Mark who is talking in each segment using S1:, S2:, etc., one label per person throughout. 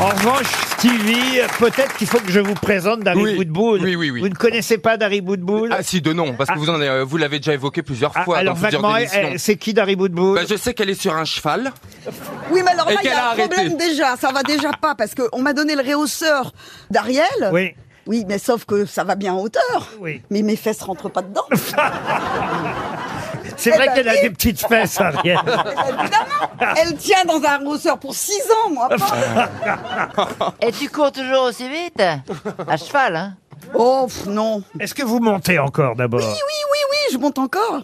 S1: En revanche, Stevie, peut-être qu'il faut que je vous présente Dari
S2: Oui.
S1: Boudboul.
S2: Oui, oui, oui.
S1: Vous ne connaissez pas Dari Boudboul
S2: Ah si, de nom, parce que vous en avez, euh, vous l'avez déjà évoqué plusieurs
S1: Ah,
S2: fois
S1: Alors,
S2: dans plusieurs
S1: vaguement,
S2: émissions.
S1: eh, c'est qui Dari Boudboul
S2: Bah, je sais qu'elle est sur un cheval.
S3: Oui, mais alors
S2: Et
S3: là, il y
S2: qu'elle
S3: a
S2: a
S3: un problème
S2: arrêté.
S3: déjà. Ça va déjà pas parce qu'on m'a donné le réhausseur d'Ariel.
S1: Oui.
S3: Oui, mais sauf que ça va bien en hauteur.
S1: Oui.
S3: Mais mes fesses rentrent pas dedans.
S1: C'est
S3: eh
S1: vrai
S3: ben
S1: qu'elle a
S3: oui.
S1: des petites fesses, Ariel.
S3: Évidemment, elle tient dans un réhausseur pour 6 ans, moi. pas. ah.
S4: Et tu cours toujours aussi vite À cheval, hein
S3: Oh pff, non. Oui,
S1: Est-ce que vous montez encore d'abord
S3: oui, oui, oui, je monte encore.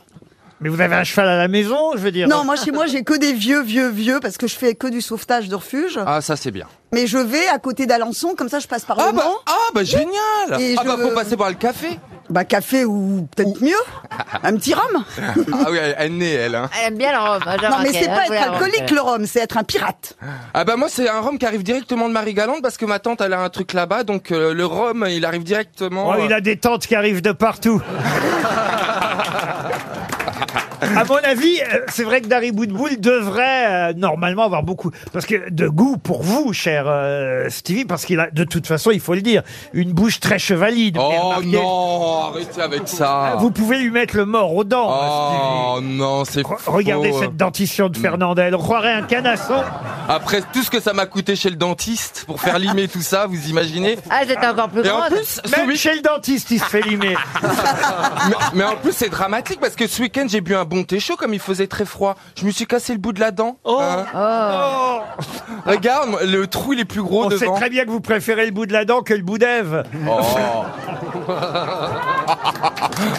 S1: Mais vous avez un cheval à la maison, je veux dire
S3: Non, moi chez moi, j'ai que des vieux, vieux, vieux parce que je fais que du sauvetage de refuge.
S2: Ah ça c'est bien.
S3: Mais je vais à côté d'Alençon, comme ça, je passe par
S2: Ah
S3: le
S2: bah,
S3: Mans.
S2: ah bah génial
S3: Et
S2: Ah
S3: je-
S2: bah faut passer boire le café.
S3: Bah café ou peut-être mieux, un petit rhum.
S2: Ah oui, elle, elle naît elle. hein.
S4: Elle aime bien le rhum. hein, j'ai
S3: Non mais
S4: remarqué,
S3: c'est
S4: hein,
S3: pas
S4: faut la
S3: être alcoolique
S4: remarquer.
S3: le rhum, c'est être un pirate.
S2: Ah bah moi c'est un rhum qui arrive directement de Marie-Galante parce que ma tante elle a un truc là-bas, donc euh, le rhum il arrive directement.
S1: Oh, il a des tentes qui arrivent de partout. À mon avis, euh, c'est vrai que Dari Boudboul devrait euh, normalement avoir beaucoup, parce que de goût pour vous, cher euh, Stevie, parce qu'il a, de toute façon, il faut le dire, une bouche très chevalide. Vous avez
S2: Oh
S1: remarqué
S2: non, arrêtez avec ça.
S1: Ah, Vous pouvez lui mettre le mort aux dents.
S2: Oh
S1: Stevie.
S2: non, c'est
S1: Re- Regardez
S2: faux. hein. Mm.
S1: cette dentition de Fernandel. On croirait un canasson.
S2: Après tout ce que ça m'a coûté chez le dentiste pour faire limer tout ça, vous imaginez
S4: Ah, j'étais encore plus
S2: Et en
S4: grande.
S2: plus, ce
S1: Même
S2: week-
S1: chez le dentiste, il se fait limer.
S2: Mais, mais en plus, c'est dramatique parce que ce week-end, j'ai bu un bon thé chaud comme il faisait très froid. Je me suis cassé le bout de la dent.
S1: Oh.
S2: Hein. Regarde, moi, le trou, il est plus gros
S1: On sait
S2: devant.
S1: très bien que vous préférez le bout de la dent que le bout d'Ève.
S2: Oh.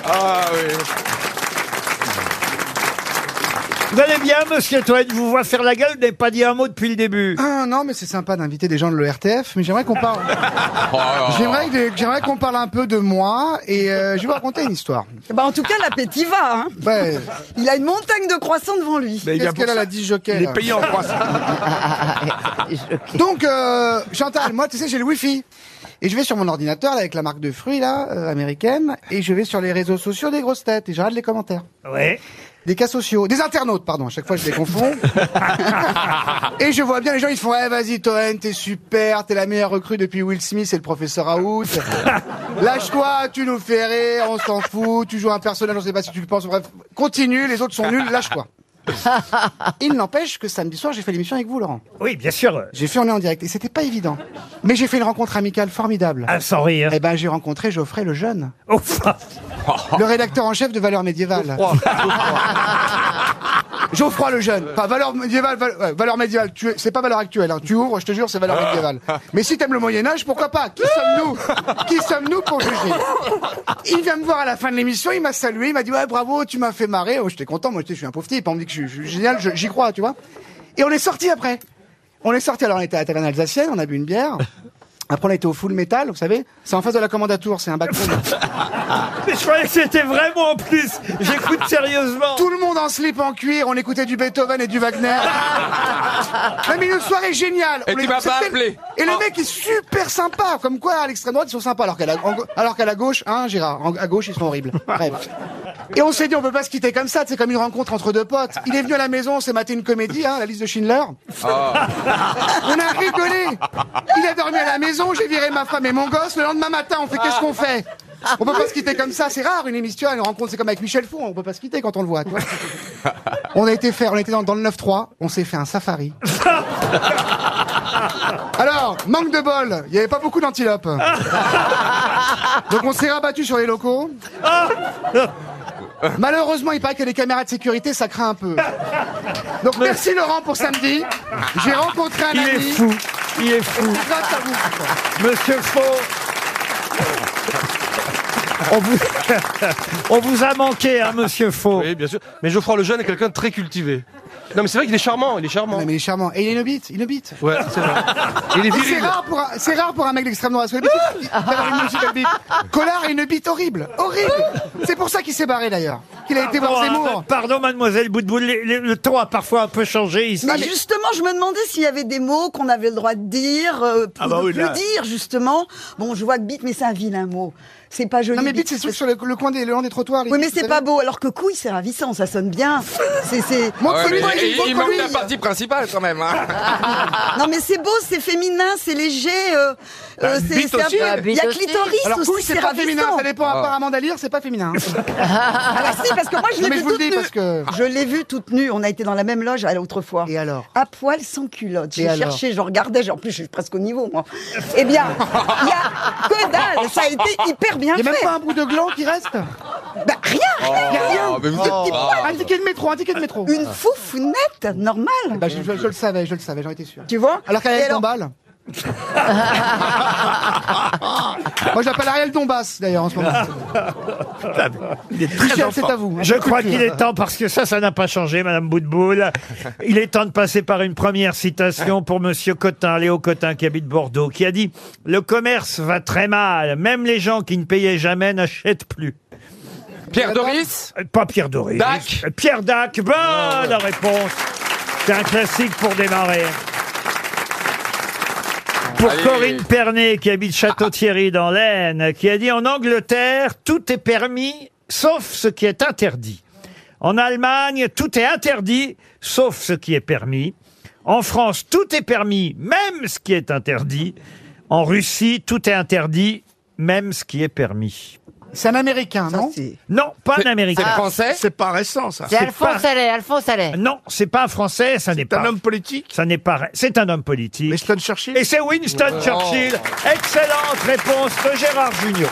S2: ah oui.
S1: Vous allez bien, Ah, monsieur Toen Je vous vois faire la gueule, vous n'avez pas dit un mot depuis le début.
S5: Ah, non, mais c'est sympa d'inviter des gens de l'ORTF, mais j'aimerais qu'on parle. J'aimerais que- j'aimerais qu'on parle un peu de moi et euh, je vais vous raconter une histoire.
S3: Bah en tout cas l'appétit va. Hein.
S5: Ouais,
S3: Il a une montagne de croissants devant lui.
S5: Qu'est-ce qu'elle a la dit jockey là
S6: en croissance.
S5: Donc euh, Chantal, moi tu sais j'ai le wifi et je vais sur mon ordinateur là, avec la marque de fruits là euh, américaine et je vais sur les réseaux sociaux des grosses têtes et je regarde les commentaires.
S1: Ouais.
S5: Des cas sociaux, des internautes, pardon, à chaque fois je les confonds. et je vois bien les gens, ils font Eh vas-y Toen, t'es super, t'es la meilleure recrue depuis Will Smith et le professeur Raoult. Lâche-toi, tu nous fais rire, on s'en fout, tu joues un personnage, on sait pas si tu le penses, bref, continue, les autres sont nuls, lâche-toi. Il n'empêche que samedi soir, j'ai fait l'émission avec vous, Laurent.
S1: Oui, bien sûr. euh,
S5: J'ai fait On est en direct, et c'était pas évident. Mais j'ai fait une rencontre amicale formidable.
S1: Ah, sans rire. Oh,
S5: Eh ben, j'ai rencontré Geoffrey le Jeune,
S1: Ouf.
S5: le rédacteur en chef de Valeurs Médiévales.
S1: Oh,
S5: Geoffroy le Jeune, pas Valeurs Médiévales, Val- ouais, Valeurs Médiévales, tu es- c'est pas Valeurs Actuelles, hein. tu ouvres, je te jure, c'est Valeurs Médiévales. Mais si t'aimes le Moyen-Âge, pourquoi pas Qui sommes-nous Qui sommes-nous pour juger Il vient me voir à la fin de l'émission, il m'a salué, il m'a dit ouais bravo, tu m'as fait marrer. Oh, j'étais content, moi tu sais, je suis un pauvre type, hein. on me dit que je suis, je suis génial, je- j'y crois, tu vois. Et on est sorti après. On est sorti, alors on était à la taverne alsacienne, on a bu une bière. Après on était au full metal, vous savez, c'est en face de la commandatour, c'est un bac.
S2: Ah.
S1: Mais je croyais que c'était vraiment en plus. J'écoute sérieusement.
S5: Tout le monde en slip en cuir, on écoutait du Beethoven et du Wagner. Non, mais une soirée géniale.
S2: Et
S5: On
S2: tu
S5: est-
S2: m'as pas
S5: c'était-
S2: appelé. Ah.
S5: Et le mec est super sympa. Comme quoi, à l'extrême droite, ils sont sympas. Alors qu'à la, en- alors qu'à la gauche, hein, Gérard, en- à gauche, ils sont horribles. Bref. Et on s'est dit, on peut pas se quitter comme ça. C'est comme une rencontre entre deux potes. Il est venu à la maison, on s'est maté une comédie, hein, la liste de Schindler. On a rigolé. Il a dormi à la maison, j'ai viré ma femme et mon gosse. Le lendemain matin, on fait qu'est-ce qu'on fait On peut pas se quitter comme ça, c'est rare une émission, une rencontre, c'est comme avec Michel Faux, on peut pas se quitter quand on le voit. tu vois. on a été faire, on était dans, dans le 9-3, on s'est fait un safari. Alors, manque de bol, il y avait pas beaucoup d'antilopes. Donc on s'est rabattu sur les locaux. Malheureusement, il paraît que les caméras de sécurité, ça craint un peu. Donc merci Laurent pour samedi. J'ai rencontré un
S1: Il
S5: ami.
S1: est fou. Il est fou.
S5: Grâce à vous.
S1: Monsieur Faux. On vous... On vous a manqué, hein, monsieur Faux.
S6: Oui, bien sûr. Mais Geoffroy Lejeune est quelqu'un de très cultivé. Non, mais c'est vrai qu'il est charmant, il est charmant.
S5: Non, mais il est charmant. Et il est inobite, inobite.
S6: Ouais, c'est vrai. Il est
S5: Et C'est
S6: viril.
S5: rare, pour un- c'est rare pour un mec d'extrême droite. parce que le bite- d'avoir une musique à bite. Collard a une bite horrible. Horrible. C'est pour ça qu'il s'est barré d'ailleurs. Qu'il a été voir
S1: Pardon,
S5: Zemmour.
S1: pardon, mademoiselle Boudboul, les- les- le ton a parfois un peu changé ici.
S3: Mais justement, je me demandais s'il y avait des mots qu'on avait le droit de dire, euh, pour
S6: bah
S3: ne
S6: oui,
S3: plus
S6: là.
S3: dire justement. Bon, je vois que bite, mais c'est un vilain mot. C'est pas joli.
S5: Non mais bite c'est sur, sur le, le coin des, le long des trottoirs. les
S3: Oui, mais
S5: bites,
S3: c'est
S5: vous
S3: pas
S5: savez.
S3: beau. Alors que couille, c'est ravissant, ça sonne bien. C'est, c'est...
S7: Ouais,
S5: Montre-lui,
S7: mais
S5: moi, j'ai
S7: il,
S5: une
S7: il manque
S5: contre-lui.
S7: la partie principale quand même. hein.
S3: Non, mais c'est beau, c'est féminin, c'est léger. euh,
S6: Bah,
S3: euh, c'est,
S7: bite
S3: c'est un
S7: aussi.
S3: peu-
S2: La
S3: Il y
S2: bite
S3: a
S2: aussi.
S3: clitoris
S5: Alors
S3: aussi,
S5: couille c'est pas féminin,
S3: ravissant.
S5: ça dépend apparemment d'Alire, c'est pas féminin.
S3: Ah, si, parce que moi, je
S5: Non,
S3: l'ai
S5: mais
S3: vue
S5: je vous le
S3: toute
S5: dis
S3: nue.
S5: parce que.
S3: Je l'ai vue toute nue. On a été dans la même loge à autrefois.
S5: Et alors
S3: À poil, sans culotte.
S5: Et
S3: J'ai
S5: alors
S3: cherché, je regardais. j'ai- En plus, je suis presque au niveau, moi. Eh bien, il y a que dalle. Ça a été hyper bien
S5: Il y a même
S3: fait.
S5: pas un bout de gland qui reste
S3: Bah, rien.
S5: Y a rien.
S7: Oh, mais vous êtes
S5: Un ticket de métro, un ticket de métro.
S3: Une foufounette normale.
S5: Bah, je, je- je le savais, je le savais, j'en étais sûr.
S3: Tu vois
S5: Alors
S3: Et
S5: qu'Ariel
S3: alors-
S5: Dombal. Moi, je l'appelle Ariel Dombas, d'ailleurs, en ce moment.
S3: Ah.
S5: Michel, c'est à vous. hein,
S1: Je crois qu'il est temps, parce que ça, ça n'a pas changé, Madame Boutboul. Il est temps de passer par une première citation pour Monsieur Cotin, Léo Cotin, qui habite Bordeaux, qui a dit « Le commerce va très mal. Même les gens qui ne payaient jamais n'achètent plus. Euh,
S7: Pierre Doris »
S1: Pas Pierre Doré.
S7: Dac.
S1: Pierre Dac. Bonne réponse. C'est un classique pour démarrer. Pour
S7: Allez.
S1: Corinne Pernet, qui habite Château-Thierry dans l'Aisne, qui a dit En Angleterre, tout est permis sauf ce qui est interdit. En Allemagne, tout est interdit sauf ce qui est permis. En France, tout est permis, même ce qui est interdit. En Russie, tout est interdit, même ce qui est permis.
S5: C'est un Américain,
S3: Ça,
S5: non
S3: c'est-
S1: Non, pas un
S7: C'est
S1: américain.
S7: français
S8: C'est pas récent, ça.
S2: C'est
S1: C'est
S2: Alphonse
S1: pas-
S2: Allais, Alphonse Allais.
S1: Non, c'est pas un français, ça n'est
S8: C'est
S1: pas.
S8: un homme politique
S1: Ça n'est pas. C'est un homme politique.
S8: Winston Churchill
S1: Et c'est Winston Churchill. Excellente réponse de Gérard Junior.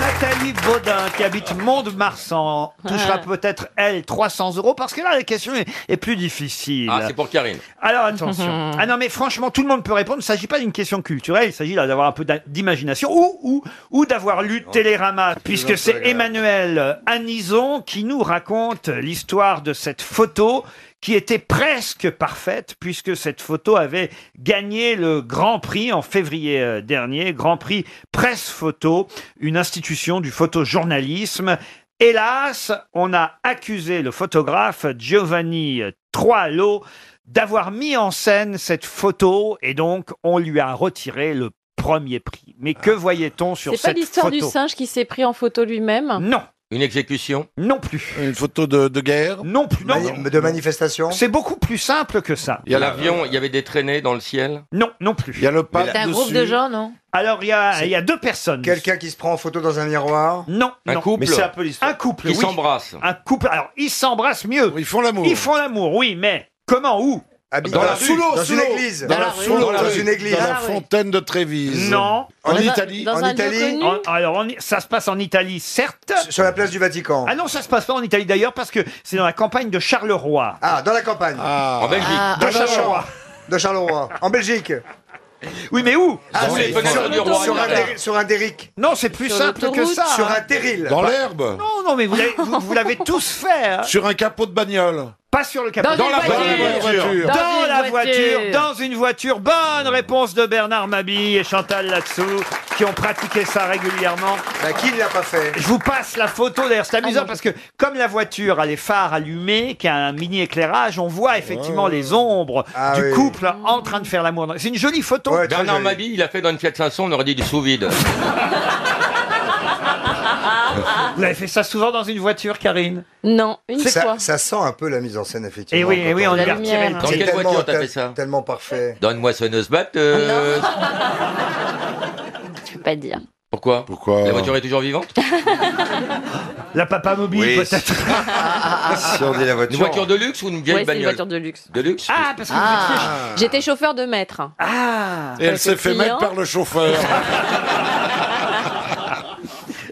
S1: Nathalie Baudin, qui habite Mont-de-Marsan, touchera peut-être, elle, 300 euros, parce que là, la question est, est plus difficile.
S7: Ah, c'est pour Karine.
S1: Alors, attention. ah non, mais franchement, tout le monde peut répondre. Il ne s'agit pas d'une question culturelle. Il s'agit là d'avoir un peu d'a- d'imagination ou, ou, ou d'avoir
S6: Oh.
S1: lu Télérama, puisque c'est Emmanuel Anison qui nous raconte l'histoire de cette photo qui était presque parfaite, puisque cette photo avait gagné le Grand Prix en février euh, dernier, Grand Prix Presse Photo, une institution du photojournalisme. Hélas, on a accusé le photographe Giovanni Troalo d'avoir mis en scène cette photo et donc on lui a retiré le premier prix. Mais que voyait-on sur
S9: C'est pas
S1: cette
S9: l'histoire
S1: photo
S9: du singe qui s'est pris en photo lui-même
S1: Non,
S7: Une exécution
S1: non plus,
S8: Une photo de, de guerre
S1: non plus, non.
S10: Mani- de manifestation.
S1: C'est beaucoup plus simple que ça.
S7: Il y a l'avion, il y avait des traînées dans le ciel
S1: Non, non
S8: Il
S1: plus.
S8: y a le pape
S2: C'est un groupe
S8: dessus.
S2: de gens, non
S1: Alors il y a,
S10: C'est
S1: il y a deux personnes.
S10: Quelqu'un qui se prend en photo dans un miroir.
S1: Non,
S7: Un
S1: non.
S7: couple
S8: peu l'histoire.
S1: Un couple,
S7: qui
S1: oui.
S7: s'embrasse.
S1: Un couple. Alors ils s'embrassent mieux.
S8: Ils font l'amour.
S1: Ils font l'amour, oui, mais comment, où
S10: Habillé
S8: Dans la
S10: rue,
S8: sous l'eau,
S10: dans
S8: sous
S10: une
S8: l'eau.
S10: église.
S8: Dans la
S10: Sous l'eau,
S8: dans la
S10: dans
S8: rue.
S10: une église.
S8: Dans la
S2: Ah, oui.
S8: fontaine de Trévise.
S1: Non.
S8: En
S9: Dans-
S8: Italie.
S9: Dans
S10: En
S9: un lieu
S10: Italie
S9: connu
S1: En- alors en I- ça se passe en Italie, certes.
S10: Sur la place du Vatican.
S1: Ah non, ça se passe pas en Italie d'ailleurs parce que c'est dans la campagne de Charleroi.
S10: Ah, dans la campagne.
S8: Ah.
S7: En Belgique.
S2: Ah,
S10: De Charleroi. De Charleroi. En Belgique.
S1: Oui, mais où
S10: Ah,
S7: les
S10: sur,
S7: fenêtres
S10: sur-
S7: du roi,
S10: sur un
S7: regarde.
S10: déri- sur un déric.
S1: Non, c'est plus
S9: Sur
S1: simple que
S9: l'autoroute.
S1: ça.
S10: Sur
S1: hein.
S10: un terril.
S8: Dans l'herbe.
S1: Non, non, mais vous l'avez, vous- vous l'avez tous fait. hein.
S8: Sur un capot de bagnole.
S1: Pas sur le capot.
S9: Dans la
S8: Dans la
S9: voiture.
S8: voiture.
S9: Dans
S1: Dans
S9: une
S1: la voiture.
S9: voiture.
S1: dans une voiture. Bonne réponse de Bernard Mabille et Chantal Latsou qui ont pratiqué ça régulièrement.
S10: Bah, qui ne l'a pas fait
S1: Je vous passe la photo, d'ailleurs c'est amusant
S9: non.
S1: parce que comme la voiture a les phares allumés, qui a un mini éclairage, on voit effectivement les ombres
S10: Ah
S1: du
S10: oui.
S1: couple en train de faire l'amour. C'est une jolie photo.
S10: Ouais, très
S7: Bernard
S10: joli.
S7: Mabille, il a fait dans une Fiat 500, on aurait dit du sous-vide.
S1: Vous avez fait ça souvent dans une voiture, Karine
S9: Non, une fois.
S10: ça, ça sent un peu la mise en scène, effectivement.
S1: Eh oui, eh oui, on
S10: quand
S1: lui a
S9: La
S1: retiré le
S9: lumière.
S7: Dans
S10: C'est
S7: quelle
S10: tellement-
S7: voiture t'as
S10: tel-
S7: fait ça
S10: Tellement parfait.
S7: Dans une moissonneuse batteuse.
S9: Je peux pas dire.
S7: Pourquoi
S8: Pourquoi
S7: La voiture est toujours vivante
S1: La papa mobile,
S8: Oui.
S1: peut-être.
S7: ah,
S10: Si on dit la
S7: Une
S10: voiture.
S7: voiture de luxe ou une vieille
S9: Ouais, c'est une
S7: bagnole
S9: voiture de luxe.
S7: De luxe
S1: Ah, parce que Ah.
S9: J'étais chauffeur de maître.
S8: Et elle s'est
S9: c'est
S8: fait
S9: client.
S8: mettre par le chauffeur.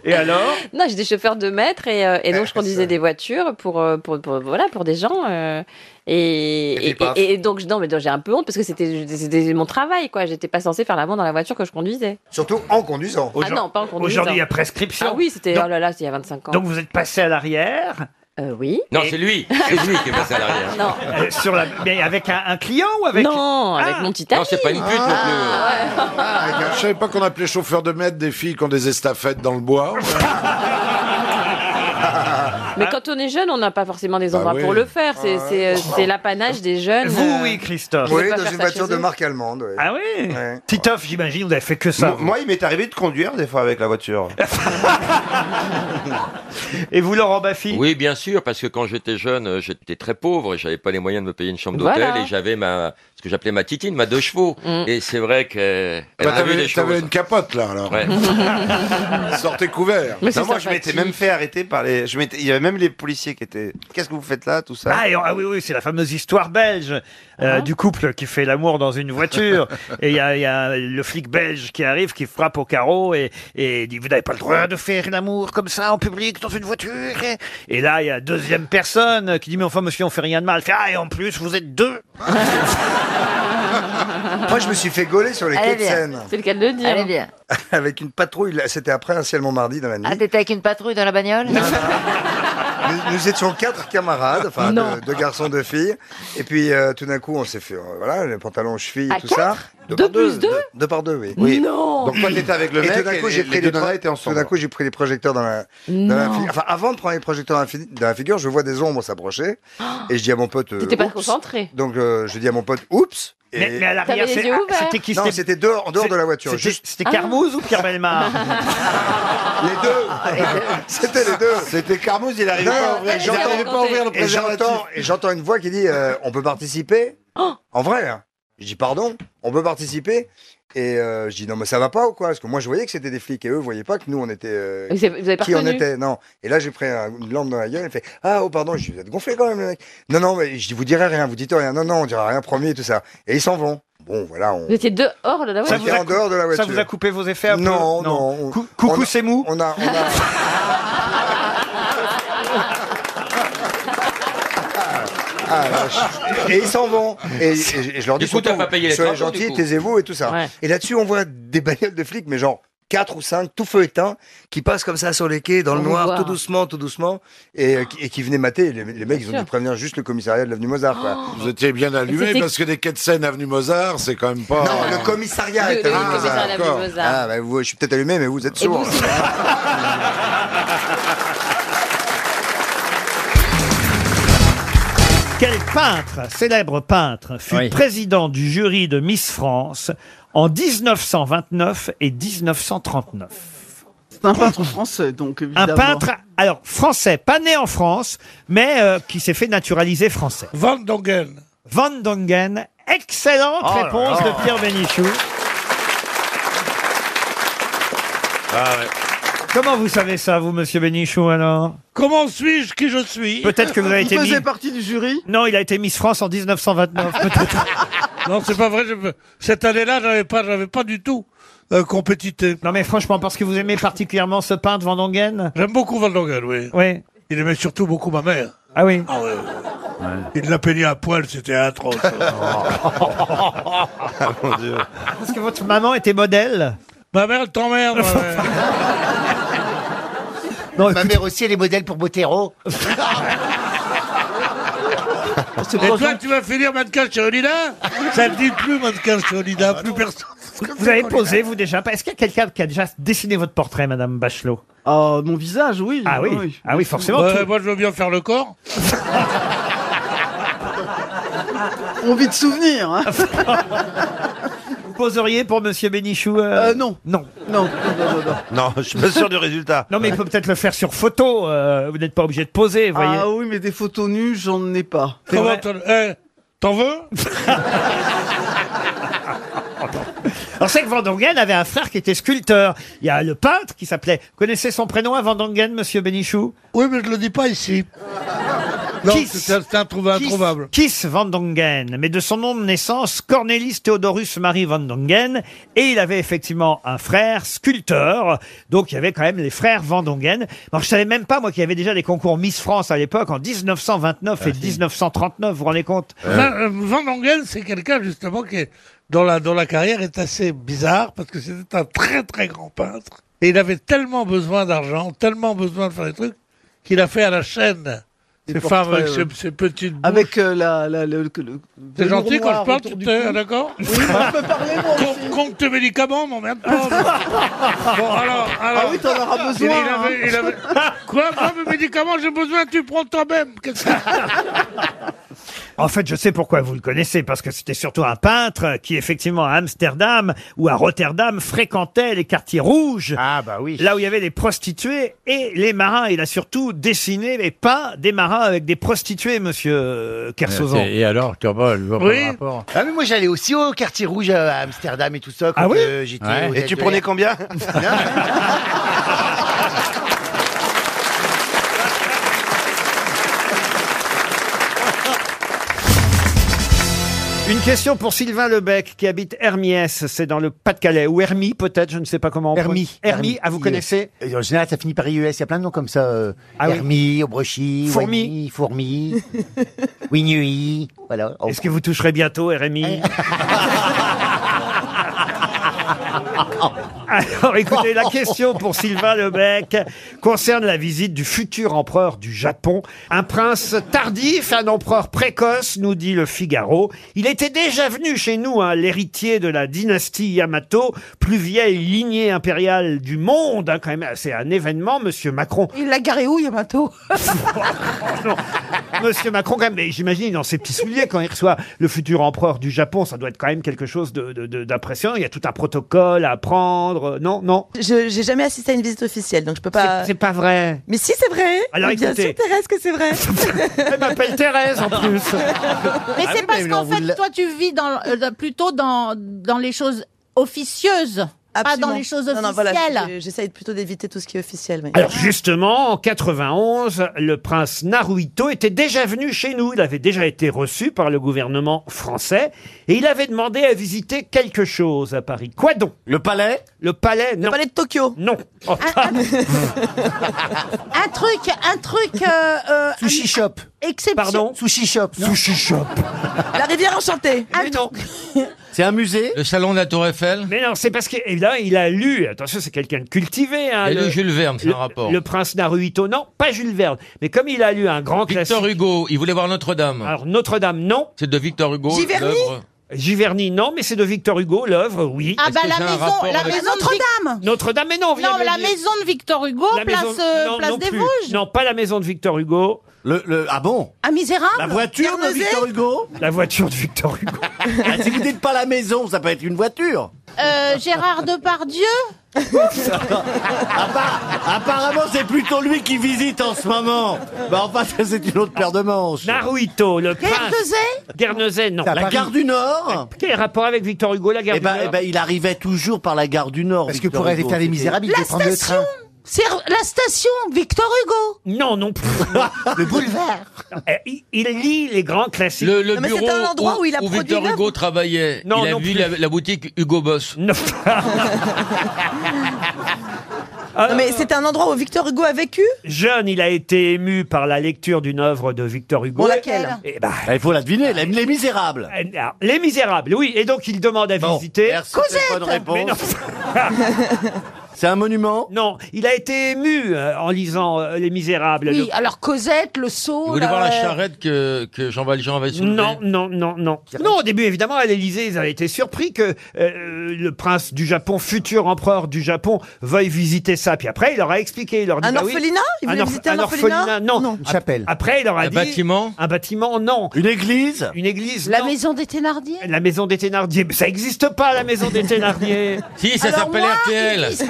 S1: Et alors
S9: Non, j'étais chauffeur de maître et, euh, et
S10: Ah,
S1: Eh,
S9: donc je conduisais
S10: ça.
S9: des voitures pour, euh, pour, pour- voilà pour des gens euh, et,
S10: Et
S9: et,
S10: puis paf.
S9: et- et donc je- non mais donc, j'ai un peu honte parce que c'était c'était mon travail quoi. J'étais pas censé faire l'amant dans la voiture que je conduisais.
S10: Surtout en conduisant.
S9: Ah non, pas en conduisant.
S1: Aujourd'hui, il y a prescription.
S9: Ah oui, c'était
S1: Donc-
S9: oh là là, c'était il y a 25 ans.
S1: Donc vous êtes passé à l'arrière,
S9: Euh, oui.
S7: Non, c'est lui. C'est lui qui est passé à l'arrière.
S9: Non.
S1: euh, sur la, mais avec un, un client ou avec
S9: Non,
S1: Ah.
S9: avec mon petit
S7: Non,
S9: ami.
S7: c'est pas une pute non plus.
S8: Je savais pas qu'on appelait chauffeur de maître des filles qui ont des estafettes dans le bois.
S1: Hein
S9: Mais quand on est jeune, on n'a pas forcément
S1: Bah
S9: des endroits
S10: oui.
S9: pour le faire. C'est
S10: Ah
S9: c'est,
S10: ouais.
S9: euh, c'est l'apanage des jeunes. euh, qui veulent
S10: Oui,
S9: pas
S10: dans
S9: faire ça
S10: une voiture
S9: chez
S10: de
S9: eux.
S10: marque allemande. oui.
S1: Ah oui Titoff, j'imagine, vous avez fait que ça.
S10: Moi, moi, il m'est arrivé de conduire des fois avec la voiture.
S1: Et vous, Laurent Baffy
S7: Oui, bien sûr, parce que quand j'étais jeune, euh, j'étais très pauvre et j'avais pas les moyens de me payer une chambre d'hôtel
S11: Voilà.
S7: et j'avais ma, ce que j'appelais ma titine, ma deux chevaux.
S11: Mm.
S7: Et c'est vrai que. elle
S12: Bah,
S7: a vu
S12: t'avais-
S7: des
S12: T'avais
S7: choses.
S12: une capote là alors.
S7: Ouais.
S12: Sortez couvert.
S7: Mais
S10: Non,
S7: c'est
S10: moi, je m'étais
S7: sympathique.
S10: même fait arrêter par les. Je m'étais- Il y avait même les policiers qui étaient. Qu'est-ce que vous faites là, tout ça
S1: Ah, et- ah oui, oui, c'est la fameuse histoire belge euh,
S7: Ah.
S1: du couple qui fait l'amour dans une voiture. et il y a, il y a le flic belge qui arrive, qui frappe au carreau et, et dit Vous n'avez pas le droit de faire l'amour comme ça en public dans une voiture. Et là, il y a deuxième personne qui dit Mais enfin, monsieur, on fait rien de mal. Fait, ah, et en plus, vous êtes deux.
S10: Moi, je me suis fait gauler sur les
S4: Allez
S10: quais de
S4: bien.
S10: Seine.
S4: C'est le cas de le dire. Allez bien.
S10: Avec une patrouille. là, C'était après un ciel mardi dans la nuit.
S4: Ah, t'étais avec une patrouille dans la bagnole
S10: Nous, nous étions quatre camarades, enfin
S4: Non.
S10: deux, deux garçons, deux filles. Et puis euh, tout d'un coup, on s'est fait euh, voilà, les pantalons aux chevilles et
S4: À
S10: tout
S4: quatre
S10: ça. Deux, par deux, deux, deux par deux, oui.
S4: Oui. Non.
S12: Donc, toi, t'étais avec le
S10: et
S12: mec
S10: tout d'un
S12: et
S10: coup,
S12: les-
S10: j'ai
S12: les
S10: pris
S12: deux
S10: pro-
S12: nanas étaient ensemble.
S10: Tout d'un coup, j'ai pris les projecteurs dans la, dans la
S9: Non.
S10: figure. Enfin, avant de prendre les projecteurs dans la, fi- dans la figure, je vois des ombres s'approcher. Et je dis à mon pote. euh,
S9: T'étais pas
S10: oups.
S9: concentré.
S10: Donc euh, je dis à mon pote, oups. Et-
S1: Mais, mais à l'arrière,
S9: T'avais les
S1: c'est-
S9: yeux
S1: ah,
S9: ouverts.
S1: c'était qui
S10: Non, c'était dehors- en dehors de la voiture,
S1: C'était,
S10: juste.
S1: c'était
S10: Ah.
S1: Carmouze ou Pierre Belmar
S9: Ah.
S10: Les deux. C'était les deux. C'était Carmouze, il
S12: arrivait pas à ouvrir-
S10: Et
S12: il arrivait pas à ouvrir le
S10: j'entends- et
S12: préservatif.
S10: j'entends- Et j'entends une voix qui dit euh, On peut participer
S9: Oh
S10: En vrai. hein. Je dis Pardon, on peut participer Et euh, je dis Non, mais ça va pas ou quoi Parce que moi, je voyais que c'était des flics et eux voyaient pas que nous, on était. euh,
S9: Vous avez- vous avez pas
S10: qui on
S9: reconnu
S10: était, non. Et là, j'ai pris un- une lampe dans la gueule. Elle fait Ah, oh, pardon. Je dis Vous êtes gonflé quand même, le mec. Non, non, mais je dis Vous direz rien, vous dites rien. Non, non, on dira rien, promis et tout ça. Et ils s'en vont. Bon, voilà, on.
S9: Vous étiez dehors de la
S10: Ça
S9: voiture.
S10: vous a en dehors de la voiture.
S1: Ça vous a coupé vos effets un peu
S10: Non, non.
S1: Cou- coucou, c'est mou.
S10: On a, on a- Ah, la vache. et ils s'en vont. Et, et je- et je leur dis
S7: Du coup, t'as
S10: surtout,
S7: pas payé les
S10: soyez
S7: travaux, du
S10: gentils,
S7: coup.
S10: taisez-vous et tout ça. Et là-dessus, on voit des bagnoles de flics, mais genre 4 ou 5, tout feu éteint, qui passent comme ça sur les quais, dans le
S13: Au
S10: noir,
S13: revoir.
S10: tout doucement, tout doucement, et, euh, qui- et qui venaient mater. Les, les mecs, ils ont
S13: sûr.
S10: dû prévenir juste le commissariat de l'avenue Mozart. quoi.
S12: Vous étiez bien allumé
S10: C'était-
S12: parce que des quais de Seine avenue Mozart, c'est quand même pas.
S10: Non, le commissariat
S12: Le-
S10: était
S12: le
S10: allumé.
S12: commissariat de l'avenue
S10: d'accord.
S12: Mozart.
S10: Ah, bah, vous- je suis peut-être allumé, mais vous êtes
S12: Et
S10: sourd.
S12: vous-
S1: Quel peintre, célèbre peintre, fut président du jury de Miss France en 1929 et 1939
S8: C'est un peintre français, donc
S1: Un
S8: évidemment.
S1: peintre, alors français, pas né en France, mais euh, qui s'est fait naturaliser français. Van Dongen. Van Dongen. Excellente
S11: Oh là
S1: réponse
S11: là.
S1: de Pierre Bénichou.
S11: Ah
S1: Comment vous savez ça, vous, monsieur Bénichou, alors
S11: Comment suis-je qui je suis
S1: Peut-être que vous avez été mis-
S11: partie du jury
S1: Non, il a été Miss France en 1929, peut-être.
S11: Non, c'est pas vrai. je- Cette année-là, j'avais pas, j'avais pas du tout euh, compétité.
S1: Non, mais franchement, parce que vous aimez particulièrement ce peintre Van Dongen
S11: J'aime beaucoup Van Dongen, oui.
S1: Oui.
S11: Il aimait surtout beaucoup ma mère.
S1: Ah oui
S11: Ah ouais, ouais. Il l'a peignait à poil, c'était atroce.
S7: Ah,
S1: Parce que votre maman était modèle
S11: Ma mère, elle t'emmerde. ma mère.
S14: Ma mère aussi, elle est modèle pour Botero.
S11: Et toi, tu vas finir mannequin chez Olida Ça ne dit plus mannequin chez
S14: Ah,
S11: Olida, plus personne.
S1: Vous avez posé, vous déjà Est-ce qu'il y a quelqu'un qui a déjà dessiné votre portrait, Madame Bachelot
S8: Oh, Mon visage, oui.
S1: Ah oui. Ah oui, forcément.
S11: Ouais,
S1: tout-
S11: Bah, Moi, je veux bien faire le corps.
S8: Envie de souvenir. hein.
S1: Vous poseriez pour Monsieur Bénichou
S8: Euh, non.
S1: Non.
S8: Non. non, non, non.
S1: Non, je
S8: suis pas sûr du
S1: résultat. Non, mais il peut peut-être le faire sur photo. euh, vous n'êtes pas obligé de poser, vous voyez.
S8: Ah oui, mais des photos nues, j'en ai pas.
S1: C'est Comment vrai. t'en-
S11: Eh, T'en veux
S1: On sait que Van Dongen avait un frère qui était sculpteur. Il y a le peintre qui s'appelait. Vous connaissez son prénom à Van Dongen, Monsieur Bénichou
S11: Oui, mais je le dis pas ici. Non, c'est c'est introuvable. introuvable.
S1: Kiss Van Dongen, mais de son nom de naissance, Cornelis Theodorus Marie Van Dongen, et il avait effectivement un frère sculpteur, donc il y avait quand même les frères Van Dongen. Alors je savais même pas, moi, qu'il y avait déjà des concours Miss France à l'époque, en 1929 et 1939, vous vous rendez compte
S11: Van- euh, Van Dongen, c'est quelqu'un justement qui, est, dans la dans la carrière, est assez bizarre parce que c'était un très très grand peintre et il avait tellement besoin d'argent, tellement besoin de faire des trucs qu'il a fait à la chaîne
S15: des
S11: C'est
S15: portraits,
S11: Favre avec
S15: euh,
S11: ce- ces petites bouches.
S15: Avec euh, la, la- le, le- le-
S11: C'est
S15: velours
S11: gentil quand
S15: noir
S11: je parle,
S15: autour
S11: tu
S15: du
S11: te.
S15: cou.
S11: D'accord
S15: Oui, moi, je peux parler, moi
S11: Compte- Compte tes médicaments, m'emmerde pas. bon, alors, alors.
S15: Ah oui, t'en auras besoin,
S11: Il, il avait,
S15: hein.
S11: il avait... Quoi, quoi, mes médicaments, j'ai besoin, tu prends toi-même. Qu'est-ce que.
S1: En fait, je sais pourquoi vous le connaissez, parce que c'était surtout un peintre qui, effectivement, à Amsterdam ou à Rotterdam, fréquentait les quartiers rouges. Ah, bah oui. Là où il y avait les prostituées et les marins. Il a surtout dessiné les peint des marins avec des prostituées, monsieur euh, Kersozon.
S7: Et alors, tu vois, je vois pas le rapport.
S8: Ah mais moi j'allais aussi au quartier rouge à Amsterdam et tout ça quand
S7: Ah oui
S8: euh, j'étais
S7: Ouais.
S8: aux
S7: Et tu prenais
S8: Algériens.
S7: combien
S10: Hein?
S1: Une question pour Sylvain Lebec, qui habite Hermiès, c'est dans le Pas-de-Calais, ou Hermie peut-être, je ne sais pas comment on
S8: Hermie.
S1: prononce. Hermie, ah, vous connaissez
S8: Euh, En général, ça finit par IES. Il y a plein de noms comme ça. euh,
S1: Ah oui.
S8: Hermie, Obrochi,
S1: Fourmi.
S8: Wagny, Fourmi, Wignui. Voilà.
S1: Est-ce que vous toucherez bientôt, eh, RMI Alors écoutez, la question pour Sylvain Lebec concerne la visite du futur empereur du Japon. Un prince tardif, un empereur précoce, nous dit le Figaro. Il était déjà venu chez nous, hein, l'héritier de la dynastie Yamato, plus vieille lignée impériale du monde. hein, quand même, c'est un événement, monsieur Macron.
S16: Il l'a garé où, Yamato
S1: Monsieur Macron, quand même, mais j'imagine dans ses petits souliers, quand il reçoit le futur empereur du Japon, ça doit être quand même quelque chose de- de- de- d'impressionnant. Il y a tout un protocole à prendre. Non, non.
S17: Je j'ai jamais assisté à une visite officielle, donc je peux pas.
S1: C'est pas vrai.
S17: Mais si, c'est vrai.
S1: Alors,
S17: Mais bien
S1: écoutez.
S17: sûr, Thérèse, que c'est vrai.
S1: Elle m'appelle Thérèse en plus.
S18: Mais
S1: Ah oui,
S18: c'est parce
S1: mais
S18: qu'en
S1: on vous l'a-
S18: fait, toi, tu vis dans, euh, plutôt dans, dans les choses officieuses, pas dans les choses officielles.
S17: Non, non, voilà, je- J'essaye plutôt d'éviter tout ce qui est officiel. mais-
S1: Alors justement, en 91, le prince Naruhito était déjà venu chez nous. Il avait déjà été reçu par le gouvernement français et il avait demandé à visiter quelque chose à Paris. Quoi donc Le palais Le palais, non. Le palais de Tokyo Non. Oh,
S18: Un truc, un truc. euh, euh,
S8: Sushi shop.
S18: Exception-
S8: Pardon. Sushi shop. Sushi shop.
S17: La rivière enchantée.
S1: C'est un musée Le salon de la Tour Eiffel Mais non, c'est parce que eh bien, il a lu. Attention, c'est quelqu'un de cultivé. Hein,
S7: Il a lu Jules Verne, c'est un
S1: le-
S7: rapport.
S1: Le prince Naruhito, non, pas Jules Verne. Mais comme il a lu un grand classique.
S7: Victor Hugo, il voulait voir Notre-Dame.
S1: Alors Notre-Dame, non.
S7: C'est de Victor Hugo. l'œuvre.
S1: Giverny, non, mais c'est de Victor Hugo, l'œuvre, oui.
S18: Ah bah la maison, la maison Notre-Dame.
S1: Notre-Dame, mais non, vous
S18: Non,
S1: venez de
S18: la
S1: le dire.
S18: maison de Victor Hugo,
S1: La
S18: place,
S1: maison-
S18: euh,
S1: non,
S18: place
S1: non
S18: des
S1: plus.
S18: Vosges.
S1: Non, pas la maison de Victor Hugo. Le, ah bon
S18: Ah misérable.
S1: Hugo La voiture de Victor Hugo.
S8: Ah, si vous dites pas la maison, ça peut être une voiture.
S18: Euh, Gérard Depardieu.
S8: Apparemment, c'est plutôt lui qui visite en ce moment. Bah enfin, ça, c'est une autre paire de manches.
S1: Naruhito, le
S18: Guernesey
S1: Guernesey, non.
S8: La gare du Nord
S1: Eh, Quel rapport avec Victor Hugo, la gare
S8: eh ben,
S1: du Nord
S8: eh ben, il arrivait toujours par la gare du Nord. Parce que pour aller faire les misérables, il
S18: La station. C'est la station Victor Hugo.
S1: Non, non plus. le boulevard. Eh, Il, il lit les grands classiques.
S7: Le, le bureau où, où Victor Hugo travaillait.
S1: Non,
S7: il a
S1: non
S7: vu
S1: plus.
S7: la, la boutique Hugo Boss.
S17: Non, mais c'est un endroit où Victor Hugo a vécu
S1: Euh, Jeune, il a été ému par la lecture d'une œuvre de Victor Hugo.
S17: Bon, laquelle
S1: Eh ben, Il faut la deviner, Les, Misérables. les Misérables, oui. Et donc, il demande à visiter.
S8: merci pour cette Cosette bonne réponse.
S1: Mais non. C'est un monument Non, il a été ému euh, en lisant euh, Les Misérables.
S18: Oui,
S1: Le-
S18: alors Cosette, le euh,
S17: Ah,
S7: Il
S18: seau.
S7: voulait
S17: oh
S18: la-
S7: voir la charrette que, que Jean Valjean avait soulevée.
S1: Non, non, non, non. Non, au début, évidemment, à l'Élysée, ils avaient été surpris que euh, le prince du Japon, futur empereur du Japon, veuille visiter ça. Puis après, il leur a expliqué. Il leur dit,
S17: Un
S1: bah oui,
S17: orphelinat Il voulait
S1: orph-
S17: visiter un orphelinat
S1: Non. Une chapelle. Après, il leur a
S7: Un
S1: dit...
S7: bâtiment
S1: Un bâtiment, non. Une église Une église,
S18: La
S1: non.
S18: maison des Thénardier.
S1: La maison des Thénardier. Mais ça n'existe pas, la maison des Thénardier.
S7: Si, ça Alors s'appelle moi, RTL. qu'est-ce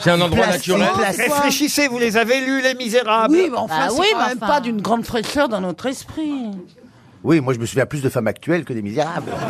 S7: C'est un endroit naturel.
S1: Réfléchissez, vous les avez lus, Les Misérables.
S16: Oui, mais enfin,
S17: Ah
S15: Ah
S18: Bah
S16: c'est
S18: oui,
S16: quand
S18: mais
S16: même
S18: enfin.
S16: pas d'une grande fraîcheur dans notre esprit.
S8: Oui, moi, je me souviens plus de femmes actuelles que des misérables.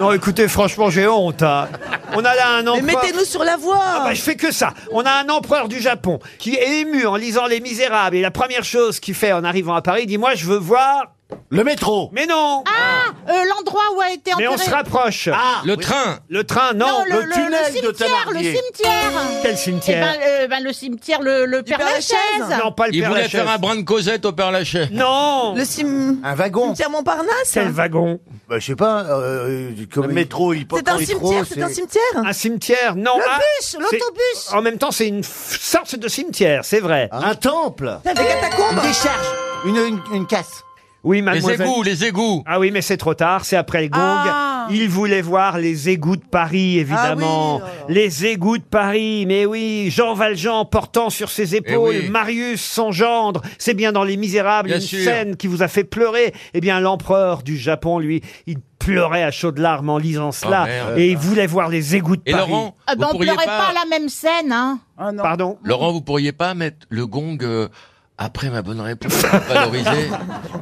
S1: Non, écoutez, franchement, j'ai honte. hein. On a là un empereur...
S17: Mais mettez-nous sur la voie
S1: Ah bah, je fais que ça. On a un empereur du Japon qui est ému en lisant Les Misérables. Et la première chose qu'il fait en arrivant à Paris, il dit Moi, je veux voir. Le métro. Mais non
S18: Ah, euh, l'endroit où a été
S1: Mais
S18: enterré. Ah,
S1: on se rapproche. Ah,
S7: Le train.
S1: Le train, non.
S18: Non, le, le- le cimetière, le cimetière.
S1: Quel cimetière
S18: Eh ben, euh, ben, le cimetière, le, le Père Lachaise.
S1: Non, pas le
S7: Il
S1: Père
S7: voulait
S1: Lachaise.
S7: faire un brin de Cosette au Père Lachaise.
S1: Non
S17: Le cim...
S8: Un wagon.
S1: hein.
S17: Cimetière Montparnasse
S1: Quel wagon
S12: Bah, je sais pas.
S8: euh,
S12: le métro, il
S1: C'est un cimetière, c'est un cimetière Un cimetière, non.
S12: Le
S1: ah,
S12: bus,
S1: c'est-
S12: l'autobus.
S1: En même temps, c'est une f- sorte de cimetière, c'est vrai. Un temple
S12: Des catacombes. Une décharge.
S1: Une, casse oui, mademoiselle.
S7: égouts,
S1: les égouts. Ah oui, mais c'est trop tard, c'est après le gong.
S7: Ah.
S1: Il voulait voir les égouts de Paris, évidemment.
S18: Ah oh
S1: Les égouts de Paris, mais oui. Jean Valjean portant sur ses épaules
S7: Eh oui.
S1: Marius, son gendre. C'est bien dans Les Misérables,
S7: Bien
S1: une
S7: sûr.
S1: scène qui vous a fait pleurer. Eh bien, l'empereur du Japon, lui, il pleurait à chaudes larmes en lisant cela.
S7: Ah, merde.
S1: et il voulait voir les égouts de
S7: Et
S1: Paris.
S7: Laurent,
S18: Ah ben,
S7: vous
S18: on
S7: pourriez
S18: pleurait
S7: pas-
S18: pas à la même scène, hein.
S1: Ah Pardon
S7: Laurent, vous pourriez pas mettre le gong euh, après ma bonne réponse pour valoriser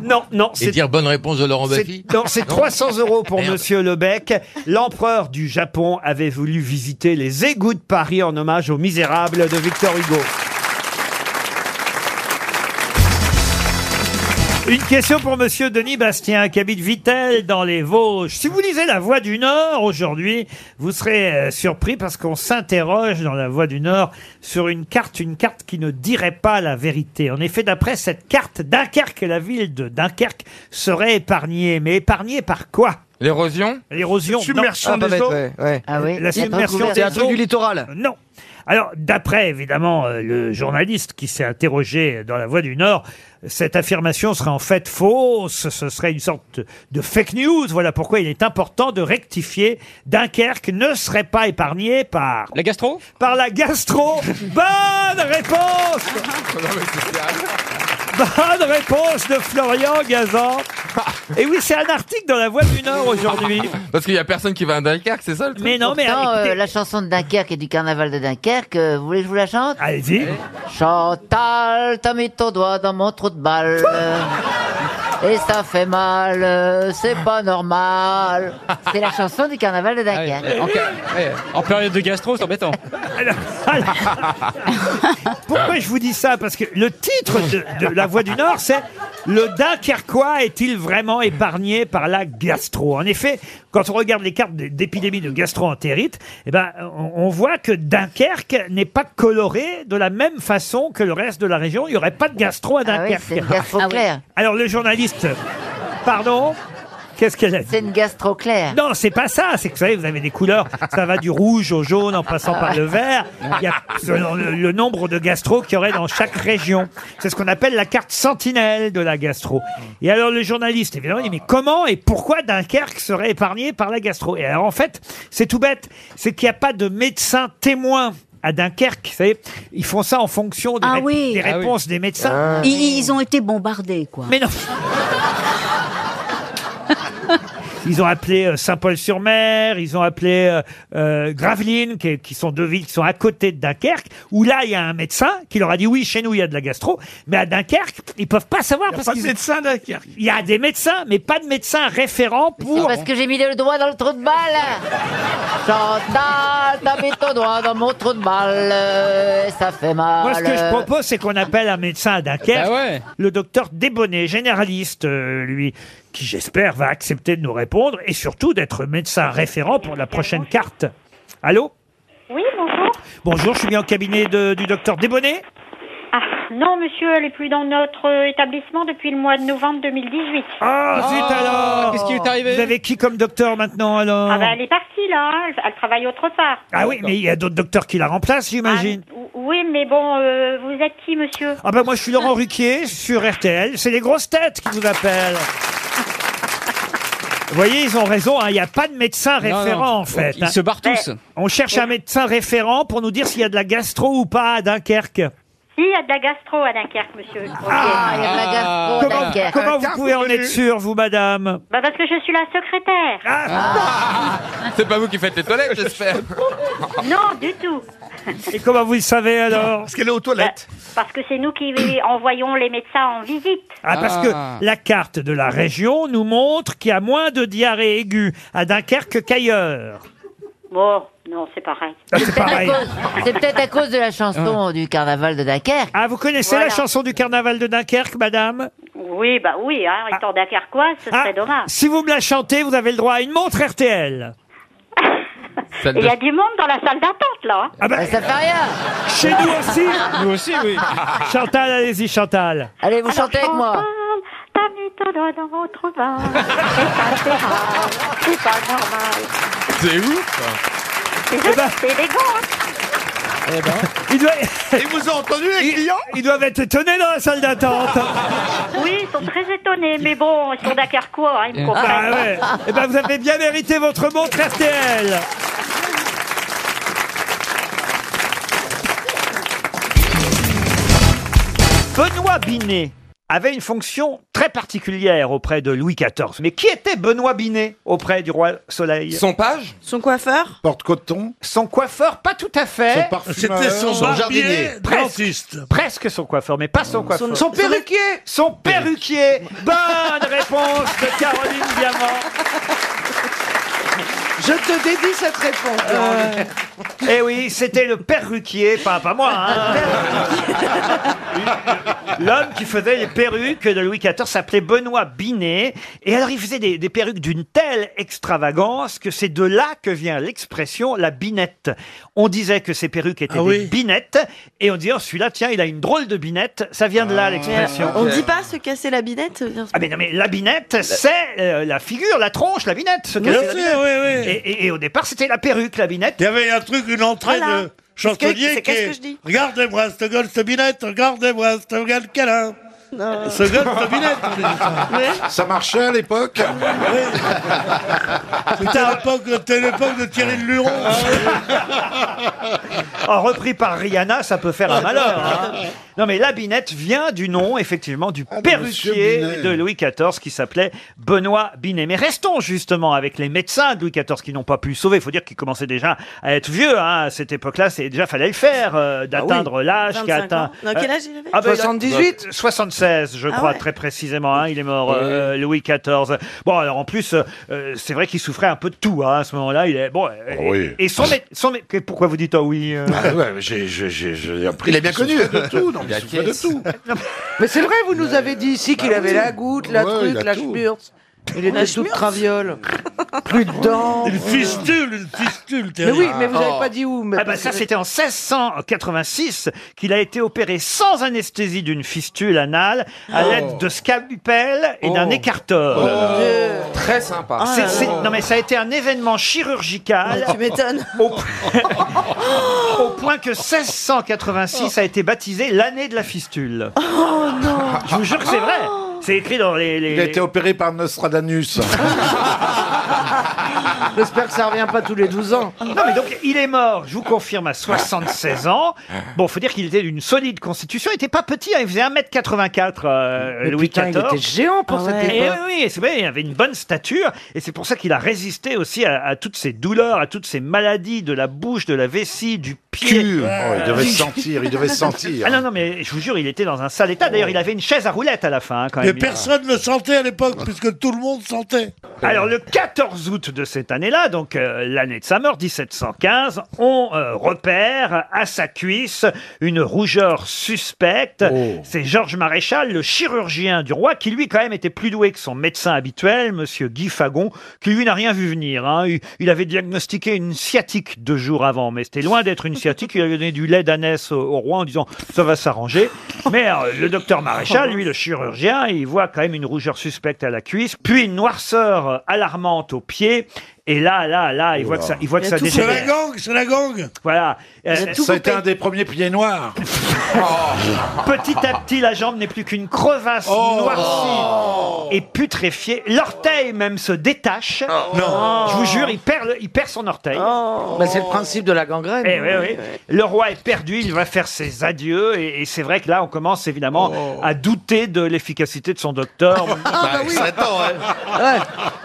S1: Non, non.
S7: Et
S1: c'est-
S7: dire bonne réponse de Laurent Baffy
S1: C'est- non, c'est 300 euros pour
S7: Merde.
S1: Monsieur Lebec. L'empereur du Japon avait voulu visiter les égouts de Paris en hommage aux misérables de Victor Hugo. Une question pour Monsieur Denis Bastien, qui habite Vittel dans les Vosges. Si vous lisez La Voix du Nord aujourd'hui, vous serez euh, surpris parce qu'on s'interroge dans La Voix du Nord sur une carte, une carte qui ne dirait pas la vérité. En effet, d'après cette carte, Dunkerque, la ville de Dunkerque, serait épargnée. Mais épargnée par quoi
S2: L'érosion
S1: L'érosion. non.
S2: Submersion Ah, pas des bête, eaux ouais, ouais.
S1: Euh,
S2: Ah oui.
S1: La
S2: Il y a pas
S1: submersion
S2: couvert.
S1: des
S2: C'est un truc
S1: eaux. Euh,
S2: du littoral.
S1: Non. Alors, d'après évidemment euh, le journaliste qui s'est interrogé dans La Voix du Nord, cette affirmation serait en fait fausse, ce serait une sorte de fake news. Voilà pourquoi il est important de rectifier. Dunkerque ne serait pas épargné par... La gastro Par la gastro. Bonne réponse Bonne réponse de Florian Gazan. Et oui, c'est un article dans La Voix du Nord aujourd'hui.
S2: Parce qu'il y a personne qui va à Dunkerque, c'est ça le truc
S1: Mais non, mais
S4: Pourtant,
S1: écoutez-
S4: euh, la chanson de Dunkerque et du carnaval de Dunkerque, euh, vous voulez que je vous la chante
S1: Allez-y.
S4: Chantal, t'as mis ton doigt dans mon trou de balle. Et ça fait mal, euh, c'est pas normal. C'est la chanson du carnaval de Dunkerque.
S19: En période de gastro, c'est embêtant.
S1: Pourquoi je vous dis ça Parce que le titre de, de La Voix du Nord, c'est Le Dunkerquois est-il vraiment épargné par la gastro En effet, quand on regarde les cartes d- d'épidémie de gastro-entérite, eh ben, on, on voit que Dunkerque n'est pas coloré de la même façon que le reste de la région. Il n'y aurait pas de gastro à
S4: Ah oui,
S1: Dunkerque.
S4: c'est une gastro Ah oui. claire.
S1: Alors le journaliste, pardon Qu'est-ce qu'elle a dit
S4: C'est une gastro claire.
S1: non, c'est pas ça. C'est que vous savez, vous avez des couleurs. Ça va du rouge au jaune en passant par le vert. Il y a selon le, le nombre de gastro qu'il y aurait dans chaque région. C'est ce qu'on appelle la carte sentinelle de la gastro. Et alors le journaliste, évidemment, il dit mais comment et pourquoi Dunkerque serait épargné par la gastro Et alors en fait, c'est tout bête. C'est qu'il n'y a pas de médecin témoin. À Dunkerque, vous savez, ils font ça en fonction des,
S20: Ah
S1: ré-
S20: oui.
S1: des
S20: Ah oui.
S1: réponses des médecins.
S6: Ah,
S20: Ils, ils ont été bombardés, quoi.
S1: Mais non Ils ont appelé euh, Saint-Paul-sur-Mer, ils ont appelé euh, euh, Gravelines, qui, qui sont deux villes qui sont à côté de Dunkerque, où là, il y a un médecin qui leur a dit oui, chez nous, il y a de la gastro, mais à Dunkerque, ils peuvent pas savoir.
S11: Il y a
S1: parce
S11: pas de
S1: qu'ils-
S11: médecin à Dunkerque.
S1: Il y a des médecins, mais pas de médecin référent pour...
S4: Parce que j'ai mis le doigt dans le trou de balle. Chantal, t'as mis ton doigt dans mon trou de balle. euh, Et ça fait mal.
S1: Moi, ce que je propose, c'est qu'on appelle un médecin à Dunkerque,
S4: Euh, Bah ouais.
S1: le docteur Débonnet, généraliste, euh, lui, qui, j'espère, va accepter de nous répondre, et surtout d'être médecin référent pour la prochaine carte. Allô
S21: Oui, bonjour.
S1: Bonjour, je suis bien au cabinet de- du docteur Débonnet.
S21: Ah, non, monsieur, elle est plus dans notre euh, établissement depuis le mois de novembre 2018.
S1: Ah, zut alors Vous avez qui comme docteur maintenant, alors
S21: Eh ben Ah, bah, elle est partie, là. Elle, elle travaille autre part.
S1: Ah oui, mais il y a d'autres docteurs qui la remplacent, j'imagine.
S21: O- Oui, mais bon, euh, vous êtes qui, monsieur
S1: Ah ben moi, je suis Laurent Ruquier sur RTL. C'est les grosses têtes qui vous appellent. Vous voyez, ils ont raison, hein, il n'y a pas de médecin
S19: Non,
S1: référent
S19: non.
S1: en fait. hein. Eh,
S19: Ils se barrent tous. Ouais.
S1: On cherche un médecin référent pour nous dire s'il y a de la gastro ou pas à Dunkerque.
S21: Si, il y a de la gastro à Dunkerque, monsieur.
S1: Ah, il y a de la gastro à Comment- Dunkerque. comment vous pouvez en être sûre, vous, madame
S21: hein. Bah, parce que je suis la secrétaire.
S1: Ah.
S2: C'est pas vous qui faites les toilettes, j'espère.
S21: Non, du tout.
S1: Et comment vous le savez alors Parce
S2: qu'elle est aux toilettes.
S21: Parce que c'est nous qui envoyons les médecins en visite.
S1: Ah, parce que la carte de la région nous montre qu'il y a moins de diarrhée aiguë à Dunkerque qu'ailleurs.
S21: Bon, non, c'est pareil.
S1: Ah, C'est pareil.
S4: C'est peut-être à cause de la chanson du carnaval de Dunkerque.
S1: Ah, vous connaissez la
S21: Voilà.
S1: chanson du carnaval de Dunkerque, madame
S21: Oui, bah oui,
S1: Ah.
S21: hein, étant dunkerquoise, ce serait dommage.
S1: Si vous me la chantez, vous avez le droit à une montre RTL.
S21: Et Il y a du monde dans la salle d'attente, là.
S1: Ah bah-
S21: ça fait rien.
S1: Chez nous aussi
S21: Nous aussi, oui.
S1: Chantal, allez-y, Chantal.
S4: Allez, vous chantez avec moi.
S21: T'as mis Soda dans votre vin. C'est pas normal. C'est pas normal.
S2: C'est ouf
S21: C'est joli, c'est élégant. hein.
S2: Eh ben.
S1: Ils vous ont entendu, les clients Ils doivent être étonnés dans la salle d'attente.
S21: Oui, ils sont très étonnés, mais bon, ils sont Dakarquois, hein, ils me
S1: Ah
S21: comprennent.
S1: ouais. Eh ben, vous avez bien mérité votre montre RTL. Benoît Binet avait une fonction très particulière auprès de Louis XIV. Mais qui était Benoît Binet auprès du roi Soleil
S2: Son page
S1: Son coiffeur Porte-coton Son coiffeur, pas tout à fait.
S11: Son parfumeur C'était son barbier,
S1: Presque. Presque son coiffeur, mais pas son coiffeur.
S11: son
S1: perruquier Son perruquier Bonne réponse de Caroline Diamant
S22: Je te dédie cette réponse.
S1: Euh, Eh oui, c'était le perruquier, pas, pas moi. hein. L'homme qui faisait les perruques de Louis XIV s'appelait Benoît Binet. Et alors, il faisait des, des perruques d'une telle extravagance que c'est de là que vient l'expression la binette. On disait que ces perruques étaient
S11: Ah
S1: des
S11: oui.
S1: binettes. Et on disait, oh, celui-là, tiens, il a une drôle de binette. Ça vient
S11: Ah.
S1: de là, l'expression.
S15: On dit pas se casser la binette bien sûr.
S1: Ah mais non mais la binette c'est euh, la figure, la tronche, la binette. ce qu'elle
S11: Bien
S1: fait, la
S11: sûr,
S1: binette.
S11: oui, oui.
S1: Et, et- et au départ c'était la perruque, la binette.
S11: Il y avait un truc, une entrée
S1: Voilà.
S11: de chansonnier
S1: Qu'est-ce que-
S11: qui
S1: qu'est-ce
S11: est-
S1: que je dis
S11: Regardez-moi ce gosse de binette, regardez-moi ce gars de câlin. Ce gosse de binette. on dit ça.
S10: Ça marchait à l'époque
S11: C'était l'époque- c'était l'époque de Thierry de Luron.
S1: Alors, repris par Rihanna, ça peut
S11: Ah,
S1: faire un malheur. hein. Non, mais la binette vient du nom, effectivement, du perruquier
S23: Ah Monsieur Binet.
S1: de Louis XIV qui s'appelait Benoît Binet. Mais restons justement avec les médecins de Louis XIV qui n'ont pas pu le sauver. Il faut dire qu'ils commençaient déjà à être vieux hein, à cette époque-là. C'est déjà fallait le faire euh, d'atteindre l'âge
S15: 25
S1: qu'a atteint.
S15: Ah ans. Non, quel
S1: Euh,
S15: âge il avait
S1: ah, ben, il a-
S15: 78.
S1: 76, je
S15: Ah
S1: crois,
S15: ouais.
S1: très précisément. hein. Il est mort euh, Louis XIV. Bon, alors en plus, euh, euh, c'est vrai qu'il souffrait un peu de tout hein, à ce moment-là. Il est bon. euh,
S10: Oh oui.
S1: Et son, mé- son mé- Pourquoi vous dites ah oui euh
S10: Ah ouais, mais j'ai- j'ai- j'ai- j'ai appris
S1: Il est bien
S10: qu'il
S1: connu.
S10: souffrait De tout, non,
S1: Il a
S10: il souffrait de
S1: caisse.
S10: tout.
S22: Mais c'est vrai, vous nous avez dit ici qu'il
S10: Bah
S22: avait
S10: oui.
S22: la goutte, la
S10: Ouais, il a
S22: truc, la
S10: tout.
S22: schmurz. Il était tout de traviole.
S1: Plus de dents.
S11: Une fistule, une fistule.
S22: Mais oui, mais vous
S2: Oh.
S22: n'avez pas dit où. mais
S1: Ah bah
S22: parce
S1: ça
S22: que-
S1: c'était en 1686 qu'il a été opéré sans anesthésie d'une fistule anale à
S2: Oh.
S1: l'aide de scalpel et d'un
S2: Oh.
S1: écarteur.
S2: Oh là là. Très sympa.
S22: Ah
S1: C'est- c'est- non mais ça a été un événement chirurgical.
S2: Mais tu m'étonnes.
S1: Au, au point que 1686 a été baptisé l'année de la fistule.
S22: Oh non
S1: Je vous jure que c'est vrai. C'est écrit dans les. les-
S10: Il a
S1: les-
S10: été opéré par Nostradamus.
S22: J'espère que ça revient pas tous les 12 ans.
S1: Non mais donc il est mort, je vous confirme, à 76 ans. Bon, faut dire qu'il était d'une solide constitution, il était pas petit, hein, il faisait 1m84 euh,
S22: Mais
S1: Louis
S22: putain, il
S1: XIV.
S22: était géant pour Ah cette ouais.
S1: Et
S22: époque.
S1: Eh oui, oui, c'est vrai, il avait une bonne stature et c'est pour ça qu'il a résisté aussi à, à toutes ces douleurs, à toutes ces maladies de la bouche, de la vessie, du pied. Euh,
S10: Oh, il devait
S1: Du-
S10: sentir, il devait sentir.
S1: Ah non non mais je vous jure, il était dans un sale état. D'ailleurs, il avait une chaise à roulettes à la fin hein, quand
S11: Mais
S1: même.
S11: personne ne sentait à l'époque, puisque tout le monde sentait.
S1: Alors le 14 août de cette année-là, donc euh, l'année de sa mort 1715, on euh, repère à sa cuisse une rougeur suspecte.
S11: Oh.
S1: C'est Georges Maréchal, le chirurgien du roi, qui lui quand même était plus doué que son médecin habituel, Monsieur Guy Fagon, qui lui n'a rien vu venir. hein. Il, il avait diagnostiqué une sciatique deux jours avant, mais c'était loin d'être une sciatique. Il avait donné du lait d'ânesse au, au roi en disant ça va s'arranger. Mais euh, le docteur Maréchal, lui, le chirurgien, il voit quand même une rougeur suspecte à la cuisse, puis une noirceur euh, alarmante aux pieds. Et là, là, là, il voit que ça, il voit que ça
S11: C'est la
S1: dégénère.
S11: gang, c'est la gang.
S1: Voilà. Euh,
S10: Ça a été un des premiers pieds noirs.
S1: Petit à petit, la jambe n'est plus qu'une crevasse
S22: Oh.
S1: noircie et putréfiée. L'orteil même se détache.
S22: Oh. Non. Oh.
S1: Je vous jure, il perd, le- il perd son orteil.
S22: Mais c'est le principe de la gangrène.
S1: Eh oui, oui. Le roi est perdu, il va faire ses adieux, et, et c'est vrai que là, on commence évidemment à douter de l'efficacité de son docteur.
S22: Oh. Ah, bah oui. Ouais.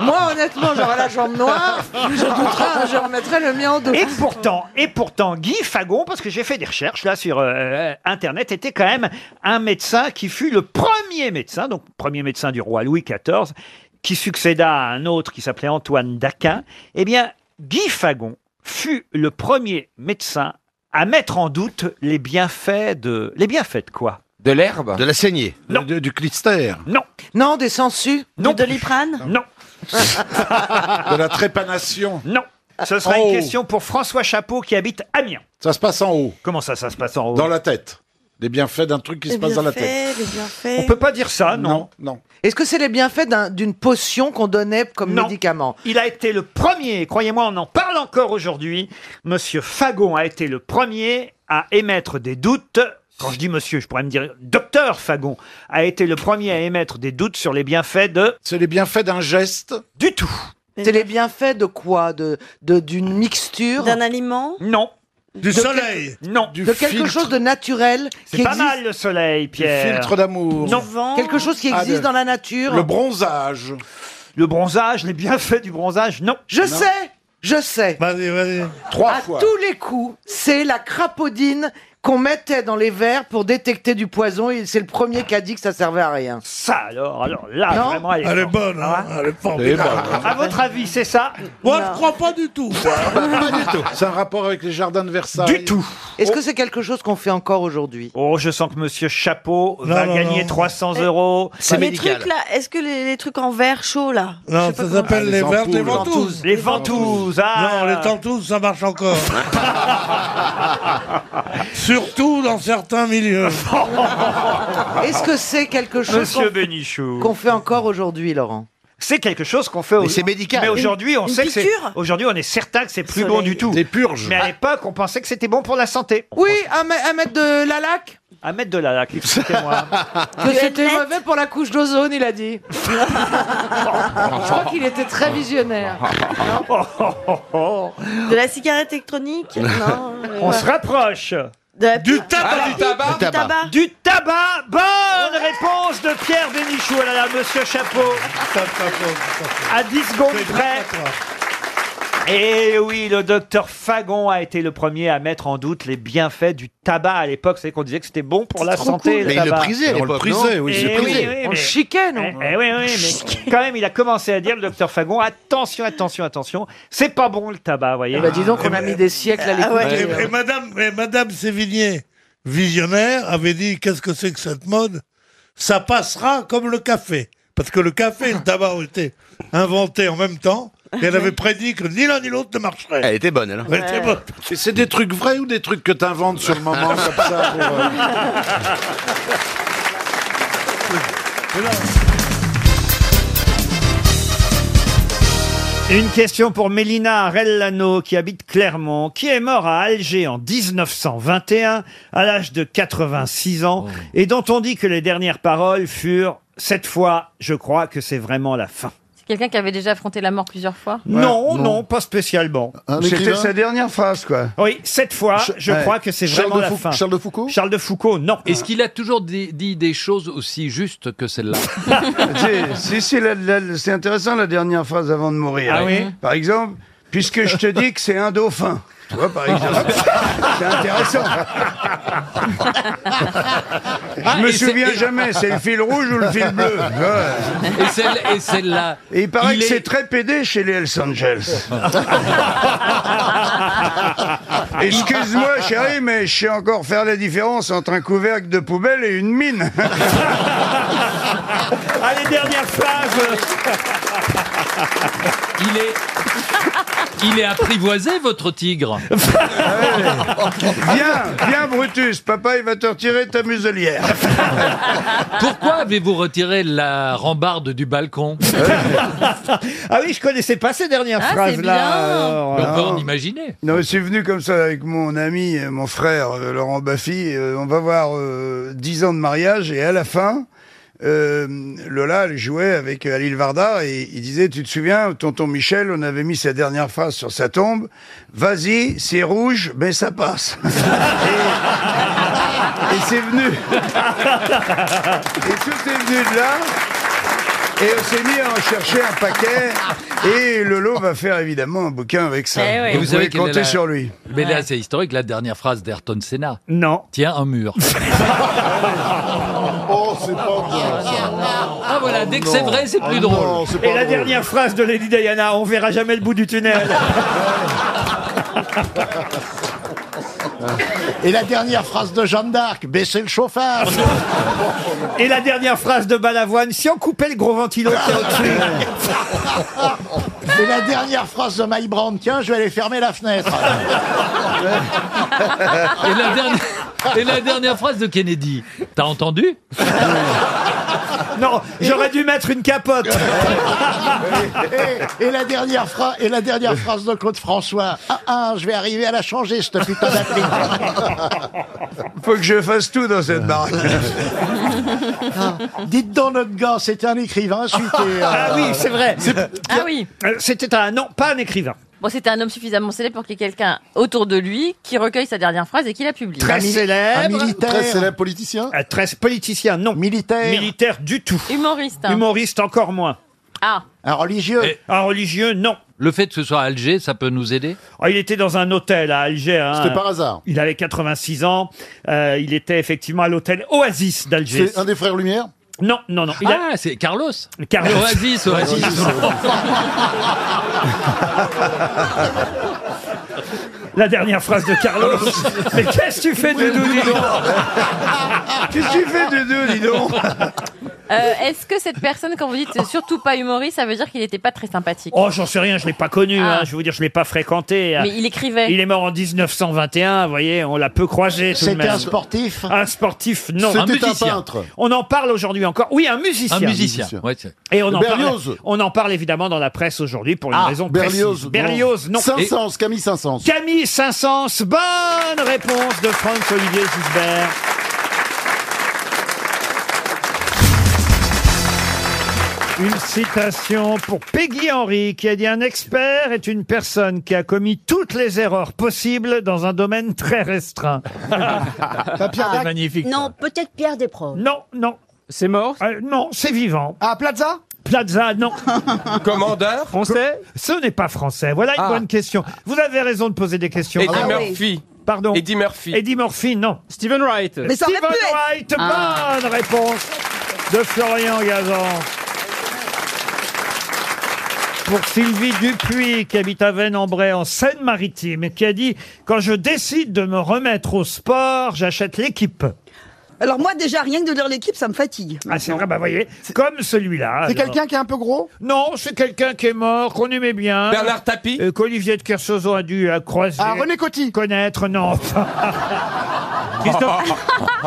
S22: Moi, honnêtement, j'aurais la jambe noire, je douterais, je remettrais le mien en dos.
S1: Et pourtant, et pourtant, Guy Fagon, parce que j'ai fait des recherches là sur euh, Internet, était quand même un médecin qui fut le premier médecin, donc premier médecin du roi Louis XIV, qui succéda à un autre qui s'appelait Antoine d'Aquin. Eh bien, Guy Fagon fut le premier médecin à mettre en doute les bienfaits de les bienfaits de quoi
S2: De l'herbe
S10: De la saignée. du clister.
S1: Non.
S22: Non, des sangsues
S1: Non.
S22: De l'iprane
S1: Non.
S10: De la trépanation.
S1: Non. Ce sera
S10: Oh.
S1: une question pour François Chapeau qui habite Amiens.
S10: Ça se passe en haut.
S1: Comment ça, ça se passe en haut
S10: Dans la tête. Des bienfaits d'un truc qui se passe dans la tête.
S1: On peut pas dire ça, non.
S10: Non.
S22: Est-ce que c'est les bienfaits d'un- d'une potion qu'on donnait comme médicament
S1: Il a été le premier, croyez-moi, on en parle encore aujourd'hui. Monsieur Fagon a été le premier à émettre des doutes. Quand je dis monsieur, je pourrais me dire docteur Fagon a été le premier à émettre des doutes sur les bienfaits de.
S10: C'est les bienfaits d'un geste
S1: Du tout.
S22: C'est les bienfaits de quoi De de- d'une mixture
S15: D'un aliment
S1: Non.
S22: Du soleil.
S1: Non.
S22: de quelque chose de naturel
S1: C'est pas mal le soleil, Pierre.
S10: filtre d'amour.
S1: Non.
S22: Quelque chose qui
S1: Ah,
S22: existe
S1: de-
S22: dans la nature.
S10: Le bronzage.
S1: Le bronzage, les bienfaits du bronzage, non.
S22: Je sais, je sais.
S11: Vas-y, vas-y.
S10: Trois
S22: à
S10: fois.
S22: tous les coups, c'est la crapaudine qu'on mettait dans les verres pour détecter du poison et c'est le premier qui a dit que ça servait à rien.
S1: Ça alors, alors là,
S22: Non.
S1: vraiment, elle est,
S22: Elle est
S1: forte.
S22: bonne, hein,
S1: Ah.
S11: elle est
S10: Elle est bonne, hein.
S1: À votre avis, c'est ça
S11: Moi, je crois pas du tout.
S10: Pas du tout. C'est un rapport avec les jardins de Versailles. Oh.
S1: Du tout.
S22: Est-ce que c'est quelque chose qu'on fait encore aujourd'hui
S1: Oh, je sens que Monsieur Chapeau
S11: Non,
S1: va
S11: non,
S1: gagner
S11: non.
S1: 300 euros.
S22: Eh,
S15: C'est les trucs là, est-ce que les, les trucs en verre chaud là
S11: Non, ça
S10: Ah,
S11: s'appelle les, vertes, les ventouses.
S1: Les ventouses, ah
S11: Non, les tentouses, ça marche encore. Surtout dans certains milieux.
S22: Est-ce que c'est quelque chose
S1: Monsieur
S22: qu'on
S1: Bénichou.
S22: qu'on fait encore aujourd'hui, Laurent
S1: C'est quelque chose qu'on fait aujourd'hui.
S22: c'est médical.
S1: Mais aujourd'hui, on
S22: Une- une
S1: sait que c'est.
S22: piqûre
S1: Aujourd'hui, on est certain que c'est plus
S22: Soleil.
S1: bon du tout.
S10: Des purges.
S1: Mais à l'époque, on pensait que c'était bon pour la santé.
S22: Oui, à, me- à mettre de la laque
S1: À mettre de la laque, expliquez-moi.
S22: que c'était mauvais pour la couche d'ozone, il a dit.
S15: Je crois qu'il était très visionnaire. De la cigarette électronique Non. euh,
S1: on se rapproche.
S15: Du
S1: tabac.
S12: Ah,
S15: du tabac. Du tabac.
S1: Du tabac. Bonne réponse de Pierre Bénichou. Oh là là, Monsieur Chapeau. À 10 secondes près. Et oui, le docteur Fagon a été le premier à mettre en doute les bienfaits du tabac à l'époque. C'est qu'on disait que c'était bon pour la santé.
S12: Mais il le
S1: tabac.
S12: prisait,
S10: On le prisait, oui,
S1: Eh
S10: c'est
S1: oui,
S10: prisé.
S1: oui,
S22: On
S1: mais-
S22: le chiquait, non
S1: Eh, eh oui, oui, mais quand même, il a commencé à dire, le docteur Fagon, attention, attention, attention, c'est pas bon le tabac, vous voyez.
S22: Eh ben, dis donc, on a mis des siècles à
S1: Ah
S22: hein.
S11: Et,
S22: l'écouter.
S11: et madame, et madame Sévigné, visionnaire, avait dit qu'est-ce que c'est que cette mode Ça passera comme le café. Parce que le café et le tabac ont été inventés en même temps. Et
S22: Ah
S11: elle avait prédit que ni l'un ni l'autre ne marcherait.
S10: Elle était
S23: hein.
S10: bonne,
S11: Elle était bonne.
S10: Et c'est des trucs vrais ou des trucs que t'inventes sur le moment comme ça pour, euh,
S1: Une question pour Mélina Arellano, qui habite Clermont, qui est mort à Alger en 1921, à l'âge de 86 ans, et dont on dit que les dernières paroles furent « Cette fois, je crois que c'est vraiment la fin
S9: C'est quelqu'un qui avait déjà affronté la mort plusieurs fois.
S1: Non, non, pas spécialement.
S23: C'était sa dernière phrase, quoi.
S1: Oui, cette fois, je
S23: Ouais.
S1: crois que c'est
S23: Charles
S1: vraiment
S23: de
S1: la
S23: Fou-
S1: fin.
S23: Charles de Foucault
S1: Charles de Foucault, non.
S24: Est-ce qu'il a toujours dit, dit des choses aussi justes que celle-là
S23: C'est- si, si, la- la- c'est intéressant la dernière phrase avant de mourir.
S24: Ah oui
S23: Par exemple, puisque je te dis que c'est un dauphin. Tu vois, par exemple. c'est intéressant.
S1: Ah,
S23: je me
S24: et c'est-
S23: souviens
S24: et-
S23: jamais, c'est le fil rouge ou le fil bleu. Ouais.
S24: Et celle- et celle-là,
S23: Et il paraît
S24: il
S23: que
S24: est-
S23: c'est très pédé chez les Hells Angels. Ah. Excuse-moi, chérie, mais je sais encore faire la différence entre un couvercle de poubelle et une mine.
S1: Allez, dernière phrase
S24: Il est. Il est apprivoisé, votre tigre.
S23: Viens, viens, Brutus, papa, il va te retirer ta muselière.
S24: Pourquoi avez-vous retiré la rambarde du balcon
S1: Ah oui, je connaissais pas ces dernières
S24: Ah, c'est bien.
S23: phrases-là. alors,
S24: On peut
S23: alors.
S24: en imaginer.
S23: Non, je suis venu comme ça avec mon ami, euh, mon frère euh, Laurent Baffy. euh, on va voir euh, 10 ans de mariage et à la fin, euh, Lola elle jouait avec euh, Alil Varda et il disait Tu te souviens, tonton Michel, on avait mis sa dernière phrase sur sa tombe Vas-y, c'est rouge, mais ça passe. et et c'est venu. et tout est venu de là. Et on s'est mis à en chercher un paquet. Et Lolo va faire évidemment un bouquin avec
S1: Eh
S23: ça.
S24: Eh Et
S23: Vous, pouvez
S24: quelle est
S23: compter
S24: la-
S23: sur lui.
S24: Mais là, c'est historique, la dernière phrase d'Ayrton Senna.
S1: Non.
S24: Tiens, un mur.
S1: Oh, c'est pas
S24: Ah voilà, dès que c'est vrai, Oh, c'est plus drôle.
S1: Et la dernière phrase de Lady Diana, on verra jamais le bout du tunnel.
S8: Et la dernière phrase de Jeanne d'Arc, baissez le chauffage.
S1: Et la dernière phrase de Balavoine, si on coupait le gros ventilo qui est au-dessus.
S8: Et la dernière phrase de Maïbrand, tiens, je vais aller fermer la fenêtre.
S24: Et la dernière, Et la dernière phrase de Kennedy, t'as entendu
S1: Non, j'aurais dû mettre une capote.
S8: et, et la dernière phrase, et la dernière phrase de Claude François. Ah ah, je vais arriver à la changer cette putain d'appli.
S23: Faut que je fasse tout dans cette baraque.
S8: Ah, dites donc notre gars, c'est un écrivain insulté. euh.
S1: Ah oui, c'est vrai.
S9: Ah oui.
S1: Euh, C'était un non, pas un écrivain.
S9: Bon, c'était un homme suffisamment célèbre pour qu'il y ait quelqu'un autour de lui qui recueille sa dernière phrase et qui la publie.
S1: Très célèbre.
S8: Très célèbre
S1: politicien. très politicien, non. Militaire. Militaire du tout.
S9: Humoriste. hein.
S1: Humoriste encore moins.
S9: Ah.
S1: Un religieux. Un religieux, non.
S24: Le fait que ce soit à Alger, ça peut nous aider
S1: Ah, il était dans un hôtel à Alger. hein.
S24: C'était par hasard.
S1: Il avait 86 ans. Euh, il était effectivement à l'hôtel Oasis d'Alger.
S8: C'est un des frères Lumière
S1: Non, non, non.
S24: ah, c'est Carlos.
S1: Carlos.
S24: Oasis, Oasis.
S1: La dernière phrase de Carlos. Mais qu'est-ce que tu fais, Doudou, dis donc
S23: Qu'est-ce que tu fais, Doudou, dis donc
S9: Euh, Est-ce que cette personne, quand vous dites surtout pas humoriste, ça veut dire qu'il n'était pas très sympathique
S1: Oh, j'en sais rien, je l'ai pas connu.
S9: Ah.
S1: hein, je vais vous dire, je l'ai pas fréquenté.
S9: Mais il écrivait.
S1: Il est mort en 1921. Vous voyez, on l'a peu croisé. tout de
S8: C'était
S1: même.
S8: un sportif
S1: Un sportif, non.
S8: C'était Un musicien. un peintre.
S1: On en parle aujourd'hui encore. Oui, un musicien.
S24: Un musicien. Ouais, c'est-
S1: Et on en, parle,
S8: Berlioz.
S1: on en parle évidemment dans la presse aujourd'hui pour une
S8: Ah,
S1: raison
S8: Berlioz,
S1: précise.
S8: non.
S1: Berlioz, non.
S8: Saint-Saëns,
S1: Camille Saint-Saëns. Camille Saint-Saëns, bonne réponse de Franck-Olivier Gisbert. Une citation pour Peggy Henry qui a dit un expert est une personne qui a commis toutes les erreurs possibles dans un domaine très restreint.
S20: Ah, Non, peut-être Pierre Desproges.
S1: Non, non. Euh,
S20: C'est mort
S1: Non, c'est vivant. Ah, Plaza Plaza, non.
S2: Commandeur
S1: Français Ce n'est pas français. Voilà une
S2: Ah.
S1: bonne question. Vous avez raison de poser des questions.
S2: Eddie
S20: Ah
S2: Murphy.
S1: Pardon
S2: Eddie Murphy.
S1: Eddie Murphy, non.
S2: Stephen Wright.
S1: Mais ça aurait pu être.
S2: Ah.
S1: bonne réponse de Florian Gazan. Pour Sylvie Dupuis, qui habite à Vennes-en-Bray, en Seine-Maritime, et qui a dit « Quand je décide de me remettre au sport, j'achète l'équipe. »
S6: Alors moi déjà rien que de lire l'équipe ça me fatigue.
S1: Ah c'est vrai, bah voyez, comme celui-là.
S6: C'est quelqu'un
S1: alors.
S5: Quelqu'un qui est un peu gros
S1: Non, c'est quelqu'un qui est mort, qu'on aimait bien.
S5: Bernard
S1: Tapie Hein Euh, Qu'Olivier de Kersozo a dû euh, croiser.
S5: Ah, René
S1: Coty Connaître, non.
S5: Bah,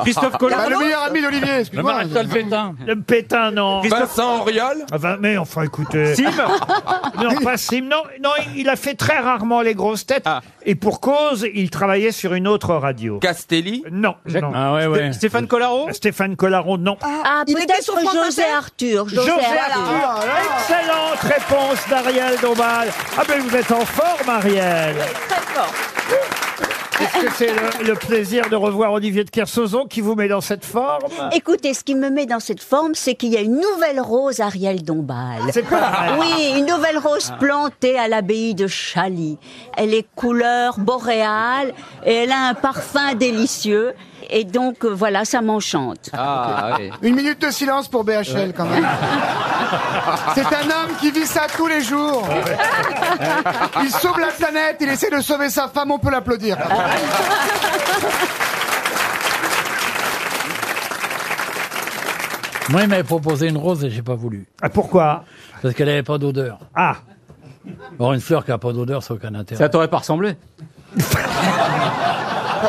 S5: le meilleur ami d'Olivier, excuse-moi.
S1: Pétain. Le Pétain, non.
S2: Vincent Auriol
S1: Ah ben, mais enfin, écoutez. Ah,
S2: Sim
S1: Non, pas Sim. Non, non, il- il a fait très rarement les grosses têtes. Et pour cause, il travaillait sur une autre radio.
S2: Castelli
S1: Non. non. Sté-
S2: Stéphane Collaro
S1: Stéphane Collaro, non.
S6: Ah,
S20: Il était
S6: peut-être
S20: sur France
S6: José
S20: Inter.
S6: Arthur. José,
S1: José
S6: Arthur.
S1: Arthur. hein. Excellente réponse d'Ariel Dombal. Ah ben vous êtes en forme Ariel.
S6: Très fort.
S1: Est-ce que c'est le, le plaisir de revoir Olivier de Kersauzon qui vous met dans cette forme
S20: Écoutez, ce qui me met dans cette forme, c'est qu'il y a une nouvelle rose Ariel Dombal.
S1: C'est pas vrai.
S20: Oui, une nouvelle rose
S1: Ah.
S20: plantée à l'abbaye de Chaly. Elle est couleur boréale et elle a un parfum délicieux. Et donc, euh, voilà, ça m'enchante.
S5: Ah, Une minute de silence pour BHL quand même.
S6: Ah,
S5: C'est un homme qui vit ça tous les jours. Il sauve la planète, il essaie de sauver sa femme, on peut l'applaudir.
S24: Ah
S25: Moi, il m'avait proposé une rose et j'ai pas voulu.
S1: Ah, pourquoi
S25: Parce qu'elle n'avait pas d'odeur.
S1: Ah
S25: Or, une fleur qui n'a pas d'odeur, ça n'a aucun intérêt.
S19: Ça t'aurait pas ressemblé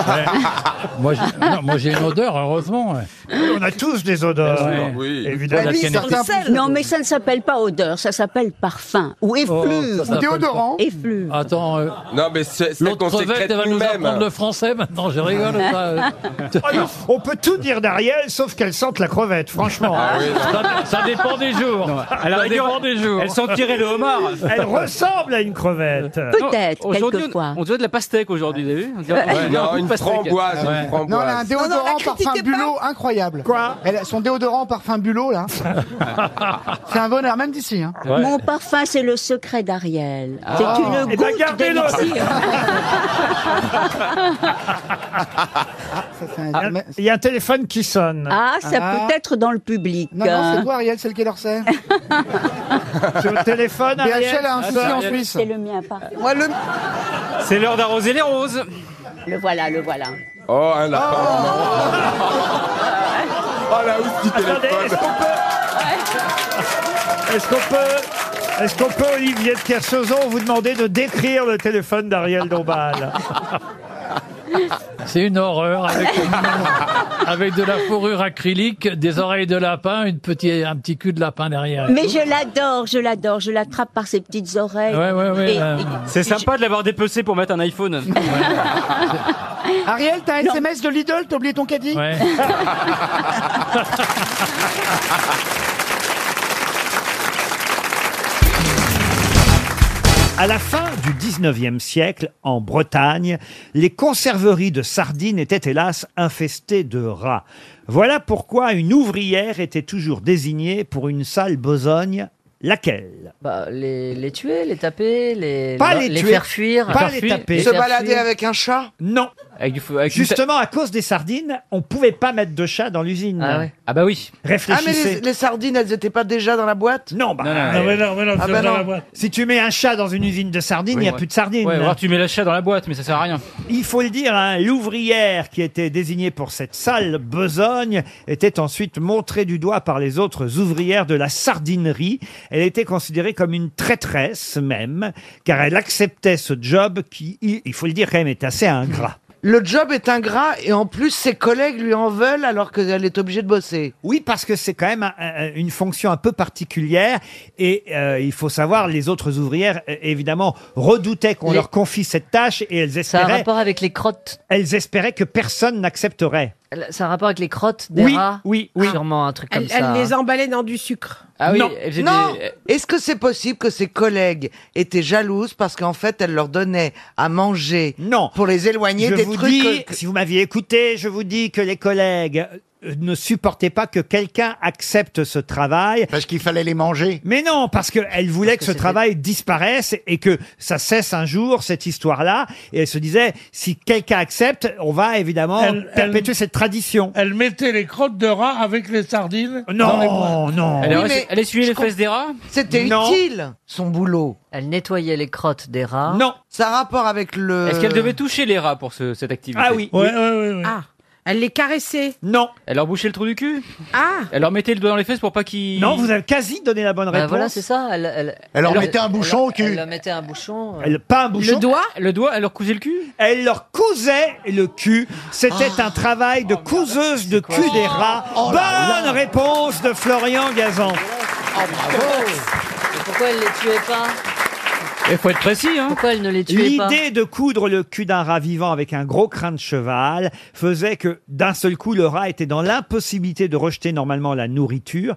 S25: Ouais. moi, j'ai non, moi, j'ai une odeur, heureusement. ouais.
S1: On a tous des odeurs.
S25: Bien sûr,
S1: Ouais.
S25: oui.
S1: Évidemment.
S25: Bah
S5: Ah,
S25: oui, La certains canette. plus.
S20: Non, mais ça ne s'appelle pas odeur, ça s'appelle parfum ou
S6: Oh,
S20: effluve.
S25: ça s'appelle Déodorant.
S20: Effluve.
S25: Attends, euh,
S2: Non, mais c'est celle
S25: l'autre
S2: qu'on
S25: crevette,
S2: sécrète
S25: elle va nous apprendre le
S2: nous-mêmes.
S25: français maintenant, je rigole. ça, euh. Ah
S1: Oh non, on peut tout dire d'Ariel sauf qu'elle sente la crevette, franchement.
S25: Ah oui, non. Ça- ça dépend des jours. Non, à la Ça rigueur, dépend des jours. elles sentiraient le homard.
S1: Elle ressemble à une crevette.
S20: Peut-être,
S19: Aujourd'hui, on,
S20: quelquefois.
S19: on dirait de la pastèque aujourd'hui, vous avez vu On dirait-
S2: Ouais.
S19: on dirait un
S2: Non,
S19: bout de
S2: une
S19: pastèque.
S2: framboise, une
S19: Ouais.
S5: Non, elle a un
S19: Non,
S5: déodorant parfum Bulot incroyable.
S1: Quoi
S5: Son déodorant parfum Bulot, là, c'est un bonheur, même d'ici. hein.
S20: Mon parfum, c'est le secret d'Ariel.
S5: Ah.
S20: C'est une
S5: Eh ben,
S20: goutte hein.
S5: gardez-le.
S20: d'élixir.
S1: Ah, Il y a un téléphone qui sonne.
S20: Ah, ça peut être dans le public.
S5: Non, non, c'est
S20: Euh,
S5: toi, Ariel, c'est lequel c'est
S1: C'est au téléphone, Ariel Ah,
S5: BHL a un souci
S8: Ah,
S5: en
S1: Ariel.
S5: Suisse.
S20: C'est le mien, pardon.
S19: C'est l'heure d'arroser les roses.
S20: Le voilà, le voilà.
S2: Oh, un lapin. Oh, la housse du
S1: Attendez, est-ce
S2: téléphone.
S1: qu'on peut... Est-ce qu'on peut... Est-ce qu'on peut, Olivier de Kersauzon, vous demander de décrire le téléphone d'Ariel Dombal
S24: C'est une horreur avec, avec de la fourrure acrylique, des oreilles de lapin, une petite, un petit cul de lapin derrière. et
S20: Mais
S24: tout.
S20: je l'adore, je l'adore, je l'attrape par ses petites oreilles.
S24: Ouais, ouais, ouais,
S20: Et-
S24: euh,
S25: C'est sympa de l'avoir dépecé pour mettre un iPhone.
S5: Ariel, t'as un SMS de Lidl, t'as oublié ton caddie
S25: Ouais.
S1: À la fin du 19e siècle, en Bretagne, les conserveries de sardines étaient hélas infestées de rats. Voilà pourquoi une ouvrière était toujours désignée pour une sale besogne, laquelle
S3: Bah, les, les tuer, les taper, les,
S1: Pas
S3: leur-
S1: les tuer,
S3: faire fuir.
S1: pas les taper. Se balader avec
S3: un chat
S1: Non.
S3: une
S1: Justement, à cause des sardines, on pouvait pas mettre de chat dans l'usine.
S3: Ah ouais.
S1: bah oui.
S8: Ah, mais les,
S1: Réfléchissez.
S8: les sardines, elles étaient pas déjà dans la boîte
S1: Non, bah.
S8: non, mais non, mais non,
S1: Ah
S8: c'est
S1: bah
S8: dans
S1: non.
S8: la boîte.
S1: Si tu mets un chat dans une usine de sardines, il n'y a
S25: ben Ouais.
S1: plus de sardines.
S25: Ouais, ou alors tu mets le chat dans la boîte, mais ça sert à rien.
S1: Il faut le dire, hein, l'ouvrière qui était désignée pour cette sale besogne était ensuite montrée du doigt par les autres ouvrières de la sardinerie. Elle était considérée comme une traîtresse même, car elle acceptait ce job qui, il il faut le dire quand même, est assez ingrat.
S8: Le job est ingrat et en plus ses collègues lui en veulent alors qu'elle est obligée de bosser.
S1: Oui, parce que c'est quand même un- un- une fonction un peu particulière et euh, il faut savoir, les autres ouvrières, euh, évidemment, redoutaient qu'on
S3: Les-
S1: leur confie cette tâche et elles
S3: Ça a un
S1: espéraient,
S3: rapport avec les crottes.
S1: elles espéraient que personne n'accepterait.
S3: Ça a un rapport avec les crottes des
S1: Oui,
S3: rats
S1: Oui, oui.
S3: Sûrement un truc comme
S8: Elle-
S3: ça.
S8: elle les
S15: emballait dans du sucre.
S3: Ah oui,
S8: non.
S3: elle faisait
S8: Non.
S3: des-
S8: Est-ce que c'est possible que ses collègues étaient jalouses parce qu'en fait elle leur donnait à manger
S1: non.
S8: pour les éloigner
S1: Je
S8: des
S1: vous
S8: trucs
S1: dis,
S8: que-
S1: si vous m'aviez écouté, je vous dis que les collègues euh, ne supportaient pas que quelqu'un accepte ce travail. Parce qu'il fallait les manger. Mais non, parce qu'elles voulaient que, ce travail disparaisse et que ça cesse un jour, cette histoire-là. Et elles se disaient, si quelqu'un accepte, on va évidemment perpétuer cette tradition.
S11: Elle mettait les crottes de rat avec les sardines.
S1: Non,
S8: Oh
S22: oh,
S1: non.
S11: Elle
S3: Oui, mais-
S11: elle essuyait les
S3: je
S11: fesses des rats
S8: C'était
S3: Non.
S8: utile son boulot.
S3: Elle nettoyait les crottes des rats.
S1: Non.
S8: Ça a rapport avec
S5: Euh,
S8: le.
S25: Est-ce qu'elle devait toucher les rats pour ce- cette activité
S3: Ah oui.
S11: Ouais, ouais, ouais.
S15: Ah, elle les caressait.
S1: Non.
S25: Elle leur bouchait le trou du cul
S15: Ah
S25: Elle leur mettait le doigt dans les fesses pour pas qu'ils.
S1: Non, vous avez quasi donné la bonne
S3: Bah
S1: réponse.
S3: voilà, c'est ça. Elle, elle,
S1: Elle leur
S3: elle-
S1: mettait un
S3: elle-
S1: bouchon au
S3: elle-
S1: cul.
S3: Elle leur mettait un bouchon. euh.
S1: Elle, pas un bouchon.
S3: Le doigt
S1: Le doigt, elle leur cousait le cul Ah. Elle leur cousait le cul. C'était un travail de couseuse de cul des rats.
S3: Oh là
S1: Bonne réponse de Florian Gazan.
S4: Ah,
S3: Et pourquoi elle les tuait pas
S1: Il faut être précis, hein.
S3: Pourquoi elle ne les tuait pas
S1: L'idée de coudre le cul d'un rat vivant avec un gros crin de cheval faisait que d'un seul coup le rat était dans l'impossibilité de rejeter normalement la nourriture.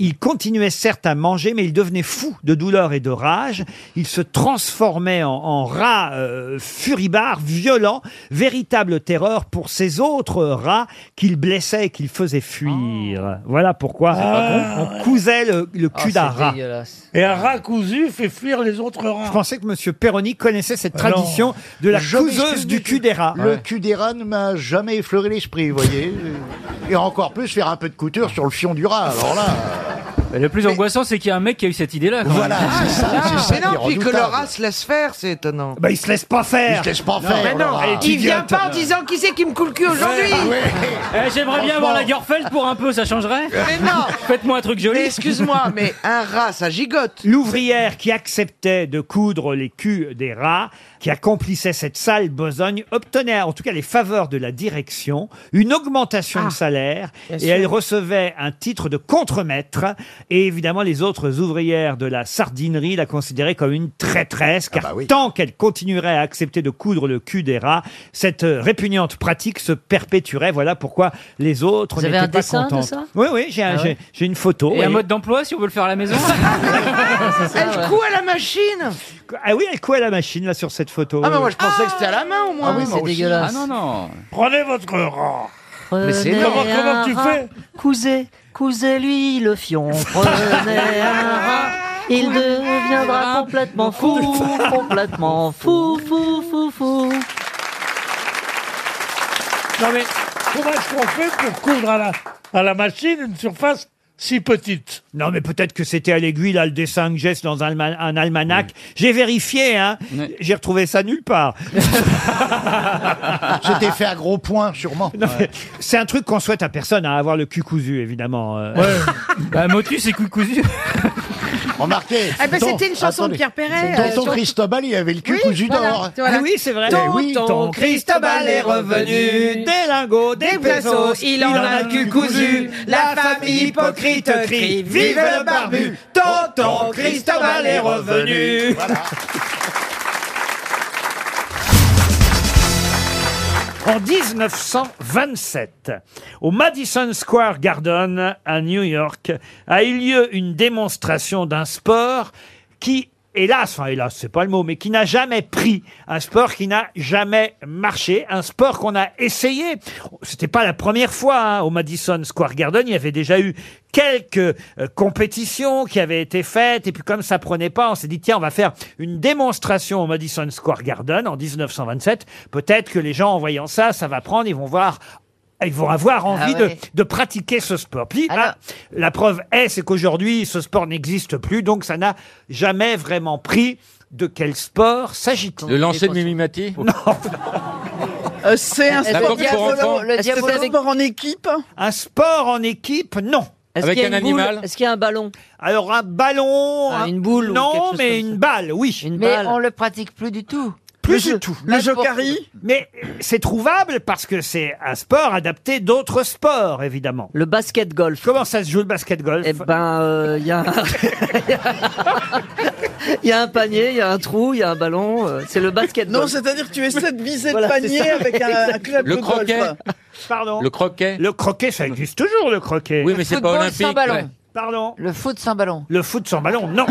S1: Il continuait certes à manger mais il devenait fou de douleur et de rage. Il se transformait en, en rat euh, furibard, violent, véritable terreur pour ces autres rats qu'il blessait et qu'il faisait fuir.
S3: Oh.
S1: Voilà
S3: Ah,
S1: pourquoi on, on cousait le, le cul d'un rat.
S11: Et un rat cousu fait fuir les autres rats.
S1: Je pensais que Monsieur Perroni connaissait cette
S11: non.
S1: tradition de la
S11: Je
S1: couseuse
S11: m'excuse,
S1: du
S11: monsieur.
S1: cul des rats.
S11: Ouais.
S1: Le-
S8: Le cul des rats ne m'a jamais effleuré l'esprit, vous voyez. Et encore plus faire un peu de couture sur le fion du rat. Alors là.
S25: Mais Le plus angoissant, c'est qu'il y a un mec qui a eu cette idée-là. Voilà,
S8: c'est ça, Ah, mais non, puis que le
S25: Laura
S8: rat se laisse faire, c'est étonnant.
S1: Bah, il se laisse pas faire.
S8: Il se laisse
S1: Non,
S8: pas faire.
S1: mais non,
S8: le rat. Ah
S1: elle est Il vient idiote. pas en
S15: disant qui c'est qui me coule le cul aujourd'hui
S25: Eh, J'aimerais bien avoir la Garfield pour un peu, ça changerait
S8: Mais non
S25: Faites-moi un truc joli.
S8: Mais excuse-moi, mais un rat, ça gigote.
S1: L'ouvrière qui acceptait de coudre les culs des rats, qui accomplissait cette sale besogne, obtenait en tout cas les faveurs de la direction, une
S8: Ah,
S1: augmentation de salaire,
S26: bien
S1: et
S26: sûr.
S1: elle recevait un titre de contremaître. Et évidemment, les autres ouvrières de la sardinerie la considéraient comme une traîtresse,
S8: Ah
S1: car
S8: bah
S1: tant qu'elle continuerait à accepter de coudre le cul des rats, cette euh, répugnante pratique se perpétuerait. Voilà pourquoi les autres
S25: Vous avez
S1: n'étaient
S25: un
S1: pas
S25: dessin de
S1: contentes.
S25: ça
S1: oui, oui, j'ai un-
S25: Ah ouais.
S1: j'ai- j'ai une photo.
S25: Et un
S1: oui.
S25: mode d'emploi si on veut le faire à la maison
S8: Elle coud à la machine
S1: Ah oui, elle coud à la machine là sur cette photo.
S8: Ah, mais
S1: oui,
S8: moi
S1: oui.
S8: je pensais que c'était à la main au
S1: Ah
S8: moins.
S1: oui, c'est dégueulasse. Ah non,
S25: non.
S11: Prenez votre rat.
S3: Prenez
S11: c'est énorme. Comment- comment
S3: un
S11: tu
S3: rat,
S11: fais
S3: Cousez, cousez-lui le fion. Prenez un rat, il deviendra complètement fou, complètement fou, fou, fou, fou.
S11: Non mais comment est-ce qu'on fait pour coudre à la, à la machine une surface si petite
S1: Non, mais peut-être que c'était à l'aiguille, là, le dessin que j'ai c'est dans un, alma- un almanach. J'ai vérifié, hein. J'ai retrouvé ça nulle part.
S8: J'étais fait à gros points, sûrement.
S1: Non, mais C'est un truc qu'on hein, souhaite à personne, à avoir le cul cousu, évidemment. euh.
S25: Bah, Motus et coucousu.
S8: Remarquez.
S15: Eh ben, c'était une chanson de Pierre
S8: attendez.
S15: Perret, euh,
S8: Tonton
S15: sur-
S8: Cristobal, il avait le cul
S15: Oui,
S8: cousu
S15: voilà,
S8: d'or.
S15: tu vois. Ah oui, c'est vrai.
S8: Eh oui.
S15: Tonton Cristobal est revenu,
S1: des lingots,
S15: des pesos, il en a le cul cousu. La famille hypocrite crie, vive le barbu. Tonton Cristobal est revenu.
S1: En 1927, au Madison Square Garden à New York, a eu lieu une démonstration d'un sport qui, hélas, enfin hélas, c'est pas le mot, mais qui n'a jamais pris, un sport qui n'a jamais marché, un sport qu'on a essayé. C'était pas la première fois hein, au Madison Square Garden, il y avait déjà eu quelques euh, compétitions qui avaient été faites et puis comme ça prenait pas, on s'est dit tiens, on va faire une démonstration au Madison Square Garden en 1927. Peut-être que les gens en voyant ça, ça va prendre, ils vont voir ils vont avoir envie de,
S4: ouais.
S1: de pratiquer ce sport. Puis, ah, la preuve est, c'est qu'aujourd'hui, ce sport n'existe plus, donc ça n'a jamais vraiment pris. De quel sport s'agit-il
S7: Le lancer de
S1: mimimati Non.
S15: c'est un
S1: La
S15: sport.
S1: course pour enfants. Le
S15: Est-ce que
S1: diabolo
S15: c'est un
S1: avec-
S15: sport en équipe
S1: Un sport en équipe, non.
S15: Est-ce Avec qu'il y a un une boule animal
S1: Est-ce qu'il y a un ballon Alors un ballon,
S4: Ah,
S1: un-
S4: une boule ou quelque
S1: Non,
S4: chose
S1: mais
S4: comme
S1: une balle, oui.
S4: Mais on le pratique plus du tout.
S1: Plus du tout.
S4: Le jokari
S1: Mais c'est trouvable parce que c'est un sport adapté d'autres sports, évidemment. Le basket golf. Comment ça se joue le basket golf Eh ben, il y a.
S3: Il y a un panier, il y a un trou, il y a un ballon. euh, C'est le basket.
S15: Non, c'est-à-dire que tu essaies de viser
S3: Voilà,
S15: le panier
S3: c'est ça.
S15: avec un, un club
S3: Le
S15: de golf.
S3: croquet.
S1: Pardon.
S7: Le croquet.
S1: Le croquet, ça existe toujours, le croquet.
S7: Oui, mais c'est pas olympique. ouais.
S1: Pardon.
S4: Le foot sans ballon.
S1: Le foot sans ballon, non.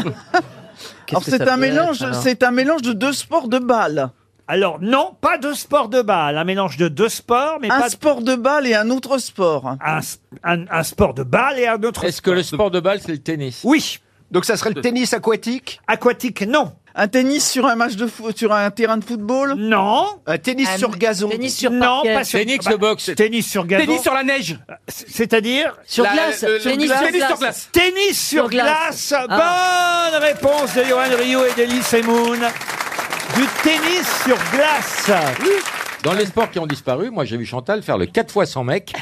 S15: Alors c'est un mélange, c'est un mélange de deux sports de balle.
S1: Alors non, pas de sport de balle, un mélange de deux sports, mais
S15: un
S1: pas de-
S15: sport de balle et un autre sport.
S1: Un, s- un- un sport de balle et un autre.
S7: Est-ce que le sport de balle, c'est le tennis
S1: Oui.
S7: Donc ça serait le
S15: tennis
S7: aquatique
S1: Aquatique, non.
S15: Un tennis sur un match de foot, sur un terrain de football
S1: Non.
S15: Un tennis sur gazon.
S3: Tennis sur
S1: Non, pas sur
S7: Tennis
S1: bah,
S7: de boxe.
S1: Tennis sur gazon. Euh,
S7: Tennis sur
S1: la neige. C'est-à-dire
S3: Sur La- glace. le- le- Tennis sur
S7: tennis sur glace.
S1: Tennis sur
S3: Sur glace. Ah.
S1: glace. Bonne réponse de Johan Rio et d'Elise Moon. Du tennis sur glace.
S7: Dans les sports qui ont disparu, moi j'ai vu Chantal faire le 4 fois 100 mecs.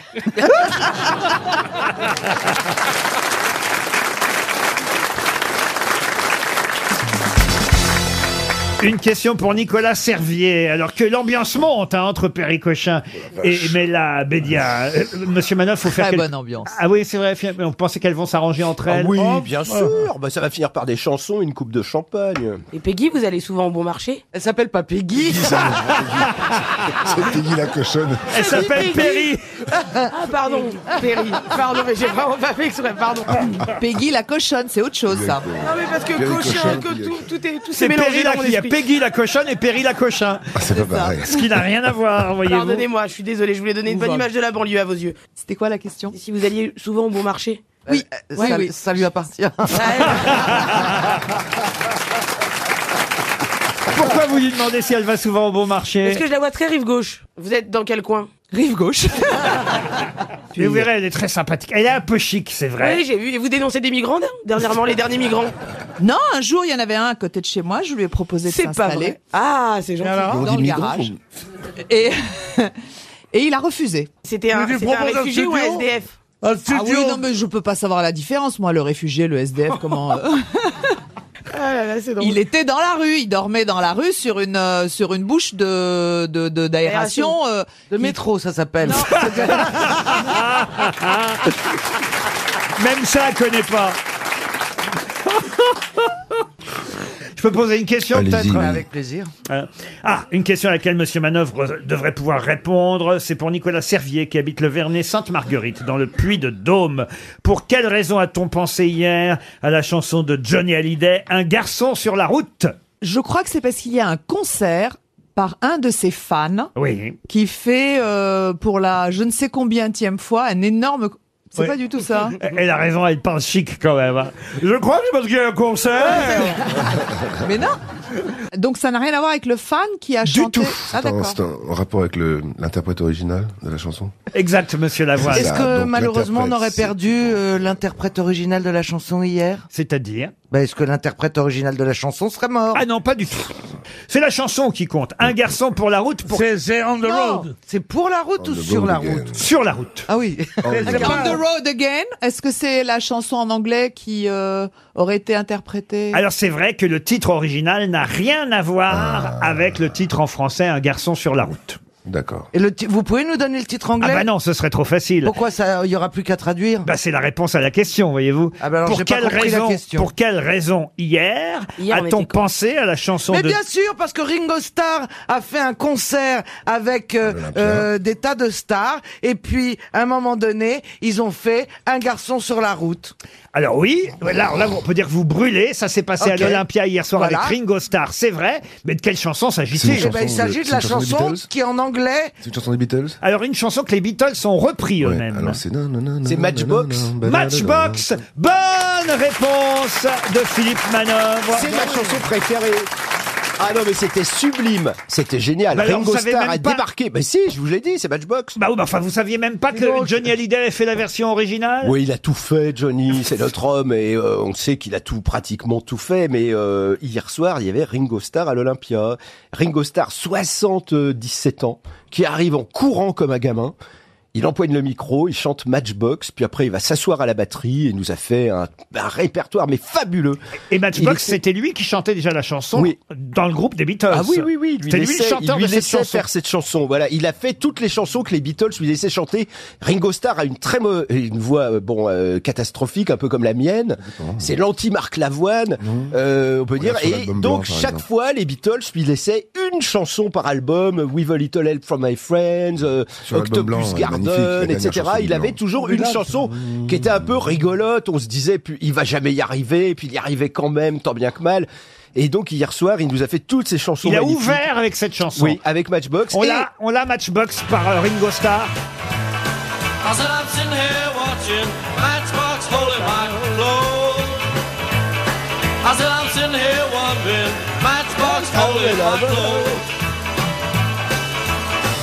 S1: Une question pour Nicolas Servier. Alors que l'ambiance monte hein, entre Péricochin
S26: Oh,
S1: et Mela Bédia. Euh, Monsieur Manoff, faut faire
S26: Ah. Très
S1: quelque-
S26: bonne ambiance.
S1: Ah oui, c'est vrai. fi- mais On pensait qu'elles vont s'arranger entre
S26: Ah
S1: elles.
S26: oui,
S1: Oh,
S26: bien
S1: oh.
S26: sûr. Bah, ça va finir par des chansons, une coupe de champagne.
S6: Et Peggy, vous allez souvent au bon marché Elle s'appelle pas Peggy.
S1: bah.
S26: C'est Peggy la cochonne.
S1: Elle s'appelle Perry.
S6: Ah pardon, Perry. Pardon, mais j'ai vraiment pas fait exprès, pardon.
S15: Peggy la cochonne, c'est autre chose ça.
S6: Non mais parce que
S1: Perry
S6: cochon,
S1: cochon,
S6: que
S1: Peggy.
S6: tout, tout est tout s'est
S1: C'est
S6: mélangé
S1: Perry
S6: dans
S1: la...
S6: mon
S1: Il y a
S6: esprit.
S1: Peggy la cochonne et Perry la cochin.
S26: Ah, c'est pas pareil.
S1: Ce qui n'a rien à voir, voyez-vous.
S6: Pardonnez-moi, je suis désolé, je voulais donner une bonne image de la banlieue à vos yeux. C'était quoi la question Euh, Si vous alliez souvent au bon marché Oui, Ah,
S15: ça- ça lui appartient.
S1: Pourquoi vous lui demandez si elle va souvent au bon marché
S6: Est-ce que je la vois très rive gauche Vous êtes dans quel coin Rive gauche.
S1: Mais Vous verrez, elle est très sympathique. Elle est un peu chic, c'est vrai.
S6: Oui, j'ai vu. Et vous dénoncez des migrants, non dernièrement, les derniers migrants
S15: Non, un jour il y en avait un à côté de chez moi, je lui ai proposé de
S6: C'est pas
S15: s'installer.
S6: vrai. Ah, c'est gentil.
S15: alors Dans le garage. Et, et il a refusé.
S6: C'était un,
S15: Mais tu
S6: c'était un
S15: proposes un
S6: réfugié ou un
S15: studio
S6: SDF
S15: Ah oui, non mais je peux pas savoir la différence, moi, le réfugié, le SDF, comment. euh,
S6: Ah là là, c'est drôle.
S15: Il était dans la rue, il dormait dans la rue sur une euh, sur une bouche de de- de- d'aération. euh, De, métro, ça s'appelle.
S1: Ah, Même ça, elle connaît pas. Je peux poser une question
S26: Allez-y,
S1: peut-être
S26: oui. Avec plaisir.
S1: Euh, Ah, une question à laquelle Monsieur Manœuvre euh, devrait pouvoir répondre. C'est pour Nicolas Servier qui habite le Vernet Sainte-Marguerite dans le Puy de Dôme. Pour quelle raison a-t-on pensé hier à la chanson de Johnny Hallyday, Un garçon sur la route
S15: Je crois que c'est parce qu'il y a un concert par un de ses fans
S1: Oui.
S15: qui fait euh, pour la je ne sais combienième fois un énorme. C'est
S1: Oui.
S15: pas du tout ça. hein.
S1: Elle a raison, elle parle chic quand même. hein. Je crois que c'est parce qu'il y a un concert.
S15: Mais non. Donc ça n'a rien à voir avec le fan qui a chanté. Ah
S27: Attends,
S15: d'accord.
S27: C'est un rapport avec le- l'interprète original de la chanson
S1: Exact, monsieur Lavoie.
S27: Est-ce que,
S8: Ah,
S27: donc, malheureusement, on l'interprète, aurait
S22: perdu
S8: euh,
S22: l'interprète original de la chanson hier
S1: C'est-à-dire
S22: Bah, Est-ce que l'interprète original de la chanson serait mort
S1: Ah non, pas du tout. C'est la chanson qui compte. Un garçon pour la route. Pour... C'est on the road. C'est pour la route
S12: ou On the sur road la again. route
S1: Sur la route. Ah oui.
S12: Alors, on the road again, est-ce que c'est la chanson en anglais qui euh, aurait été interprétée
S1: Alors c'est vrai que le titre original n'a rien à voir
S12: Ah.
S1: avec le titre en français Un garçon sur la route. D'accord.
S22: Et le ti- vous pouvez nous donner le titre
S1: Ah
S22: anglais
S1: bah non, ce serait trop facile.
S22: Pourquoi ça Il y aura plus qu'à traduire Ah bah
S1: Bah c'est la réponse à la question, voyez-vous.
S22: alors,
S1: pour
S22: j'ai pas
S1: quelle
S22: compris la
S1: raison
S22: question.
S1: Pour quelle raison hier,
S22: Hier, on
S1: a-t-on
S22: était quoi
S1: pensé à la chanson
S22: Mais
S1: de
S22: bien sûr, parce que Ringo Starr a fait un concert avec euh, euh, des tas de stars, et puis à un moment donné, ils ont fait un garçon sur la route.
S1: Alors oui, là, là, on peut dire que vous brûlez. Ça s'est passé
S22: Ok.
S1: à l'Olympia hier soir
S22: Voilà.
S1: avec Ringo Starr, c'est vrai. Mais de quelle chanson s'agit-il
S22: Eh ben, il s'agit de la chanson qui est en anglais.
S1: C'est une chanson des Beatles Alors une chanson que les Beatles ont repris eux-mêmes. c'est
S26: C'est Matchbox
S1: Matchbox Bonne réponse de Philippe Manœuvre.
S26: C'est ma chanson préférée. Ah non, mais c'était sublime. C'était génial.
S1: Bah alors,
S26: Ringo
S1: vous savez
S26: Starr
S1: même
S26: a
S1: pas-
S26: débarqué. Mais si, je vous l'ai dit, c'est Matchbox.
S1: Bah oui, bah enfin, vous saviez même pas que Johnny Hallyday avait fait la version originale
S26: Oui, il a tout fait, Johnny. C'est notre homme et euh, on sait qu'il a tout pratiquement tout fait. Mais euh, hier soir, il y avait Ringo Starr à l'Olympia. Ringo Starr, 77 ans, qui arrive en courant comme un gamin. Il empoigne le micro, il chante Matchbox, puis après il va s'asseoir à la batterie et nous a fait un, un répertoire mais fabuleux.
S1: Et Matchbox, c'était lui qui chantait déjà la chanson dans le groupe des Beatles.
S26: Ah oui, oui, oui. il lui
S1: C'était lui
S26: laissait-
S1: le chanteur
S26: il lui
S1: de cette
S26: laissait
S1: chanson.
S26: faire cette chanson. Voilà, il a fait toutes les chansons que les Beatles lui laissaient chanter. Ringo Starr a une très mau- une voix euh, bon euh, catastrophique, un peu comme la mienne. C'est l'anti Marc Lavoine, euh, on peut dire.
S12: sur
S26: Et
S12: l'album
S26: donc
S12: blanc, par
S26: chaque
S12: exemple.
S26: fois, les Beatles lui laissaient une chanson par album. With a little help from my friends, euh,
S12: Sur l'album
S26: Octopus
S12: blanc, ouais, magnifique, la
S26: Garden,
S12: dernière
S26: etc.
S12: chanson du
S26: Il avait
S12: blanc.
S26: toujours
S12: Mais
S26: une
S12: là,
S26: chanson qui était un peu rigolote. On se disait, puis il va jamais y arriver, puis il y arrivait quand même, tant bien que mal. Et donc hier soir, il nous a fait toutes ces chansons.
S1: Il a
S26: magnifiques.
S1: ouvert avec cette chanson.
S26: Oui, avec Matchbox.
S1: On
S26: et-
S1: l'a, on l'a Matchbox par euh, Ringo Starr.
S15: I said I'm sitting here watching Matchbox Holy Michael Low. I said I'm sitting here wondering Matchbox Holy Michael Low.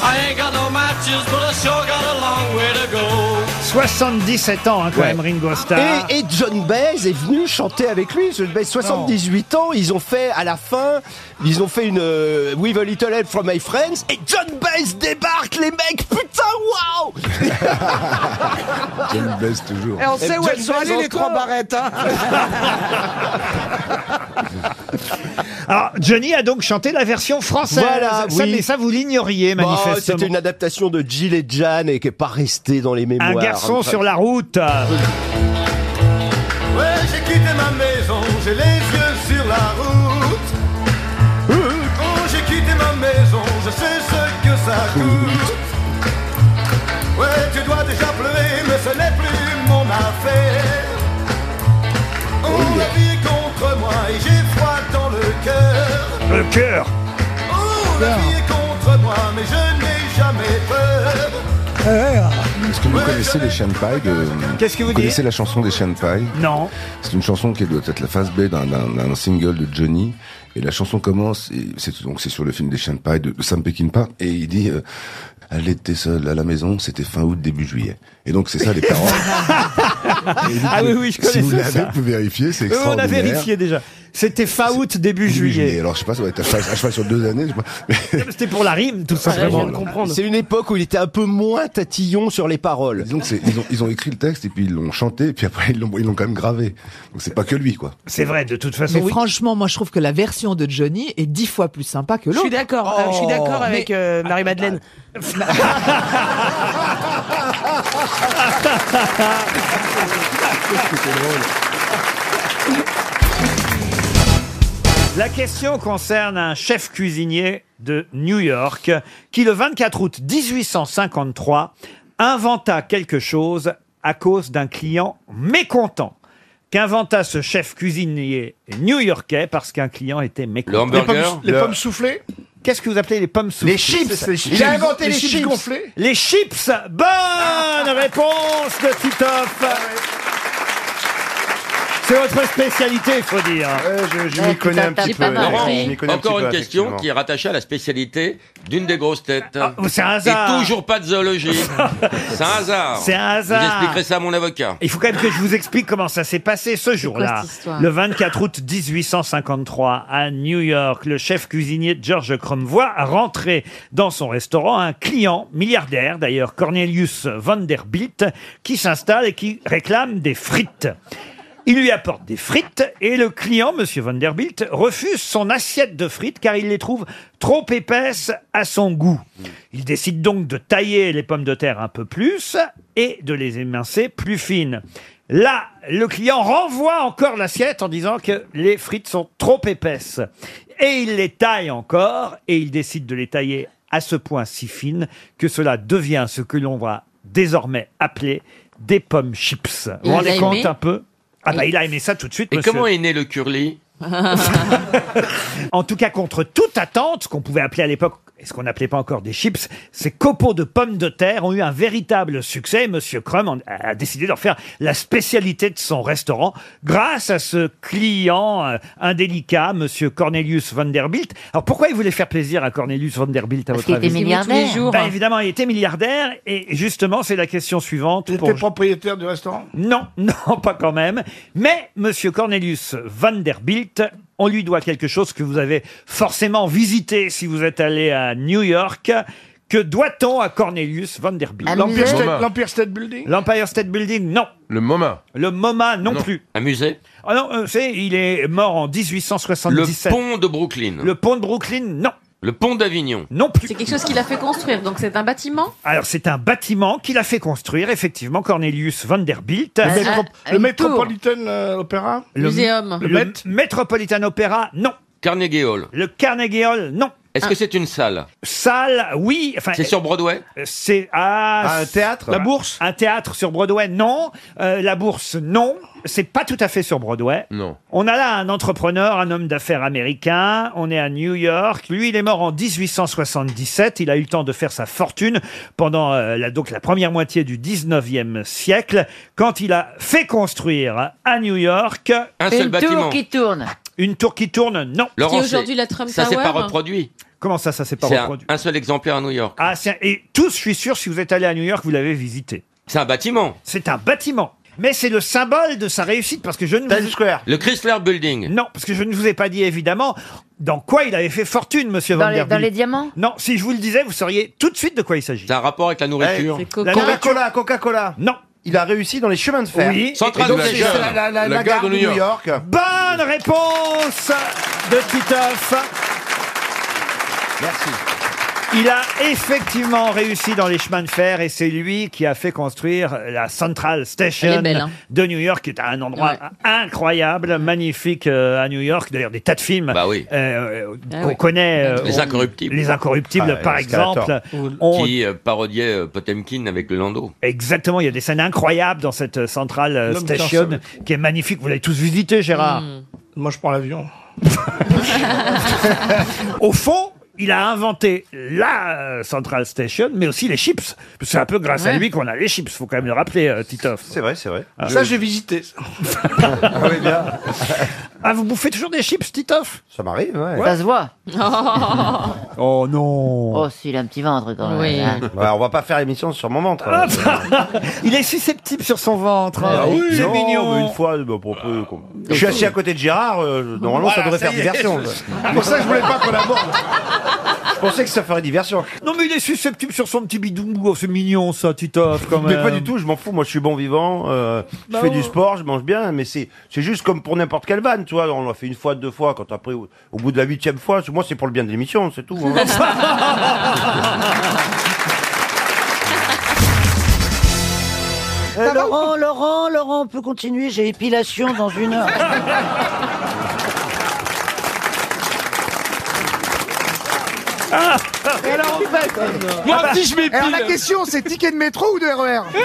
S15: I ain't got no matches, but I sure got a long way to go.
S1: 77 ans, hein, quand
S26: Ouais.
S1: même, Ringo Starr.
S26: Et, et John Baez est venu chanter avec lui. John Baez, 78 ans. Ils ont fait, à la fin, ils ont fait une euh, With a Little Help from My Friends. Et John Baez débarque, les mecs. Putain, waouh!
S12: John baisse toujours.
S22: Et on sait où
S12: John
S22: elles sont
S12: Baez
S22: allées les
S12: encore.
S22: trois barrettes. hein.
S1: Alors, Johnny a donc chanté la version française.
S26: Voilà,
S1: ça,
S26: oui.
S1: Mais ça, vous l'ignoriez,
S26: Bon,
S1: manifestement.
S26: C'était une adaptation de Jill et Jan et qui est pas restée dans les mémoires.
S1: Un garçon
S26: Enfin,
S1: sur la route.
S15: Ouais, j'ai quitté ma maison, j'ai les yeux sur la route. Quand j'ai quitté ma maison, je sais ce que ça coûte. Ouais, tu dois déjà pleurer, mais ce n'est plus mon affaire. On l'a vie contre moi et j'ai froid dans le cœur.
S1: Le cœur.
S15: On l'a vie contre moi, mais je n'ai jamais peur.
S26: Est-ce
S12: que vous connaissez les chiens de paille de...
S1: Qu'est-ce que vous
S12: Vous connaissez
S1: dites
S12: la chanson des chiens de paille
S1: Non.
S12: C'est une chanson qui doit être la phase B d'un- d'un d'un single de Johnny. Et la chanson commence, et c'est donc c'est sur le film des chiens de paille de, de Sam Peckinpah, et il dit euh, elle était seule à la maison, c'était fin août début juillet. Et donc c'est ça les paroles.
S1: Ah oui, oui, je
S12: Si vous
S1: connaissais
S12: l'avez,
S1: ça.
S12: vous pouvez vérifier, c'est
S1: Euh, on a
S12: extraordinaire.
S1: vérifié déjà. C'était fin août, début juillet.
S12: Alors je sais pas, ça doit être à cheval, à cheval sur deux années. je sais pas. Mais-
S1: C'était pour la rime, tout simplement.
S26: C'est une époque où il était un peu moins tatillon sur les paroles.
S12: Disons que c'est- ils, ont, ils ont écrit le texte et puis ils l'ont chanté et puis après ils l'ont ils l'ont quand même gravé. Donc c'est pas que lui quoi.
S1: C'est vrai, de toute façon.
S12: Mais
S1: oui.
S12: franchement, moi je trouve que la version de Johnny est dix fois plus sympa que
S6: Je
S12: l'autre. Oh.
S6: suis d'accord, euh, je suis d'accord avec euh, Marie-Madeleine.
S1: La question concerne un chef cuisinier de New York qui, le 24 août 1853, inventa quelque chose à cause d'un client mécontent. Qu'inventa ce chef cuisinier new-yorkais parce qu'un client était mécontent.
S7: Le hamburger
S12: Les pommes- les pommes
S1: soufflées Qu'est-ce que vous appelez les pommes soufflées
S12: chips, les chips. Il a inventé les chips gonflées
S1: Les chips
S8: Ah
S1: Bonne réponse de Titoff C'est votre spécialité, il faut dire.
S23: je
S4: Eh,
S23: m'y Ouais, connais un t'as- petit t'as
S1: Ah,
S23: peu, pas mal,
S7: Laurent,
S23: ouais. Je m'y connais un
S7: encore
S23: petit
S7: une
S23: peu,
S7: question
S23: effectivement.
S7: qui est rattachée à la spécialité d'une des grosses têtes.
S1: Ah, c'est un hasard.
S7: Et toujours pas de zoologie. c'est un hasard.
S1: C'est un hasard.
S7: Vous expliquerez ça à mon avocat.
S1: Il faut quand même que je vous explique comment ça s'est passé ce jour-là.
S7: cette histoire
S1: Le 24 août 1853, à New York, le chef cuisinier George Cromvoy a rentré dans son restaurant un client, milliardaire d'ailleurs, Cornelius Vanderbilt, qui s'installe et qui réclame des frites. Il lui apporte des frites et le client, Monsieur Vanderbilt, refuse son assiette de frites car il les trouve trop épaisses à son goût. Il décide donc de tailler les pommes de terre un peu plus et de les émincer plus fines. Là, le client renvoie encore l'assiette en disant que les frites sont trop épaisses. Et il les taille encore et il décide de les tailler à ce point si fines que cela devient ce que l'on va désormais appeler des pommes chips.
S7: Il
S1: Vous vous rendez
S7: a
S1: compte
S7: aimé
S1: un peu Ah bah
S7: Et-
S1: il a aimé ça tout de suite,
S7: Et
S1: monsieur.
S7: comment est né le curly
S1: En tout cas, contre toute attente, ce qu'on pouvait appeler à l'époque, et ce qu'on n'appelait pas encore des chips, ces copeaux de pommes de terre ont eu un véritable succès. Et Monsieur Crum en- a décidé d'en faire la spécialité de son restaurant grâce à ce client euh, indélicat, Monsieur Cornelius Vanderbilt. Alors pourquoi il voulait faire plaisir à Cornelius Vanderbilt à
S4: Parce
S1: votre
S4: qu'il
S1: avis
S4: était milliardaire. Parce qu'il voulait tous les jours.
S1: Ben, évidemment, il était milliardaire et justement, c'est la question suivante.
S8: T'es propriétaire du restaurant
S1: Non, non, pas quand même. Mais Monsieur Cornelius Vanderbilt, on lui doit quelque chose que vous avez forcément visité si vous êtes allé à New York. Que doit-on à Cornelius Vanderbilt
S8: L'Empire State, l'Empire State Building
S1: L'Empire State Building, non. Le MoMA. Le MoMA, non, plus.
S7: Un musée
S1: Ah non, euh, c'est, il est mort en 1877.
S7: Le pont de Brooklyn.
S1: Le pont de Brooklyn, non.
S7: Le pont d'Avignon.
S1: Non plus.
S9: C'est quelque chose qu'il a fait construire, donc c'est un bâtiment
S1: Alors, c'est un bâtiment qu'il a fait construire, effectivement, Cornelius Vanderbilt.
S9: Ah,
S3: Bah,
S8: Le, métro- le Metropolitan euh, Opera
S1: Le- Le,
S8: Le Met
S1: Metropolitan Opera, non.
S7: Carnegie Hall.
S1: Le Carnegie Hall, non.
S7: Est-ce que c'est une salle
S1: Salle, oui. Enfin,
S7: C'est sur Broadway
S1: C'est ah,
S7: Ah, un théâtre
S1: La
S7: La
S1: Bourse Un théâtre sur Broadway, non. Euh, la Bourse, non. C'est pas tout à fait sur Broadway.
S7: Non.
S1: On a là un entrepreneur, un homme d'affaires américain. On est à New York. Lui, il est mort en 1877. Il a eu le temps de faire sa fortune pendant euh, la, donc la première moitié du 19e siècle, quand il a fait construire à New York
S7: Un seul Une tour bâtiment. qui
S1: tourne. Une tour qui tourne, non.
S7: Laurent, c'est- Ça, c'est pas reproduit.
S1: Comment ça, ça s'est pas
S7: C'est
S1: reproduit
S7: un, un seul exemplaire à New York.
S1: ah, c'est un- et tous, je suis sûr, si vous êtes allé à New York, vous l'avez visité.
S7: C'est un bâtiment.
S1: C'est un bâtiment. Mais c'est le symbole de sa réussite parce que je ne vous...
S7: Le Chrysler Building.
S1: Non, parce que je ne vous ai pas dit évidemment dans quoi il avait fait fortune, monsieur
S4: Dans les-
S1: Vanderbilt.
S4: dans les diamants
S1: Non, si je vous le disais, vous sauriez tout de suite de quoi il s'agit. C'est
S7: un rapport avec la
S1: nourriture.
S8: Coca- Coca-Cola, Coca-Cola.
S1: Non.
S8: Il a réussi dans les chemins de fer.
S1: Oui.
S8: Et donc, c'est la, la, la, la gare de New York.
S1: Bonne réponse de Titoff.
S7: Merci.
S1: Il a effectivement réussi dans les chemins de fer et c'est lui qui a fait construire la Central
S9: Elle
S1: Station
S9: est belle, hein.
S1: de New York, qui est un endroit incroyable, magnifique euh, à New York. D'ailleurs, des tas de films euh, euh,
S7: Ah
S1: qu'on
S7: oui.
S1: connaît. euh,
S7: Les
S1: on-
S7: Incorruptibles.
S1: Les Incorruptibles,
S7: Ah,
S1: par exemple.
S7: Escalator.
S1: ont-
S7: Qui euh, parodiait euh, Potemkin avec le landau.
S1: Exactement, il y a des scènes incroyables dans cette euh, Central euh,
S7: L'homme
S1: Station
S7: torse,
S1: qui est magnifique. Vous l'avez tous visité, Gérard
S8: Ah. Moi, je prends l'avion.
S1: Au fond, il a inventé la euh, Central Station, mais aussi les chips. C'est un peu grâce à
S8: Ouais.
S1: lui qu'on a les chips, faut quand même le rappeler, euh, Titoff. Ah. C'est
S26: vrai, c'est vrai.
S8: Ça, j'ai visité.
S1: Ah, vous bouffez toujours des chips, Titoff
S26: Ça m'arrive, ouais.
S4: Ça se voit.
S1: Oh non
S4: Oh, s'il a un petit ventre quand même. hein.
S26: Ouais, Bah, on va pas faire l'émission sur mon ventre.
S1: Ah.
S26: hein.
S1: Il est susceptible sur son ventre. hein.
S26: Ah oui,
S1: c'est
S26: non,
S1: mignon.
S26: mais une fois, bah, pour peu qu'on- je suis assis à côté de Gérard, euh, normalement ça
S1: Voilà,
S26: devrait
S1: ça
S26: faire
S1: y est.
S26: diversion.
S1: C'est pour ça que je voulais pas qu'on
S26: aborde. Je pensais que ça ferait diversion.
S1: Non, mais il est susceptible sur son petit bidou. Oh, c'est mignon ça, Titoff, quand
S26: Mais
S1: même.
S26: pas du tout, je m'en fous, moi je suis bon vivant, euh, je
S1: Bah
S26: fais
S1: ouais.
S26: du sport, je mange bien, mais c'est c'est juste comme pour n'importe quelle vanne, tu vois, on l'a fait une fois, deux fois, quand après, au, au bout de la huitième fois, moi c'est pour le bien de l'émission, c'est tout. hein.
S8: Euh, Laurent, Laurent, Laurent, on peut continuer, j'ai épilation dans une heure.
S5: Et alors, en fait,
S8: Moi
S5: Ah bah,
S8: aussi, je m'épile.
S5: Alors, la question, c'est ticket de métro ou de RER E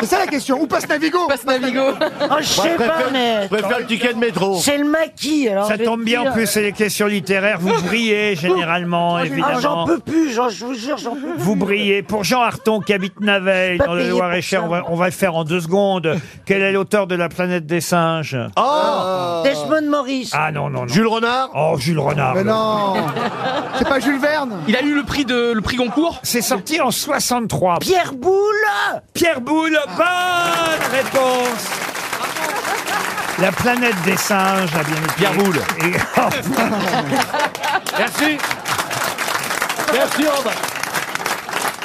S5: C'est ça la question. Ou passe Navigo Passe Navigo.
S1: Oh, je sais pas, mais-
S5: Je préfère le ticket de métro.
S1: C'est
S5: le maquis, alors.
S1: Ça tombe bien,
S5: euh,
S1: en plus, c'est les questions littéraires. Vous brillez, généralement, évidemment.
S10: Ah, j'en peux plus, j'en- je vous jure, j'en peux plus.
S1: Vous brillez. Pour Jean Harton, qui habite Naveil,
S10: Pas
S1: dans le
S10: payé
S1: Loir-et-Cher, on va, on va le faire en deux secondes. Quel est l'auteur de La planète des singes
S10: Oh Desmond Morris.
S1: Ah non, non, non. Jules Renard Oh, Jules Renard.
S10: Mais
S1: alors.
S5: C'est pas Jules Verne
S1: Il a eu le prix, de, le prix Goncourt C'est sorti en 63.
S10: Pierre Boulle
S1: Pierre Boulle,
S5: Ah.
S1: bah, bonne réponse La planète des singes a bien été... oh, Pierre Boulle
S18: Merci. Merci, Rob.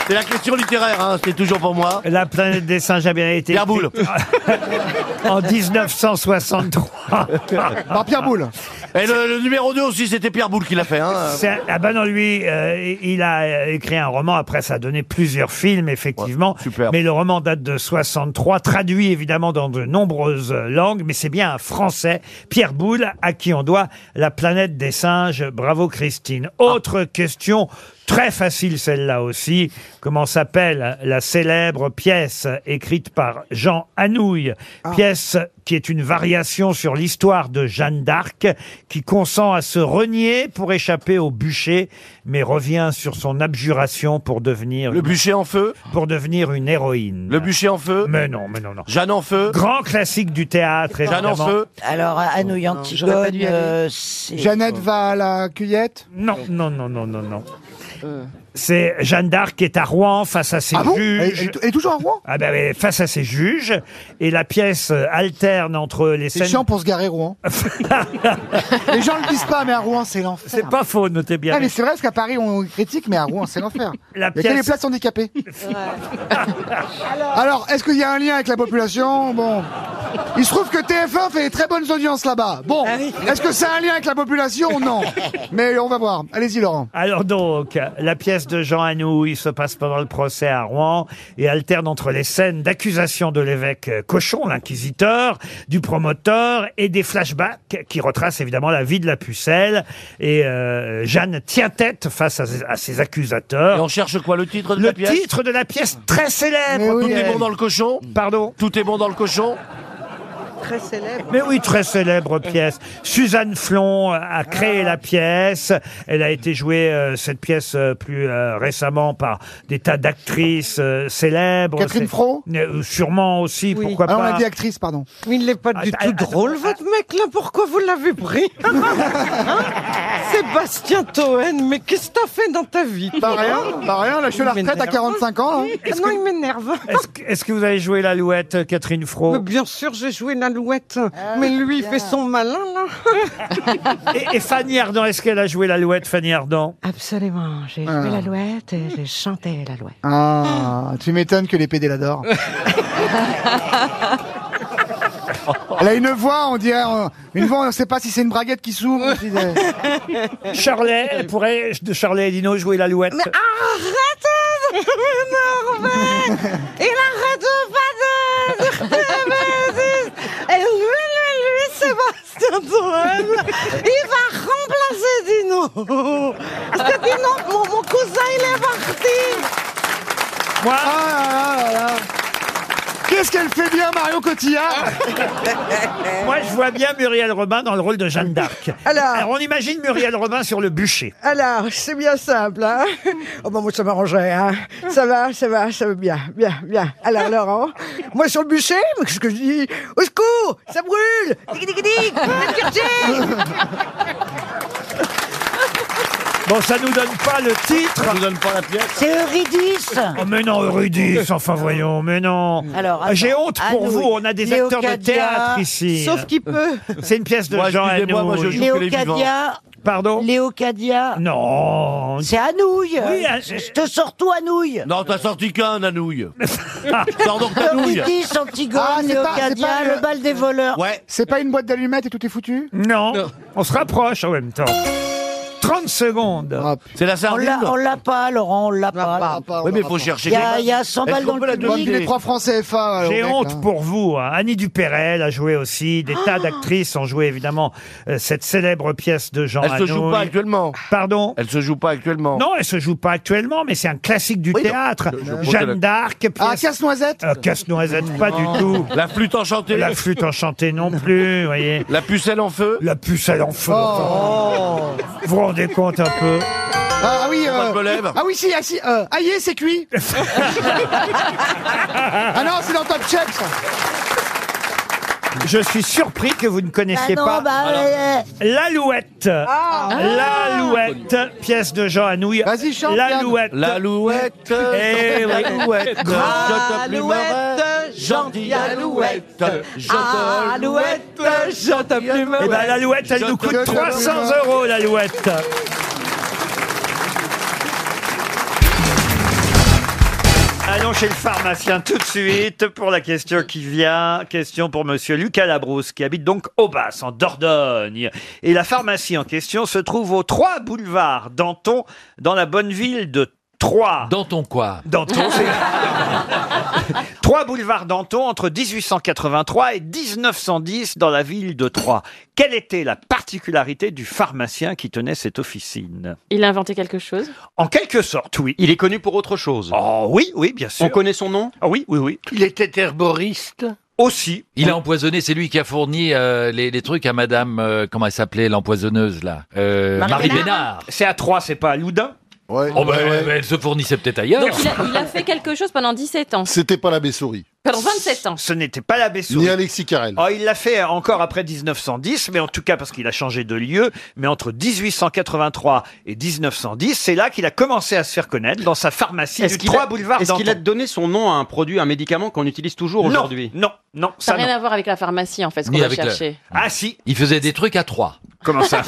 S18: C'est la question littéraire, hein, c'est toujours pour moi.
S1: La planète des singes a bien été...
S18: Pierre Boulle.
S1: en 1963.
S18: Par Pierre Boulle. Et le, le numéro 2 aussi, c'était Pierre Boulle qui l'a fait. Hein.
S1: C'est un- ah ben non, lui, euh, il a euh, écrit un roman, après ça a donné plusieurs films, effectivement. Mais le roman date de 63, traduit évidemment dans de nombreuses euh, langues, mais c'est bien un Français, Pierre Boulle, à qui on doit La planète des singes. Bravo Christine. Autre question, très facile celle-là aussi. Comment s'appelle la célèbre pièce écrite par Jean Anouilh Pièce qui est une variation sur l'histoire de Jeanne d'Arc, qui consent à se renier pour échapper au bûcher, mais revient sur son abjuration pour devenir... Le bûcher en feu Pour devenir une héroïne. Le bûcher en feu Mais non, mais non, non. Jeanne en feu Grand classique du théâtre,
S10: Jeanne en
S1: évidemment.
S10: feu Alors, Anouilh Antigone,
S5: j'aurais pas dû y aller.
S10: euh, c'est-
S5: Jeannette va à la cueillette
S1: Non, non, non, non, non, non.
S10: Euh.
S1: C'est Jeanne d'Arc qui est à Rouen face à ses
S5: Ah bon
S1: juges.
S5: Et toujours à Rouen
S1: Ah ben, oui, face à ses juges. Et la pièce euh, alterne entre les
S5: C'est
S1: scènes...
S5: chiant pour se garer Rouen. Les gens le disent pas, mais à Rouen, c'est l'enfer.
S1: C'est pas faux, notez bien.
S5: Ah, mais c'est vrai, parce qu'à Paris, on critique, mais à Rouen, c'est l'enfer. Il y
S1: La
S5: a que les
S1: pièce-
S5: places handicapées. Alors, est-ce qu'il y a un lien avec la population Bon. Il se trouve que TF1 fait des très bonnes audiences là-bas. Bon. Est-ce que c'est un lien avec la population Non. Mais on va voir. Allez-y, Laurent.
S1: Alors donc, la pièce de Jean Anouilh se passe pendant le procès à Rouen et alterne entre les scènes d'accusation de l'évêque euh, Cochon, l'inquisiteur, du promoteur et des flashbacks qui retracent évidemment la vie de la pucelle. Et euh, Jeanne tient tête face à, à ses accusateurs.
S18: Et on cherche quoi Le titre de la pièce
S1: titre de la pièce très célèbre.
S18: Tout est bon dans le cochon
S1: Pardon
S18: Tout est bon dans le cochon
S22: Très célèbre.
S1: Mais oui, très célèbre pièce. Suzanne Flon a créé la pièce. Elle a été jouée, euh, cette pièce, euh, plus euh, récemment par des tas d'actrices euh, célèbres.
S5: Catherine
S1: C'est-
S5: Fro
S1: Euh, Sûrement aussi, pourquoi
S5: Alors,
S1: pas.
S5: on a dit actrice, pardon.
S8: Il n'est pas du
S1: Attends,
S8: tout
S1: attends,
S8: drôle, votre mec, là. Pourquoi vous l'avez pris Hein Sébastien Toen, mais qu'est-ce que t'as fait dans ta vie
S5: Pas rien, pas rien. Là, je suis à la retraite à 45 ans. hein.
S8: Ah Non, il m'énerve.
S1: Est-ce que- est-ce que vous avez joué l'alouette, euh, Catherine Fro
S8: Mais bien sûr, j'ai joué l'alouette.
S22: Ah,
S8: mais lui, il fait son malin, là.
S1: et, et Fanny Ardant, est-ce qu'elle a joué l'alouette, Fanny Ardant
S8: Ah. Absolument. J'ai
S5: Ah.
S8: joué l'alouette et j'ai chanté l'alouette.
S5: Ah, tu m'étonnes que les PD l'adorent. Elle a une voix, on dirait. euh, Une voix, on ne sait pas si c'est une braguette qui s'ouvre. ou si c'est-
S1: Charlet, elle pourrait, de Charlet et Dino, jouer l'alouette.
S8: Arrête Norman Il arrête de pas de dire des bêtises. Et lui, lui, lui, Sébastien Toen, il va remplacer Dino Parce que Dino, Oh, mon, mon cousin, il est parti
S1: Moi
S5: Ah, là, là, là. Qu'est-ce qu'elle fait bien, Mario Cotillard
S1: Moi, je vois bien Muriel Robin dans le rôle de Jeanne d'Arc. Alors, on imagine Muriel Robin sur le bûcher.
S8: alors, c'est bien simple, hein Oh, bah, moi, ça m'arrangerait, hein Ça va, ça va, ça va bien, bien, bien. Alors, Laurent, moi, sur le bûcher, qu'est-ce que je dis Au secours Ça brûle Tic, tic, tic
S1: Bon, ça nous donne pas le titre. Ça nous donne pas la pièce. C'est Eurydice. Oh, mais non, Eurydice, enfin voyons, mais non. Ah,
S10: Alors,
S1: J'ai honte pour
S10: Anouilh,
S1: vous, on a des acteurs de
S10: Léocadia,
S1: théâtre ici. hein.
S10: sauf qui peut.
S1: C'est une pièce de
S10: Moi,
S1: Jean
S10: excusez-moi,
S1: Anouilh.
S10: moi, je joue que les Léocadia. vivants.
S1: Pardon
S10: Léocadia.
S1: Non.
S10: C'est Anouille.
S1: Oui, An-
S10: Je je te sors tout Anouille.
S18: Non, t'as sorti qu'un, Anouille. Sors donc
S11: Euh,
S18: ta nouille.
S10: Eurydice, Antigone,
S5: Ah, c'est pas- c'est
S10: Léocadia,
S5: pas
S10: le...
S5: le-
S10: bal des voleurs.
S5: C'est pas une boîte d'allumettes et tout est foutu
S1: Non. On se rapproche en même temps. 30 secondes.
S8: C'est la
S17: Ah, On l'a- on l'a pas, Laurent, on l'a pas.
S1: Oui, mais faut chercher
S17: Il y
S1: quelque
S17: a- il y a
S1: chose.
S17: 100
S1: Est-ce
S17: balles
S1: qu'on
S17: dans
S1: peut la
S17: le public.
S1: demander Les trois
S5: francs CFA.
S1: J'ai honte pour vous. hein. Annie Duperel a joué aussi. Des
S17: Ah.
S1: tas d'actrices ont joué évidemment euh, cette célèbre pièce de Jean
S8: Elle se joue
S1: Anouilh.
S8: pas actuellement.
S1: Pardon
S8: Elle se joue pas actuellement.
S1: Non, elle se joue pas actuellement, mais c'est un classique du théâtre.
S8: je- je-
S1: Jeanne d'Arc. Euh,
S5: Ah, casse-noisette
S1: Casse-noisette, pas du tout.
S8: La flûte enchantée.
S1: La flûte enchantée non plus, voyez.
S8: La pucelle en feu.
S1: La pucelle en feu.
S17: Oh.
S1: Vous vous rendez compte un peu
S5: Ah, ah oui,
S1: Moi, je me
S5: euh,
S1: lève.
S5: ah oui, si, ah, si, euh, aïe, c'est cuit. ah non, c'est dans Top Chef, ça.
S1: Je suis surpris que vous ne connaissiez
S17: Bah non,
S1: pas
S17: bah, Alors.
S1: l'Alouette.
S17: Ah.
S1: L'Alouette, pièce de Jean Anouilh.
S8: Vas-y, chante, Yann.
S1: L'Alouette.
S8: L'Alouette.
S1: Eh oui.
S8: L'Alouette. Je
S17: Ah,
S8: tape les
S1: Alouette,
S8: gentille Alouette. Je
S17: Ah,
S1: Alouette, je tape Eh ben, l'Alouette, elle nous coûte 300 euros, l'Alouette. Allons chez le pharmacien tout de suite pour la question qui vient. Question pour monsieur Lucas Labrousse qui habite donc Aubas en Dordogne. Et la pharmacie en question se trouve aux 3 boulevards Danton dans la bonne ville de Troyes.
S25: Danton quoi
S1: Danton, c'est... Trois boulevards Danton entre 1883 et 1910 dans la ville de Troyes. Quelle était la particularité du pharmacien qui tenait cette officine
S9: Il a inventé quelque chose.
S1: En quelque sorte, oui. Il est connu pour autre chose. Oh oui, oui, bien sûr. On connaît son nom Ah oui, oui, oui.
S8: Il était herboriste.
S1: Aussi.
S25: Il a empoisonné, c'est lui qui a fourni euh, les, les trucs à madame, euh, comment elle s'appelait, l'empoisonneuse là Euh, Marie,
S1: Marie
S25: Bénard.
S1: Bénard. C'est à Troyes, c'est pas à Loudun
S25: Oh, bah, ouais, mais elle se fournissait peut-être ailleurs.
S9: Donc il a, il a fait quelque chose pendant 17 ans.
S1: C'était pas la Bessouri.
S9: Pendant 27 ans.
S1: Ce n'était pas la Bessouri.
S9: Ni
S1: Alexis Carrel. Oh, il l'a fait encore après 1910, mais en tout cas parce qu'il a changé de lieu. Mais entre 1883 et 1910, c'est là qu'il a commencé à se faire connaître dans sa pharmacie
S6: Est-ce
S1: du
S6: qu'il
S1: 3
S6: a-
S1: boulevard
S6: est-ce qu'il a
S1: Danton.
S6: donné son nom à un produit, un médicament qu'on utilise toujours
S1: Non,
S6: aujourd'hui
S1: Non, non, ça
S9: Ça n'a rien
S1: non.
S9: à voir avec la pharmacie en fait, ce
S6: Ni
S9: qu'on a
S6: avec la-
S9: cherché.
S1: Ah si
S25: Il faisait des trucs à trois.
S1: Comment ça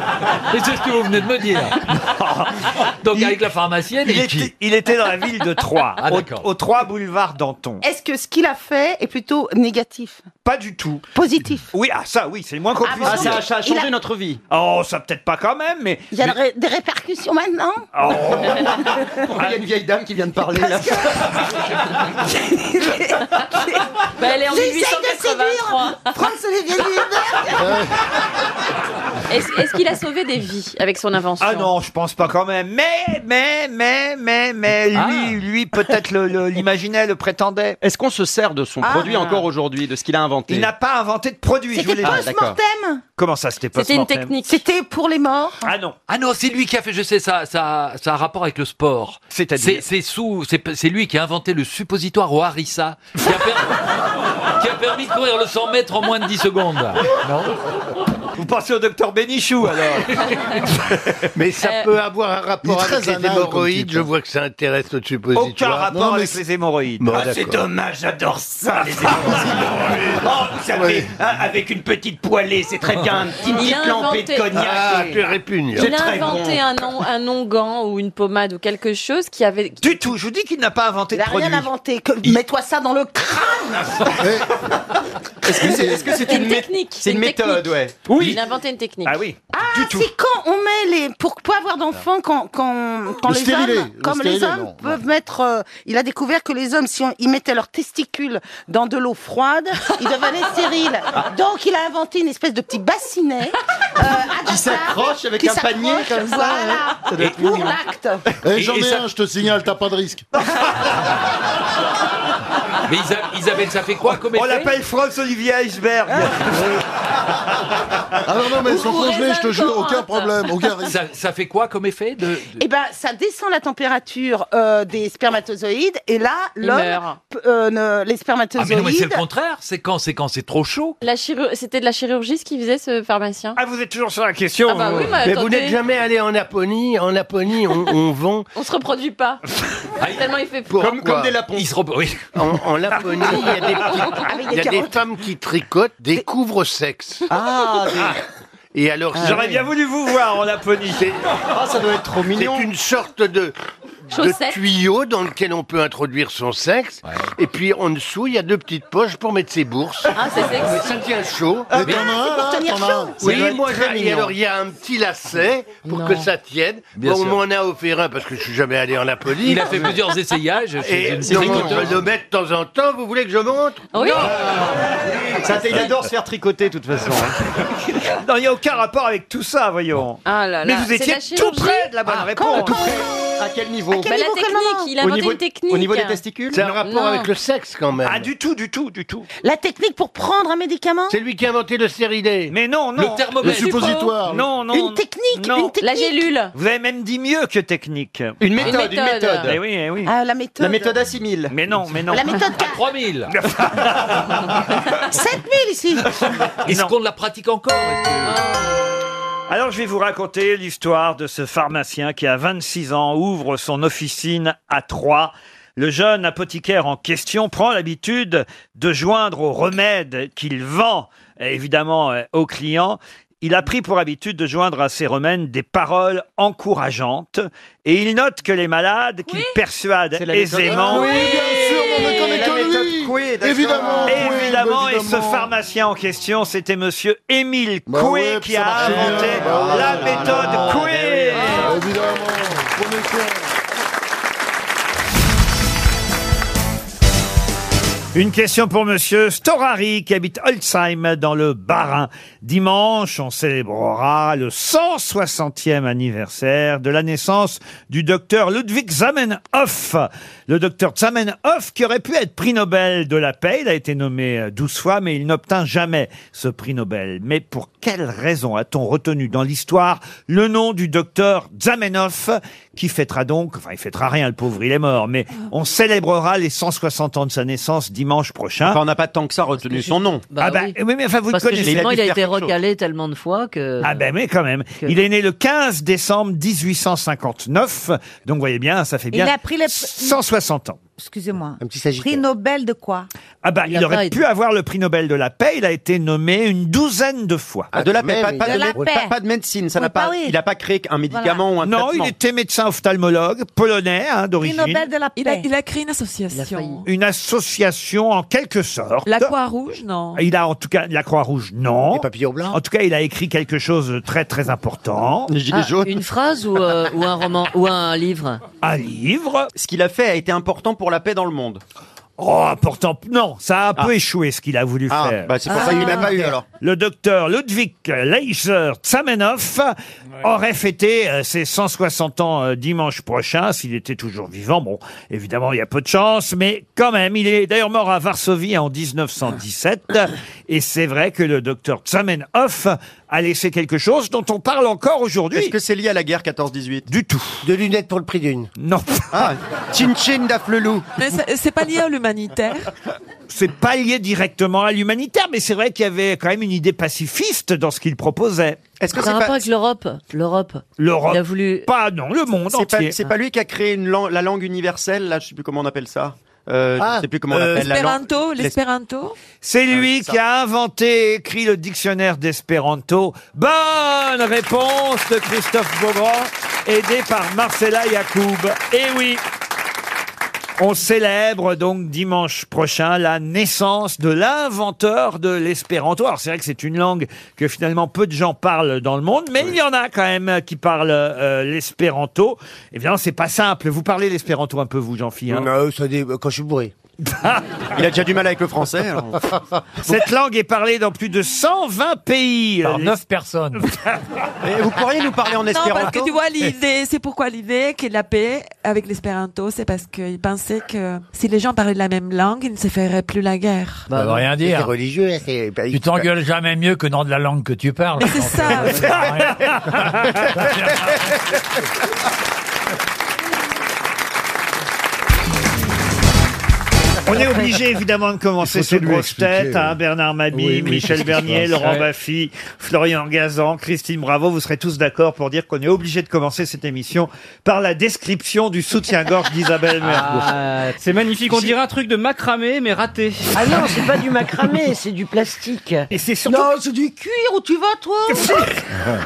S25: Et c'est ce que vous venez de me dire. Donc avec la pharmacienne
S1: Il
S25: et qui
S1: était, il était dans la ville de Troyes,
S25: Ah,
S1: au,
S25: d'accord.
S1: au 3 boulevard Danton.
S28: Est-ce que ce qu'il a fait est plutôt négatif
S1: Pas du tout.
S28: Positif.
S1: Oui, ah ça, oui, c'est le moins qu'on
S6: Ah,
S1: puisse
S6: bon,
S1: dire.
S6: mais Ça a changé il a-
S1: notre vie. Oh, ça peut-être pas quand même, mais...
S17: Il y a
S1: mais-
S17: des ré- des répercussions maintenant
S1: Oh.
S6: Il y a une vieille dame qui vient de parler. là.
S9: Bah, elle est en
S17: J'essaie de
S9: 1883.
S17: François-Olivier
S1: Euh.
S9: Est-ce est-ce qu'il a sauvé des vies avec son invention
S1: Ah non, je pense pas quand même. Mais, mais, mais, mais, mais,
S23: Ah.
S1: lui, lui peut-être le- le- l'imaginait, le, prétendait.
S6: Est-ce qu'on se sert de son
S1: Ah.
S6: produit encore aujourd'hui, de ce qu'il a inventé Ah,
S1: Il n'a pas inventé de produit, je vous l'ai dit.
S6: post-mortem
S1: Comment ça, c'était pas mortem
S28: C'était pour les morts.
S1: Ah non.
S25: Ah non, c'est lui qui a fait, je sais, ça, ça, ça a un rapport avec le sport.
S1: C'est-à-dire
S25: C'est sous, c'est c'est lui qui a inventé le suppositoire au harissa, qui a, per- qui a permis de courir le 100 mètres en moins de 10 secondes.
S1: Vous pensez au docteur Bénichou, alors
S8: Mais ça
S9: Euh,
S8: peut avoir un rapport avec les hémorroïdes. Je vois que ça intéresse le suppositoire.
S1: Aucun rapport avec les hémorroïdes. Ah,
S8: Bon, d'accord.
S29: j'adore
S23: Ah,
S29: ça, les hémorroïdes. Oh, vous savez, hein, avec une petite poêlée, c'est très bien. Une petite,
S9: Il a
S29: petite lampée de
S9: inventé.
S29: cognac.
S8: Ah,
S29: Et-
S8: tu répugnes.
S9: Il a inventé un nom, un gant ou une pommade ou quelque chose qui avait.
S1: Du tout, je vous dis qu'il n'a pas inventé
S9: de
S17: Rien inventé. que- Mets-toi ça dans le crâne
S6: Est-ce que c'est est-ce que c'est
S9: Une
S6: mé-
S9: technique,
S6: C'est une,
S9: une
S6: méthode,
S9: technique.
S6: ouais.
S9: Il a inventé une technique.
S1: Ah oui.
S17: Ah, c'est quand on met les. Pour pas avoir d'enfants, quand, quand, quand
S6: Le
S17: les
S6: stérilé,
S17: hommes.
S6: le
S17: Comme les
S6: stérilé,
S17: hommes
S6: non,
S17: peuvent mettre. euh, il a découvert que les hommes, si on, ils mettaient leurs testicules dans de l'eau froide, ils devenaient stériles.
S6: Ah.
S17: Donc il a inventé une espèce de petit bassinet. euh, adaptable,
S6: s'accroche avec
S17: qui
S6: un panier
S17: s'accroche,
S6: comme ça,
S17: voilà,
S6: ouais. Ça doit être
S17: pour
S6: mignon.
S17: l'acte.
S30: Eh, j'en ai un, je te signale, t'as pas de risque.
S25: Mais Isa- Isabelle, ça fait quoi comme
S1: On
S25: effet
S1: l'appelle France Olivier Iceberg.
S30: Ah non, non, mais sans congeler, je te jure,
S9: hein.
S30: aucun problème, aucun risque.
S25: Ça, ça fait quoi comme effet de, de-
S17: Eh ben, ça descend la température euh, des spermatozoïdes et là,
S9: Il
S17: l'homme,
S9: meurt.
S17: p- euh, ne- les
S25: Ah
S17: spermatozoïdes.
S25: mais non, mais c'est le contraire. C'est quand, c'est quand c'est trop chaud.
S9: La chiru- C'était de la chirurgie ce qu'il faisait ce pharmacien
S1: Ah, vous êtes toujours sur la question.
S9: Ah bah oui, mais
S8: mais
S9: attendez.
S8: vous n'êtes jamais allé en Apponie. En Apponie, on, on vend.
S9: On se reproduit pas. Tellement il fait froid.
S8: Pourquoi
S25: Ils se rep- oui.
S8: En, en Laponie, il y a des, petites-
S9: Avec des
S8: il y a des
S9: carottes.
S8: femmes qui tricotent, découvrent sexe.
S6: Ah,
S8: Et alors,
S1: J'aurais bien voulu vous voir en Laponie.
S8: ça doit être trop mignon. C'est une sorte de de tuyau dans lequel on peut introduire son sexe. Et puis en dessous, il y a deux petites poches pour mettre ses bourses.
S11: Ah, c'est sexy.
S8: Mais Ça tient chaud.
S11: Ah, Mais- c'est pour tenir
S8: t'en as un.
S11: chaud. Ça
S8: Oui,
S11: doit être
S8: moi
S11: très
S8: j'aime. Et
S11: mignon.
S8: alors il y a un petit lacet pour
S11: Non.
S8: que ça tienne.
S31: Bien
S8: bon,
S31: sûr.
S8: on m'en a offert un parce que je suis jamais allé en Laponie.
S31: Il a fait plusieurs essayages chez
S8: Et
S31: une
S8: donc, on
S31: tricoteuse.
S8: va le mettre de temps en temps. Vous voulez que je montre
S31: Oui.
S23: Ça, il adore se faire tricoter, de toute façon. hein.
S1: Non, il n'y a aucun rapport avec tout ça, voyons.
S6: Ah là là,
S1: Mais vous
S6: c'est
S1: étiez
S6: la
S1: tout
S6: chirurgie
S1: près de la bonne
S6: Ah,
S1: réponse.
S6: quand- quand-
S23: À quel niveau
S6: Bah, la technique, il a inventé une technique.
S8: C'est un rapport avec le sexe quand même.
S1: Ah, du tout, du tout, du tout.
S17: La technique pour prendre un médicament
S8: C'est lui qui a inventé le stérilet.
S1: Mais non, non.
S8: Le thermomètre. Le suppositoire.
S1: Non, non.
S8: Une
S1: technique,
S6: une technique. La gélule.
S1: Vous avez même dit mieux que technique.
S23: Une méthode, Une une méthode. méthode.
S1: Eh oui, eh oui.
S17: Ah, la méthode.
S23: La méthode à 6000.
S1: Mais non, mais non.
S17: La méthode
S31: À 3000
S17: 7000 ici.
S31: Est-ce qu'on la pratique encore Est-ce que-
S1: Alors je vais vous raconter l'histoire de ce pharmacien qui à 26 ans ouvre son officine à Troyes. Le jeune apothicaire en question prend l'habitude de joindre aux remèdes qu'il vend euh, évidemment euh, aux clients. Il a pris pour habitude de joindre à ces remèdes des paroles encourageantes et il note que les malades qu'il persuade
S23: la méthode- Ah
S1: aisément
S23: Oui, bien sûr, on ne connaît
S1: La
S23: que
S1: méthode
S23: lui.
S1: Coué, d'accord.
S23: Évidemment, Coué,
S1: évidemment, et ce
S23: évidemment.
S1: pharmacien en question, c'était monsieur Émile
S32: Bah
S1: Coué
S32: ouais,
S1: qui
S32: ça
S1: a
S32: marchait bien.
S1: inventé
S32: Bah
S1: la
S32: voilà.
S1: méthode
S32: Ah,
S1: Coué.
S32: bah oui. Évidemment. Prenez soin.
S1: Une question pour Monsieur Storari qui habite Holzheim dans le Bas-Rhin. Dimanche, on célébrera le 160e anniversaire de la naissance du docteur Ludwig Zamenhof. Le docteur Zamenhof qui aurait pu être prix Nobel de la paix, il a été nommé euh, 12 fois mais il n'obtint jamais ce prix Nobel. Mais pour quelle raison a-t-on retenu dans l'histoire le nom du docteur Zamenhof qui fêtera donc, enfin il fêtera rien le pauvre, il est mort, mais on célébrera les 160 ans de sa naissance dimanche prochain. Enfin,
S23: on n'a pas tant que ça retenu son nom.
S1: ah bah, oui. mais enfin vous
S4: Parce
S1: le
S4: que
S1: connaissez.
S4: justement, il a,
S1: dû
S4: été
S1: faire quelque chose.
S4: recalé tellement de fois que.
S1: Ah ben mais quand même. Il est né le 15 décembre 1859, donc voyez bien, ça fait
S15: Il
S1: bien
S15: a pris le-
S1: 160 ans.
S15: Excusez-moi.
S1: Un petit
S15: Prix Nobel de quoi
S1: Ah bah,
S15: Il
S1: il,
S15: a pas
S1: aurait
S15: été-
S1: pu avoir le prix Nobel de la paix. Il a été nommé une douzaine de fois.
S23: Ah, de la paix, pas, pas
S15: De
S23: de,
S15: la
S23: mé-
S15: paix.
S23: pas- pas de médecine, ça
S15: Oui,
S23: n'a pas,
S15: bah oui.
S23: il n'a pas créé un médicament ou un
S1: non,
S23: traitement.
S1: il était médecin ophtalmologue polonais hein,
S15: Prix
S1: d'origine.
S15: Nobel de la paix.
S9: Il a, il a créé une association.
S1: Une association en quelque sorte.
S9: La Croix-Rouge, non
S23: Ah,
S1: Il a en tout cas la Croix-Rouge, non. Les papillons blancs. En tout cas, il a écrit quelque chose de très très important.
S4: Ah, Une phrase ou, euh, ou un roman ou un livre
S1: Un livre.
S23: Ce qu'il a fait a été important pour la paix dans le monde.
S1: Oh, important. Non, ça a un peu échoué ce qu'il a voulu
S23: Ah,
S1: faire.
S23: bah, c'est pour ça qu'il l'a pas eu, alors.
S1: Le docteur Ludwig Leiser Zamenhof aurait fêté euh, ses 160 ans euh, dimanche prochain s'il était toujours vivant. Bon, évidemment, il y a peu de chance, mais quand même, il est d'ailleurs mort à Varsovie en 1917. et c'est vrai que le docteur Zamenhof a laissé quelque chose dont on parle encore aujourd'hui. Est-ce que
S23: c'est lié à la guerre 14-18
S1: Du tout.
S23: De lunettes pour le prix d'une.
S1: Non.
S23: Ah, Chin Chin d'Afflelou.
S9: Mais c'est c'est pas lié à l'humanitaire.
S1: c'est pas lié directement à l'humanitaire, mais c'est vrai qu'il y avait quand même une idée pacifiste dans ce qu'il proposait.
S23: Est-ce
S4: Ça a rapport avec l'Europe L'Europe.
S1: l'Europe
S4: Il a voulu.
S1: Pas non, le monde
S23: C'est pas,
S1: entier.
S23: c'est pas lui qui a créé une lang- la langue universelle, là, je sais plus comment on appelle ça. Euh,
S9: Ah,
S23: je sais plus comment on
S9: euh,
S23: appelle la langue.
S9: L'espéranto,
S23: l'es-
S9: l'espéranto.
S1: C'est lui
S23: Ah oui, ça.
S1: qui a inventé et écrit le dictionnaire d'espéranto. Bonne réponse de Christophe Beaugrand, aidé par Marcella Yacoub. Eh oui on célèbre donc dimanche prochain la naissance de l'inventeur de l'espéranto. Alors c'est vrai que c'est une langue que finalement peu de gens parlent dans le monde, mais il y en a quand même qui parlent euh, l'espéranto. Évidemment, c'est pas simple. Vous parlez l'espéranto un peu vous, hein Jean-Philippe
S23: Non, ça dit, euh, quand je suis bourré. Il a déjà du mal avec le français. alors.
S1: Cette langue est parlée dans plus de 120 pays.
S23: Par neuf
S1: personnes.
S23: Et vous pourriez nous parler en
S9: Non,
S23: espéranto
S9: parce que tu vois, l'idée, c'est pourquoi l'idée que la paix avec l'espéranto, c'est parce qu'ils pensaient que si les gens parlaient la même langue, ils ne se feraient plus la guerre.
S25: Ça veut Bah, rien dire.
S9: C'est
S25: religieux, Tu t'engueules jamais mieux que dans de la langue que tu parles.
S9: Mais c'est ça.
S1: On est obligé évidemment de commencer
S33: Il faut
S1: ces
S33: tout lui
S1: grosses
S33: expliquer,
S1: têtes. hein,
S33: oui.
S1: Bernard Mabie,
S33: Oui, oui.
S1: Michel Bernier,
S33: Ouais.
S1: Laurent Baffy, Florian Gazan, Christine Bravo. Vous serez tous d'accord pour dire qu'on est obligé de commencer cette émission par la description du soutien-gorge d'Isabelle Mergo.
S34: Ah.
S5: Euh, C'est magnifique, on dirait un truc de macramé mais raté.
S35: Ah non, c'est pas du macramé, c'est du plastique.
S1: Et c'est
S35: surtout. Non, c'est du cuir où tu vas, toi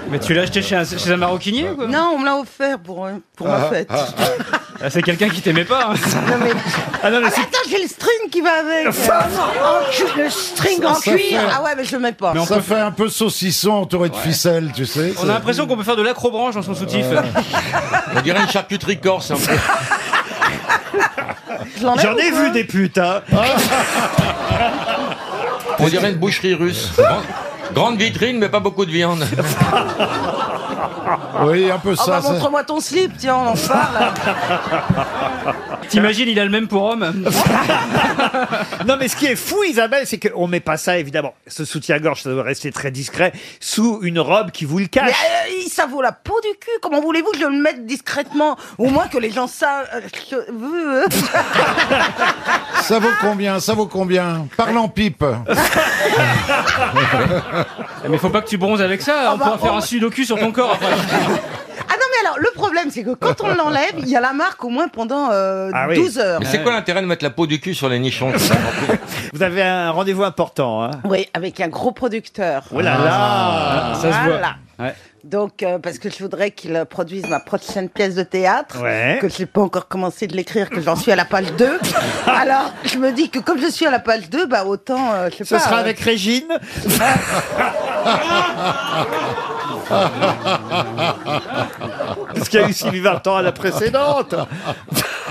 S5: Mais tu l'as acheté chez un, chez un maroquinier ou quoi
S8: Ah.
S23: Ah,
S17: Non, on me l'a offert pour, euh, pour ma fête.
S34: Ah, C'est quelqu'un qui t'aimait pas. hein. Ah non, mais
S17: Ah,
S34: c'est-
S17: mais attends, j'ai le string qui va avec. En cu- le string
S34: Ça,
S17: en
S34: ça
S17: cuir.
S34: fait-
S17: Ah ouais, mais je le mets pas.
S21: ça fait un peu saucisson entouré de ficelles, tu sais.
S34: On a l'impression qu'on peut faire de l'acrobranche dans son soutif.
S18: On dirait une charcuterie corse.
S1: J'en ai vu des putes, hein.
S18: On dirait une boucherie russe. Grande vitrine, mais pas beaucoup de viande.
S21: Oui, un peu
S17: Ah
S21: ça.
S17: bah, montre-moi ton slip, tiens, on en parle.
S34: T'imagines, il a le même pour homme.
S1: Non, mais ce qui est fou, Isabelle, c'est qu'on met pas ça, évidemment. Ce soutien-gorge, ça doit rester très discret sous une robe qui vous le
S17: Mais,
S1: cache.
S17: euh, ça vaut la peau du cul. Comment voulez-vous que je le mette discrètement Au moins que les gens savent. euh, que-
S21: ça. Ça vaut combien Ça vaut combien Parle en pipe.
S34: Mais faut pas que tu bronzes avec ça,
S17: Ah
S34: on
S17: bah,
S34: pourra faire
S17: oh.
S34: un sudoku sur ton corps après.
S17: Ah non, mais alors, le problème, c'est que quand on l'enlève, il y a la marque au moins pendant euh,
S1: Ah
S7: Ah
S17: 12 heures.
S18: Mais c'est quoi l'intérêt de mettre la peau du cul sur les nichons
S1: Vous avez un rendez-vous important, hein.
S17: Oui, avec un gros producteur.
S1: Oh là là
S17: Ça se voit. Voilà.
S34: Ouais.
S17: Donc, euh, parce que je voudrais qu'il euh, produise ma prochaine pièce de théâtre,
S1: Ouais.
S17: que je n'ai pas encore commencé de l'écrire, que j'en suis à la page 2. Alors, je me dis que comme je suis à la page 2, bah autant, euh, je sais
S1: Ce
S17: pas...
S1: sera
S17: euh,
S1: avec Régine. Parce qu'il y a eu Sylvie Vartan à la précédente.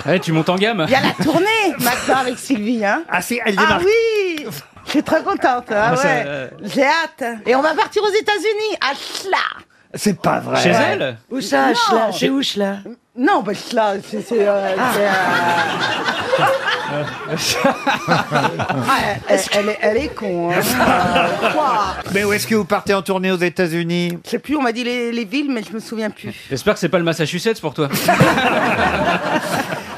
S34: Eh, tu montes en gamme.
S17: Il y a la tournée maintenant avec Sylvie, hein
S1: Ah, c'est, elle
S17: Ah
S1: démarre.
S17: oui Je suis très contente, ah
S1: Ah, ça,
S17: ouais
S1: euh,
S17: J'ai hâte Et on va partir aux États-Unis, à Schla
S1: C'est pas vrai.
S17: Chez elle
S8: Où ça, à
S17: Non.
S8: Schla Chez où, Ah. Schla
S17: Non, bah Schla, c'est... c'est, euh, c'est, euh, ah, elle, elle est, elle est con, hein Euh, ouah.
S1: Mais où est-ce que vous partez en tournée aux États-Unis
S17: Je sais plus, on m'a dit les, les villes, mais je me souviens plus.
S34: J'espère que c'est pas le Massachusetts pour toi.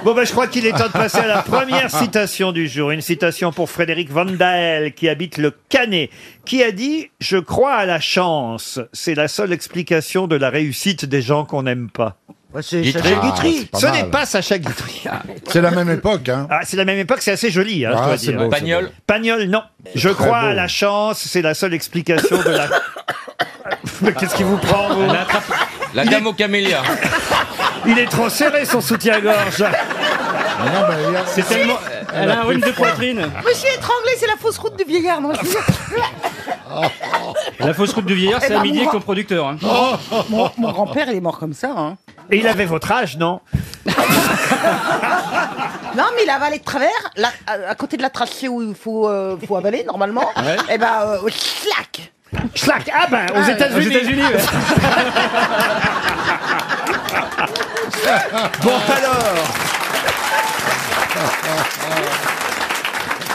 S1: Bon, ben, je crois qu'il est temps de passer à la première citation du jour. Une citation pour Frédéric Van Dael, qui habite le Canet, qui a dit « Je crois à la chance. C'est la seule explication de la réussite des gens qu'on n'aime pas.
S21: c'est Guitry. Sacha Guitry. Ah, c'est pas
S1: Ce
S21: mal.
S1: n'est pas Sacha Guitry.
S17: Ah,
S21: C'est la même époque, hein.
S1: Ah, c'est la même époque, c'est assez joli, hein, je
S21: Ah,
S1: dois
S21: c'est
S1: dire.
S21: beau, c'est Pagnol. beau.
S1: Pagnol, non. Je
S21: très
S1: crois
S21: beau.
S1: à la chance, c'est la seule explication de la... Mais Qu'est-ce qui vous prend, vous
S18: La dame au camélia.
S1: Il est trop serré, son soutien-gorge.
S34: bah, C'est tellement. Elle a un rhume de poitrine.
S17: Mais je suis étranglée, c'est la fausse route du vieillard, non je vous jure.
S34: La fausse route du vieillard,
S17: Eh
S34: c'est
S17: ben,
S34: à midi
S17: mon
S34: avec
S17: grand-
S34: ton producteur. hein.
S17: Mon, mon-
S34: oh.
S17: mon grand-père, il est mort comme ça. Hein.
S1: Et il avait votre âge, non
S17: Non, mais il a avalé de travers, là, à, à côté de la trachée où il faut, euh, faut avaler normalement.
S1: Ouais.
S17: Et ben, euh, slack
S1: Schlack Ah ben, aux États-Unis. Bon alors.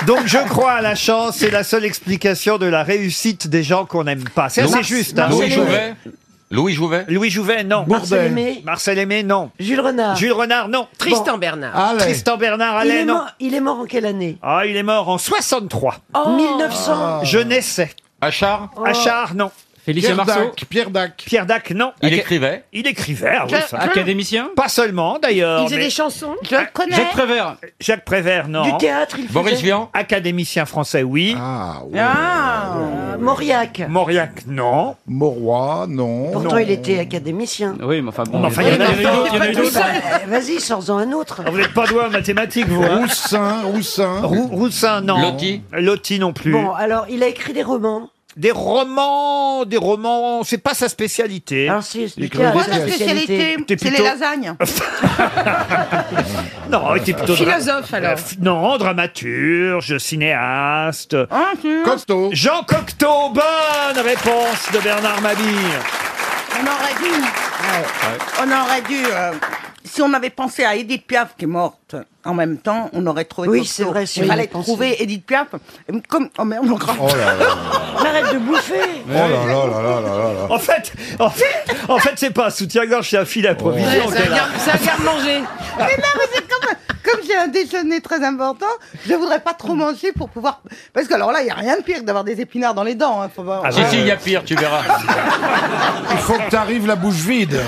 S1: Donc je crois à la chance, c'est la seule explication de la réussite des gens qu'on n'aime pas. C'est assez
S18: Louis-
S1: juste. hein.
S18: Louis Jouvet Louis Jouvet
S1: Louis Jouvet, non.
S18: Bourdel.
S1: Marcel Aimé. Marcel Aimé, non.
S8: Jules Renard.
S1: Jules Renard, non.
S8: Tristan Bernard.
S1: Allais. Tristan Bernard,
S8: il
S1: allez,
S8: est,
S1: non.
S8: mort, il est mort en quelle année
S1: Ah, il est mort en 63.
S8: 1900.
S1: Oh. Ah. Je naissais.
S18: Achard
S1: Achard, non.
S34: Félicien Pierre Marceau Dac,
S1: Pierre Dac. Pierre Dac, non.
S18: Il écrivait
S1: Il écrivait, ah oui,
S34: Jacques-
S1: ça.
S34: Académicien
S1: Pas seulement, d'ailleurs. Euh, mais-
S8: chansons
S17: Je le connais.
S34: Jacques Prévert.
S1: Jacques Prévert, non.
S8: Du théâtre, il
S1: Boris
S8: Boris faisait
S1: Vian Académicien français, oui.
S8: Ah Mauriac.
S1: Mauriac, non.
S21: Mauroy, non.
S8: Pourtant,
S21: Non.
S8: il était académicien.
S34: Oui, mais enfin bon.
S1: Mais enfin, il y en a eu d'autres, il y en a eu
S8: Tout
S1: d'autres. Ah,
S8: seul. Vas-y, sors-en un autre.
S1: Vous n'êtes pas doué en mathématiques, vous. hein
S21: Roussin,
S8: Hein
S21: Roussin.
S1: Rou- Roussin, non.
S18: Loti
S1: Loti non plus.
S8: Bon, alors, il a écrit des romans.
S1: Des romans, des romans, c'est pas sa spécialité.
S8: Alors, si, c'est du
S1: Nicolas
S8: théâtre,
S1: Roussin.
S8: c'est la
S17: Spécialité,
S1: T'es
S17: c'est les
S1: plutôt-
S17: lasagnes.
S1: Non, il était plutôt dra-
S17: Philosophe, alors.
S1: Euh, f- non, dramaturge, cinéaste.
S17: Ah,
S21: Cocteau.
S1: Jean Cocteau, bonne réponse de Bernard Mabille.
S17: On aurait dû. On aurait dû. euh, si on avait pensé à Edith Piaf qui est morte en même temps, on aurait trouvé.
S8: Oui,
S17: Cocteau.
S8: c'est vrai, si
S17: Il
S8: on y
S17: fallait
S8: pensait.
S17: trouver Edith Piaf. Et Comme. Oh merde, on
S21: Oh là là.
S8: Mais Arrête de
S17: Eh
S8: bouffer.
S21: Oh là là là là là là.
S1: En fait, en fait, en fait c'est pas un soutien-gorge, c'est un fil à provision. qu'elle a.
S17: un garde-manger. Mais non, mais c'est comme, comme j'ai un déjeuner très important, je voudrais pas trop manger pour pouvoir. Parce que alors là, il y a rien de pire que d'avoir des épinards dans les dents. hein, faut pas-
S8: Ah,
S1: Ah,
S18: Si,
S1: bah,
S18: si,
S1: euh,
S18: il y a pire, tu verras.
S21: Il faut que t'arrives la bouche vide.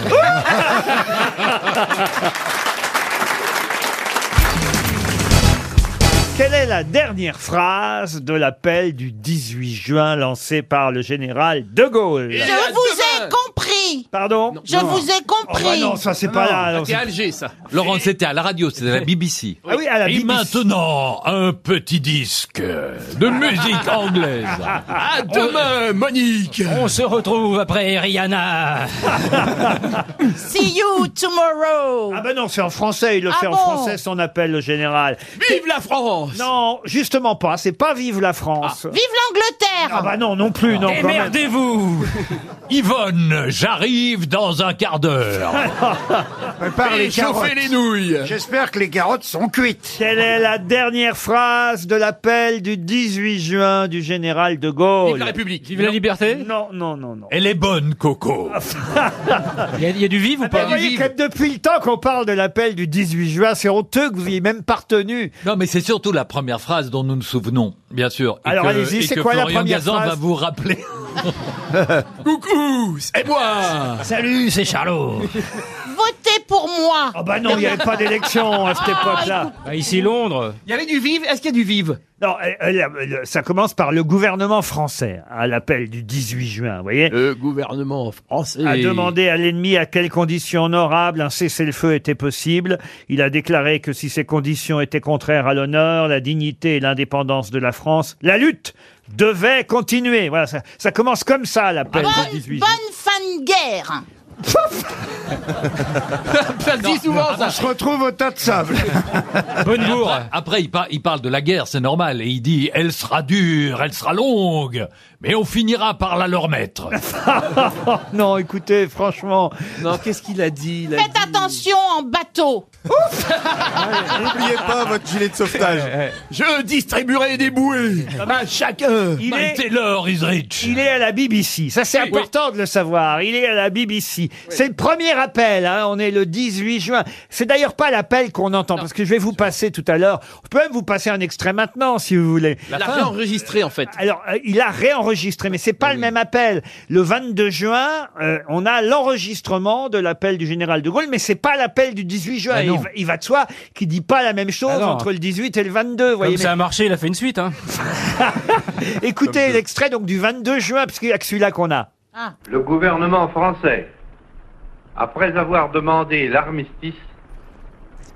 S1: Quelle est la dernière phrase de l'appel du 18 juin lancé par le général de Gaulle
S17: Je vous ai compris.
S18: compris.
S1: Pardon
S18: Je vous ai compris.
S1: Oh, bah non, ça, c'est pas là, alors,
S25: C'était
S1: c'est-
S25: à Alger, ça. Laurent, c'était à la radio, c'était à la BBC.
S1: Ah oui, à la
S25: Et
S1: BBC.
S25: maintenant, un petit disque de musique anglaise. À demain, Monique
S17: On se retrouve après Rihanna.
S18: See you tomorrow.
S1: Ah ben non, c'est en français, il le
S18: Ah
S1: fait en
S18: bon
S1: français, son appel le général. Vive la France Non, justement pas, c'est pas vive la France.
S18: Ah, Vive l'Angleterre
S1: Ah bah non, non plus, non. quand même.
S17: Démerdez-vous
S25: Yvonne, j'arrive dans un quart d'heure.
S1: Prépare
S25: Fais
S1: les
S25: chauffer
S1: carottes.
S25: les nouilles.
S1: J'espère que les carottes sont cuites. Quelle est la dernière phrase de l'appel du 18 juin du général de Gaulle
S17: Vive la République. Vive
S1: Non.
S17: la liberté.
S1: Non, non, non, non.
S17: Elle est bonne, Coco. Il y, a- il y a du vivre ou
S1: Mais
S17: pas
S1: Ah ben, vous voyez que depuis le temps qu'on parle de l'appel du 18 juin, c'est honteux que vous ayez même pas retenu.
S25: Non, mais c'est surtout la première phrase dont nous nous souvenons, bien sûr.
S1: Alors, allez-y,
S25: et
S1: c'est
S25: que
S1: quoi la
S25: Florian
S1: première
S25: Gazan
S1: phrase
S25: va vous rappeler. Coucou, c'est moi
S17: Salut, c'est Charlot.
S18: Votez pour moi. Ah,
S1: Ah bah non, il n'y avait pas d'élection à cette époque-là.
S7: Ah,
S17: Bah, ici Londres.
S1: Il y avait du vive Est-ce qu'il y a du vive Non, euh, euh, la- le- ça commence par le gouvernement français, hein, à l'appel du 18 juin, vous voyez Le gouvernement français a demandé à l'ennemi à quelles conditions honorables un cessez-le-feu était possible. Il a déclaré que si ces conditions étaient contraires à l'honneur, la dignité et l'indépendance de la France, la lutte devait continuer. Voilà, ça, ça commence comme ça, l'appel
S17: Ah
S1: du 18 juin.
S18: Bonne fin de guerre.
S25: Ça se dit souvent, ça.
S23: se retrouve au tas de sable.
S25: Bonne Après, après, il, par- il parle de la guerre, c'est normal. Et il dit, elle sera dure, elle sera longue, mais on finira par la leur mettre.
S1: Oh, non, écoutez, franchement.
S25: Non, qu'est-ce qu'il a dit
S18: Faites attention en bateau.
S6: N'oubliez pas votre gilet de sauvetage. Je distribuerai des bouées
S17: Ah bah,
S6: à chacun. Bah,
S1: Il est- Il est à la BBC. Ça, c'est important de le savoir. Il est à la BBC. C'est le premier appel. hein. On est le 18 juin. C'est d'ailleurs pas l'appel qu'on entend, parce que je vais vous passer tout à l'heure. Je peux même vous passer un extrait maintenant, si vous voulez.
S36: La fin enregistrée en fait.
S1: Alors, euh, il a réenregistré, mais c'est pas le même appel. Le 22 juin, euh, on a l'enregistrement de l'appel du général de Gaulle, mais c'est pas l'appel du 18 juin.
S17: Ah non.
S1: il, va, il va de soi qui dit pas la même chose
S17: Ah non.
S1: entre le 18 et le 22. vous
S17: Comme
S1: voyez,
S17: ça
S1: mais-
S17: a marché, il a fait une suite. Hein.
S1: Écoutez l'extrait donc du 22 juin, parce qu'il y a que celui-là qu'on a.
S8: Le gouvernement français, après avoir demandé l'armistice,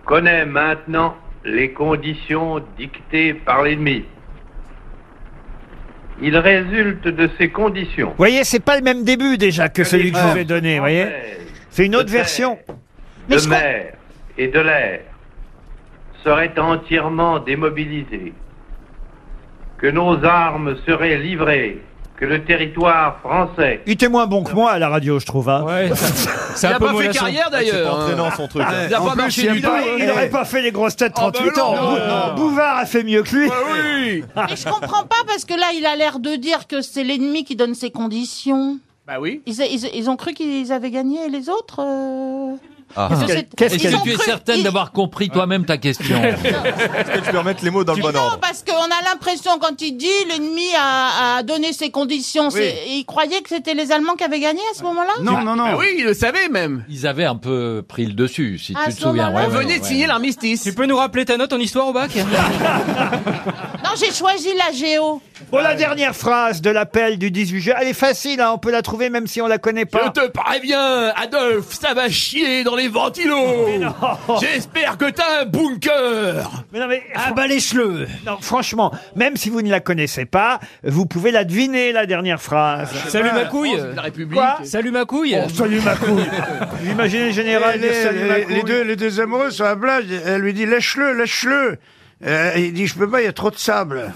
S8: connaît maintenant les conditions dictées par l'ennemi. Il résulte de ces conditions
S1: Vous voyez, c'est pas le même début déjà que celui que je
S17: Ah.
S1: vous ai donné, vous voyez C'est une autre version. Mais je
S8: de
S1: crois-
S8: mer et de l'air seraient entièrement démobilisées, que nos armes seraient livrées, que le territoire français
S1: Il était moins bon que moi à la radio, je trouve. hein.
S8: c'est un Il a peu pas fait mollasson. carrière, d'ailleurs. C'est pas entraînant, son truc, hein. Il a
S1: En
S8: pas Ah,
S1: plus,
S8: marché
S1: il
S8: du
S1: a pas-
S8: tout, hein.
S1: Il n'aurait pas fait les grosses têtes
S8: bah
S1: 38 ans. Bou- Bouvard a fait mieux que lui. oui
S18: Mais je comprends pas parce que là, il a l'air de dire que c'est l'ennemi qui donne ses conditions.
S36: Bah oui.
S18: Ils, ils- ils ont cru qu'ils avaient gagné et les autres. euh, Parce que c'est-
S25: Ah. Qu'est-ce
S18: ils ont
S25: que tu es
S18: cru-
S25: certaine
S18: ils-
S25: d'avoir compris toi-même ta question Est-ce que tu peux remettre les mots dans le bon
S18: Non, parce qu'on a l'impression quand il dit l'ennemi a, a donné ses conditions, c'est- il croyait que c'était les Allemands qui avaient gagné à
S1: Euh,
S18: ce moment-là
S7: Ah
S36: Bah oui, il le savait même.
S25: Ils avaient un peu pris le dessus, si
S18: À
S25: tu te
S18: ce
S25: souviens.
S18: moment-là,
S25: Ouais,
S36: On
S25: ouais,
S36: venait de
S25: ouais.
S36: signer l'armistice. Tu peux nous rappeler ta note en histoire au bac
S18: Non, j'ai choisi la Géo.
S1: Bon, la dernière phrase de l'appel du 18 juin, elle est facile, hein, on peut la trouver même si on la connaît
S6: Je
S1: pas.
S6: te préviens, Adolphe, ça va chier dans les ventilos. J'espère que t'as un bunker.
S1: Mais non, mais, ah bah les cheveux Non, franchement, même si vous ne la connaissez pas, vous pouvez la deviner, la dernière phrase.
S17: Ah, Salut ma couille.
S1: Quoi
S17: Salut ma couille.
S1: Oh, salut ma couille. Vous imaginez le général
S23: les,
S1: dire salut ma
S23: les-
S1: couille
S23: les deux, les deux amoureux sur la plage, elle lui dit lâche-le, lâche-le. Euh, il dit je peux pas, il y a trop de sable.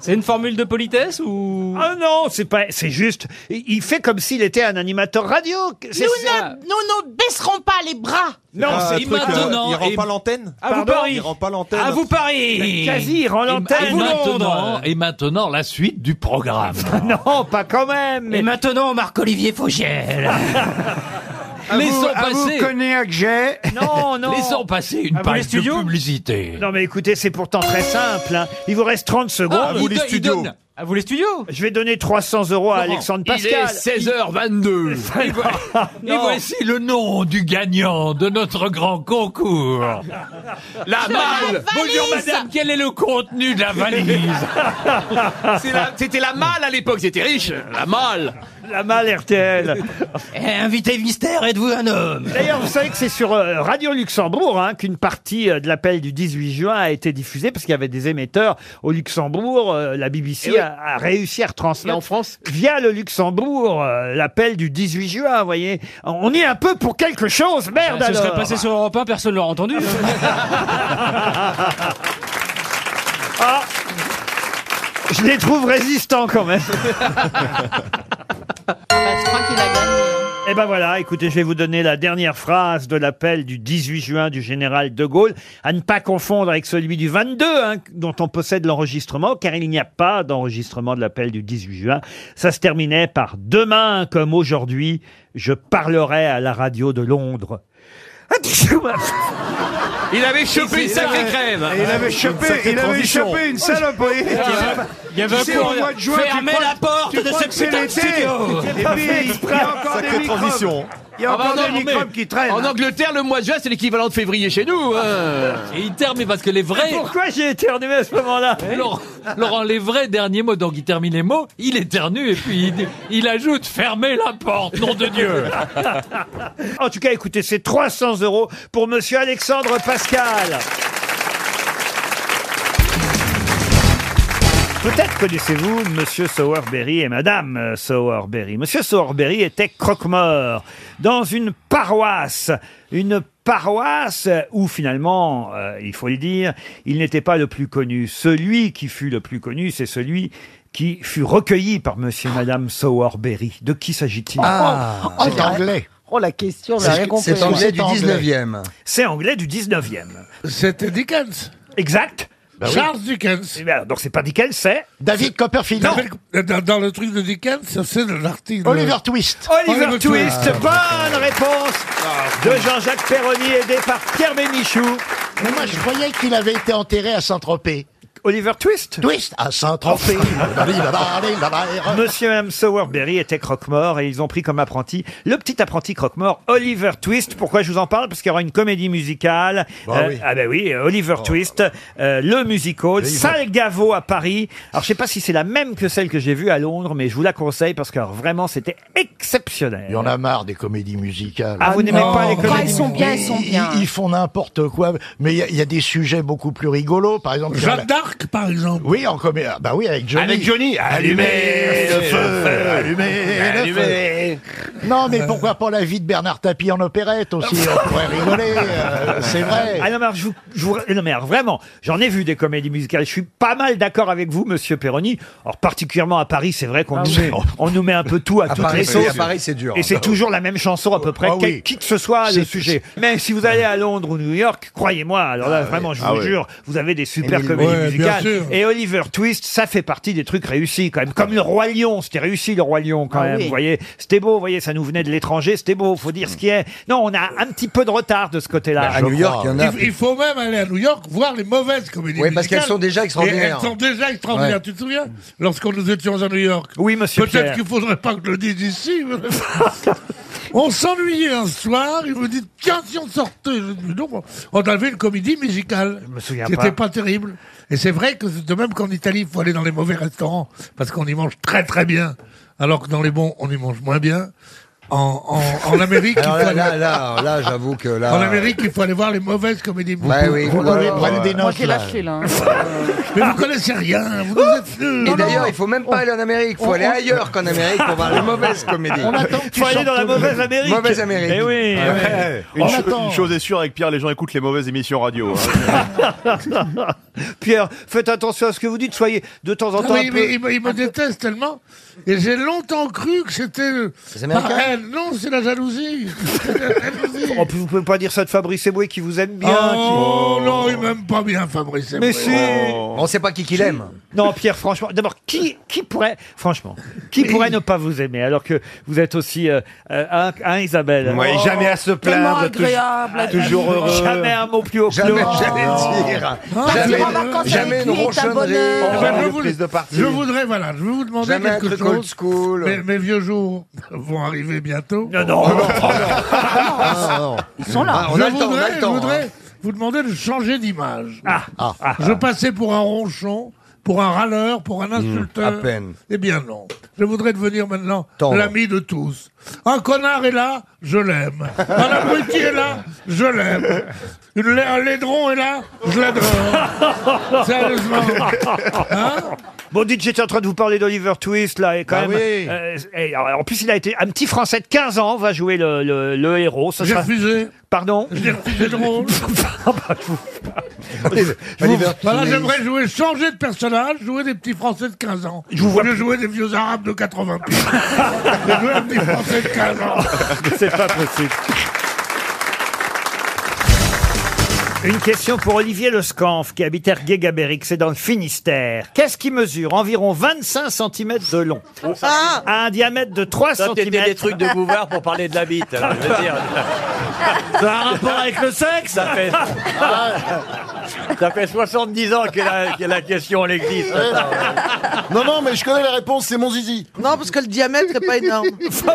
S17: C'est une formule de politesse ou
S1: Ah non, c'est pas, c'est juste, il il fait comme s'il était un animateur radio.
S17: Euh,
S18: Nous ne, nous ne baisserons pas les bras.
S1: Non,
S17: Ah,
S1: c'est
S17: un truc, euh, il rend pas
S1: l'antenne.
S17: À vous Paris. Il rend pas l'antenne. À vous Paris.
S1: Quasi, il rend
S17: Et-
S1: l'antenne.
S17: à
S25: Et
S17: vous
S25: maintenant,
S17: Londres.
S25: et maintenant, la suite du programme.
S1: non, pas quand même.
S17: Et maintenant Marc-Olivier Fogiel.
S25: Laissons
S23: à vous,
S25: passer.
S23: cognac, j'ai.
S1: Non, non.
S25: Laissons passer une
S1: Ah, vous, les
S25: page de
S1: studios
S25: publicité.
S1: Non mais écoutez, c'est pourtant très simple. hein. Il vous reste 30 secondes.
S25: Ah, vous, les studios.
S1: À vous les studios Je vais donner 300 euros à
S25: Laurent,
S1: Alexandre Pascal.
S25: Il est 16h22. Et, vo- et
S1: Non.
S25: voici le nom du gagnant de notre grand concours. La
S19: Je
S25: malle.
S19: la
S25: Bonjour
S19: valise.
S25: madame, quel est le contenu de la valise
S19: C'est la- C'était la malle à l'époque, c'était riche. La malle.
S1: La malle RTL.
S19: invitez Eh, Mystère, êtes-vous un homme
S1: D'ailleurs, vous savez que c'est sur euh, Radio Luxembourg hein, qu'une partie euh, de l'appel du 18 juin a été diffusée parce qu'il y avait des émetteurs au Luxembourg. euh, la BBC
S19: Eh oui.
S1: a, a réussi à retransmettre
S19: Et en France
S1: via le Luxembourg euh, l'appel du 18 juin. Vous voyez, on y est un peu pour quelque chose. Merde
S2: Ça
S1: alors.
S2: Ben, serait passé sur Europe 1, personne l'aurait entendu.
S1: Ah. Je les trouve résistants quand même.
S8: Ah.
S1: Et ben voilà, écoutez, je vais vous donner la dernière phrase de l'appel du 18 juin du général de Gaulle, à ne pas confondre avec celui du 22, hein, dont on possède l'enregistrement, car il n'y a pas d'enregistrement de l'appel du 18 juin. Ça se terminait par « Demain comme aujourd'hui, je parlerai à la radio de Londres ».
S19: Il avait chopé une sacrée crève.
S21: Et il avait chopé, il avait chopé une salope, oui.
S19: Il y avait
S21: Tu
S19: un
S21: sais,
S19: cours,
S21: au mois de juin, tu
S19: fermez
S21: crois-
S19: la porte
S21: tu
S19: de
S21: crois
S19: ce
S21: que c'est
S19: putain de
S21: l'été.
S19: studio.
S21: Et puis, il y a encore des microbes. Il y a
S19: Ah bah
S21: encore
S19: non,
S21: des
S19: mais
S21: microbes qui traînent.
S19: En Angleterre, le mois de juin, c'est l'équivalent de février chez nous. hein.
S25: Et il termine parce que les vrais. Eh
S1: pourquoi j'ai éternué à ce moment-là
S25: Laurent, Laurent, les vrais derniers mots, donc il termine les mots, il éternue et puis il, il ajoute Fermez la porte, nom de Dieu
S1: En tout cas, écoutez, c'est 300 euros pour Monsieur Alexandre Pascal. Peut-être connaissez-vous Monsieur Sowerberry et Madame euh, Sowerberry. Monsieur Sowerberry était croque-mort dans une paroisse, une paroisse où finalement, euh, il faut le dire, il n'était pas le plus connu. Celui qui fut le plus connu, c'est celui qui fut recueilli par Monsieur et Madame Sowerberry. De qui s'agit-il
S4: Ah, Oh, oh, c'est anglais.
S3: Oh, la question,
S4: C'est- c'est anglais du 19e.
S1: C'est anglais du 19e. C'était Dickens. Exact.
S4: oui. Charles
S1: Dickens. donc c'est pas Dickens, c'est David Copperfield.
S4: Dans, dans le truc de Dickens, ça, c'est de l'article.
S23: Oh,
S1: Oliver Twist. Oliver, Twist. Bonne réponse
S4: Ah,
S1: de Jean-Jacques Perroni aidé par Pierre Bénichou.
S4: Mais moi, je croyais qu'il avait été enterré à Saint-Tropez.
S1: Oliver Twist Oh,
S4: Twist à Saint-Tropez. bah,
S1: Monsieur et Mme Sowerberry étaient croque-mort et ils ont pris comme apprenti le petit apprenti croque-mort Oliver Twist. Pourquoi je vous en parle Parce qu'il y aura une comédie musicale.
S4: Bah oui. Oh.
S1: Ah ben oui, euh, Oliver Twist, euh, le musical,
S4: Oliver.
S1: salle Gaveau à Paris. Alors je sais pas si c'est la même que celle que j'ai vue à Londres, mais je vous la conseille parce que alors, vraiment c'était exceptionnel. Il y en
S4: a marre des comédies musicales.
S1: Ah, vous n'aimez pas les comédies
S4: Mais ils- Ils, font n'importe quoi. Mais il y a- il y, a des sujets beaucoup plus rigolos, par exemple.
S1: Jeanne
S4: d'Arc, par exemple. Oui, en comé... ah, Bah oui, avec Johnny.
S7: Avec Johnny, allumez le feu,
S4: allumez,
S7: allumez.
S4: le feu. Non, mais pourquoi pas la vie de Bernard Tapie en opérette aussi On pourrait rigoler, euh, c'est vrai.
S1: Ah non, mais alors, je vous- je vous- non, mais alors, vraiment, j'en ai vu des comédies musicales. Je suis pas mal d'accord avec vous, monsieur Perroni. Alors, particulièrement à Paris, c'est vrai qu'on
S4: Ah
S1: nous,
S4: oui.
S1: met- on nous met un peu tout à,
S4: À
S1: toutes
S4: Paris,
S1: les
S4: c'est-
S1: sauces.
S4: à Paris, c'est dur. bah
S1: Et c'est toujours la même chanson à peu près,
S4: Ah
S1: quel-
S4: oui.
S1: qui que ce soit le
S4: C'est-
S1: sujet. Mais si vous allez à Londres ou New York, croyez-moi, alors là,
S4: Ah oui.
S1: vraiment, je
S4: Ah
S1: vous
S4: oui.
S1: jure, vous avez des super
S4: Émile
S1: comédies
S4: Louis. Ouais, bien
S1: musicales.
S4: sûr.
S1: Et Oliver Twist, ça fait partie des trucs réussis quand même. Comme le Roi Lion, c'était réussi le Roi Lion quand
S4: Ah
S1: même.
S4: oui.
S1: Vous voyez, c'était beau, vous voyez, ça nous venait de l'étranger, c'était beau, faut dire ce qui est. Non, on a un petit peu de retard de ce côté-là.
S4: Bah, à Je New York, crois. il y en a.
S11: Il, il faut même aller à New York voir les mauvaises comédies
S4: Oui, parce qu'elles
S11: musicales.
S4: sont déjà
S11: Et
S4: extraordinaires.
S11: elles sont déjà extraordinaires,
S4: Ouais.
S11: tu te souviens Lorsqu'on nous étions à New York.
S1: Oui, monsieur
S11: Peut-être
S1: Pierre.
S11: qu'il faudrait pas que je le dise ici. mais- on s'ennuyait un soir, il me dit tiens, si on sortait. Je dis, Non, bon. on avait une comédie musicale. Je
S1: me souviens
S11: C'était
S1: pas.
S11: pas terrible. Et c'est vrai que de même qu'en Italie, il faut aller dans les mauvais restaurants parce qu'on y mange très très bien, alors que dans les bons, on y mange moins bien. En, en- en Amérique,
S4: Alors
S11: il faut
S4: là, là,
S11: aller-
S4: là, là, j'avoue que là.
S11: en Amérique, il faut aller voir les mauvaises comédies
S4: Bah
S11: musicales.
S4: oui, il faut aller prendre des notes. là.
S11: là. Mais vous connaissez rien. Vous êtes
S12: Et d'ailleurs, il faut même pas aller en Amérique, faut
S11: on-
S12: aller
S11: on-
S12: ailleurs qu'en Amérique pour voir les mauvaises comédies.
S4: On attend que tu Faut aller sortes dans la tout. mauvaise Amérique.
S12: Mauvaise Amérique.
S4: Eh oui,
S12: Ouais.
S4: ouais.
S15: Une,
S4: On
S15: cho-
S4: attend.
S15: une chose est sûre, avec Pierre, les gens écoutent les mauvaises émissions radio. hein.
S1: Pierre, faites attention à ce que vous dites, soyez de temps en temps
S11: Ah oui,
S1: un peu...
S11: mais il, me, il me déteste tellement. Et j'ai longtemps cru que c'était.
S1: américain
S11: par elle, Toen, non, c'est la jalousie.
S1: En plus, vous pouvez pas dire ça de Fabrice Eboué qui vous aime bien.
S11: Oh, non, il
S1: m'aime
S11: pas bien, Fabrice.
S1: Mais si
S18: Oh.
S11: On
S1: sait pas qui qu'il aime. Non, Pierre, franchement, d'abord, qui, qui pourrait, franchement, qui pourrait ne pas vous aimer alors que vous êtes aussi euh, euh, un, un Isabelle
S18: Ouais,
S1: Oh,
S18: jamais à se
S1: tellement
S18: plaindre, tou-
S1: agréable à
S18: toujours
S1: vivre.
S18: heureux.
S1: Jamais un mot plus haut que
S18: Jamais,
S1: l'autre.
S18: jamais
S1: Oh.
S18: dire.
S11: Ah,
S1: Non,
S18: Ah. Jamais-
S1: tu vas en vacances
S18: jamais
S1: avec
S18: une
S1: lui, t'as le
S18: ronchonnerie,
S1: bonheur.
S11: Eh
S18: jamais
S11: ben,
S18: de
S11: je voulais-
S18: prise de parti.
S11: Je voudrais, voilà, je vais vous demander
S18: Jamais un
S11: quelque
S18: truc old
S11: chose.
S18: school.
S11: Mes, mes vieux jours vont arriver bientôt. Oh,
S1: Non, Oh, non,
S4: Ah.
S18: Ils sont là. Ah, on a
S11: je
S18: le temps, on a
S11: voudrais,
S18: le temps,
S11: je voudrais
S18: hein.
S11: vous demander de changer d'image.
S18: Ah. ah.
S11: Je passais pour un ronchon, pour un râleur, pour un insulteur.
S18: Hmm, à peine.
S11: Eh bien non. Je voudrais devenir maintenant
S18: Tendre.
S11: l'ami de tous. Un connard est là, je l'aime. Un abruti est là, je l'aime. Une la- Un laidron est là, je l'adore. Sérieusement.
S1: Hein Bon, dites, j'étais en train de vous parler d'Oliver Twist, là, et quand
S11: Ah
S1: même.
S11: oui.
S1: euh, et, alors, en plus, il a été un petit Français de 15 ans, va jouer le, le- le héros.
S11: J'ai refusé.
S1: Pardon
S11: J'ai refusé de rôle.
S1: Je vous-
S11: Voilà, j'aimerais jouer, changer de personnage, jouer des petits Français de 15 ans. Je vous voulais jouer des vieux Arabes de 80 piges. J'ai joué un petit Français de 15 ans.
S1: C'est pas possible. Une question pour Olivier Le Scanf, qui habite Ergué-Gabéric, c'est dans le Finistère. Qu'est-ce qui mesure environ 25 cm de long à un diamètre de 3
S5: Ah Ça,
S1: cm
S5: c'était des trucs de bouvard pour parler de la bite. alors, je veux dire.
S1: Ça a un rapport avec le sexe
S5: ça fait... Ah. ça fait 70 ans que la, que la question elle existe.
S6: Non, non, mais je connais la réponse, c'est mon zizi. Non, parce que le diamètre, c'est pas énorme. eh ben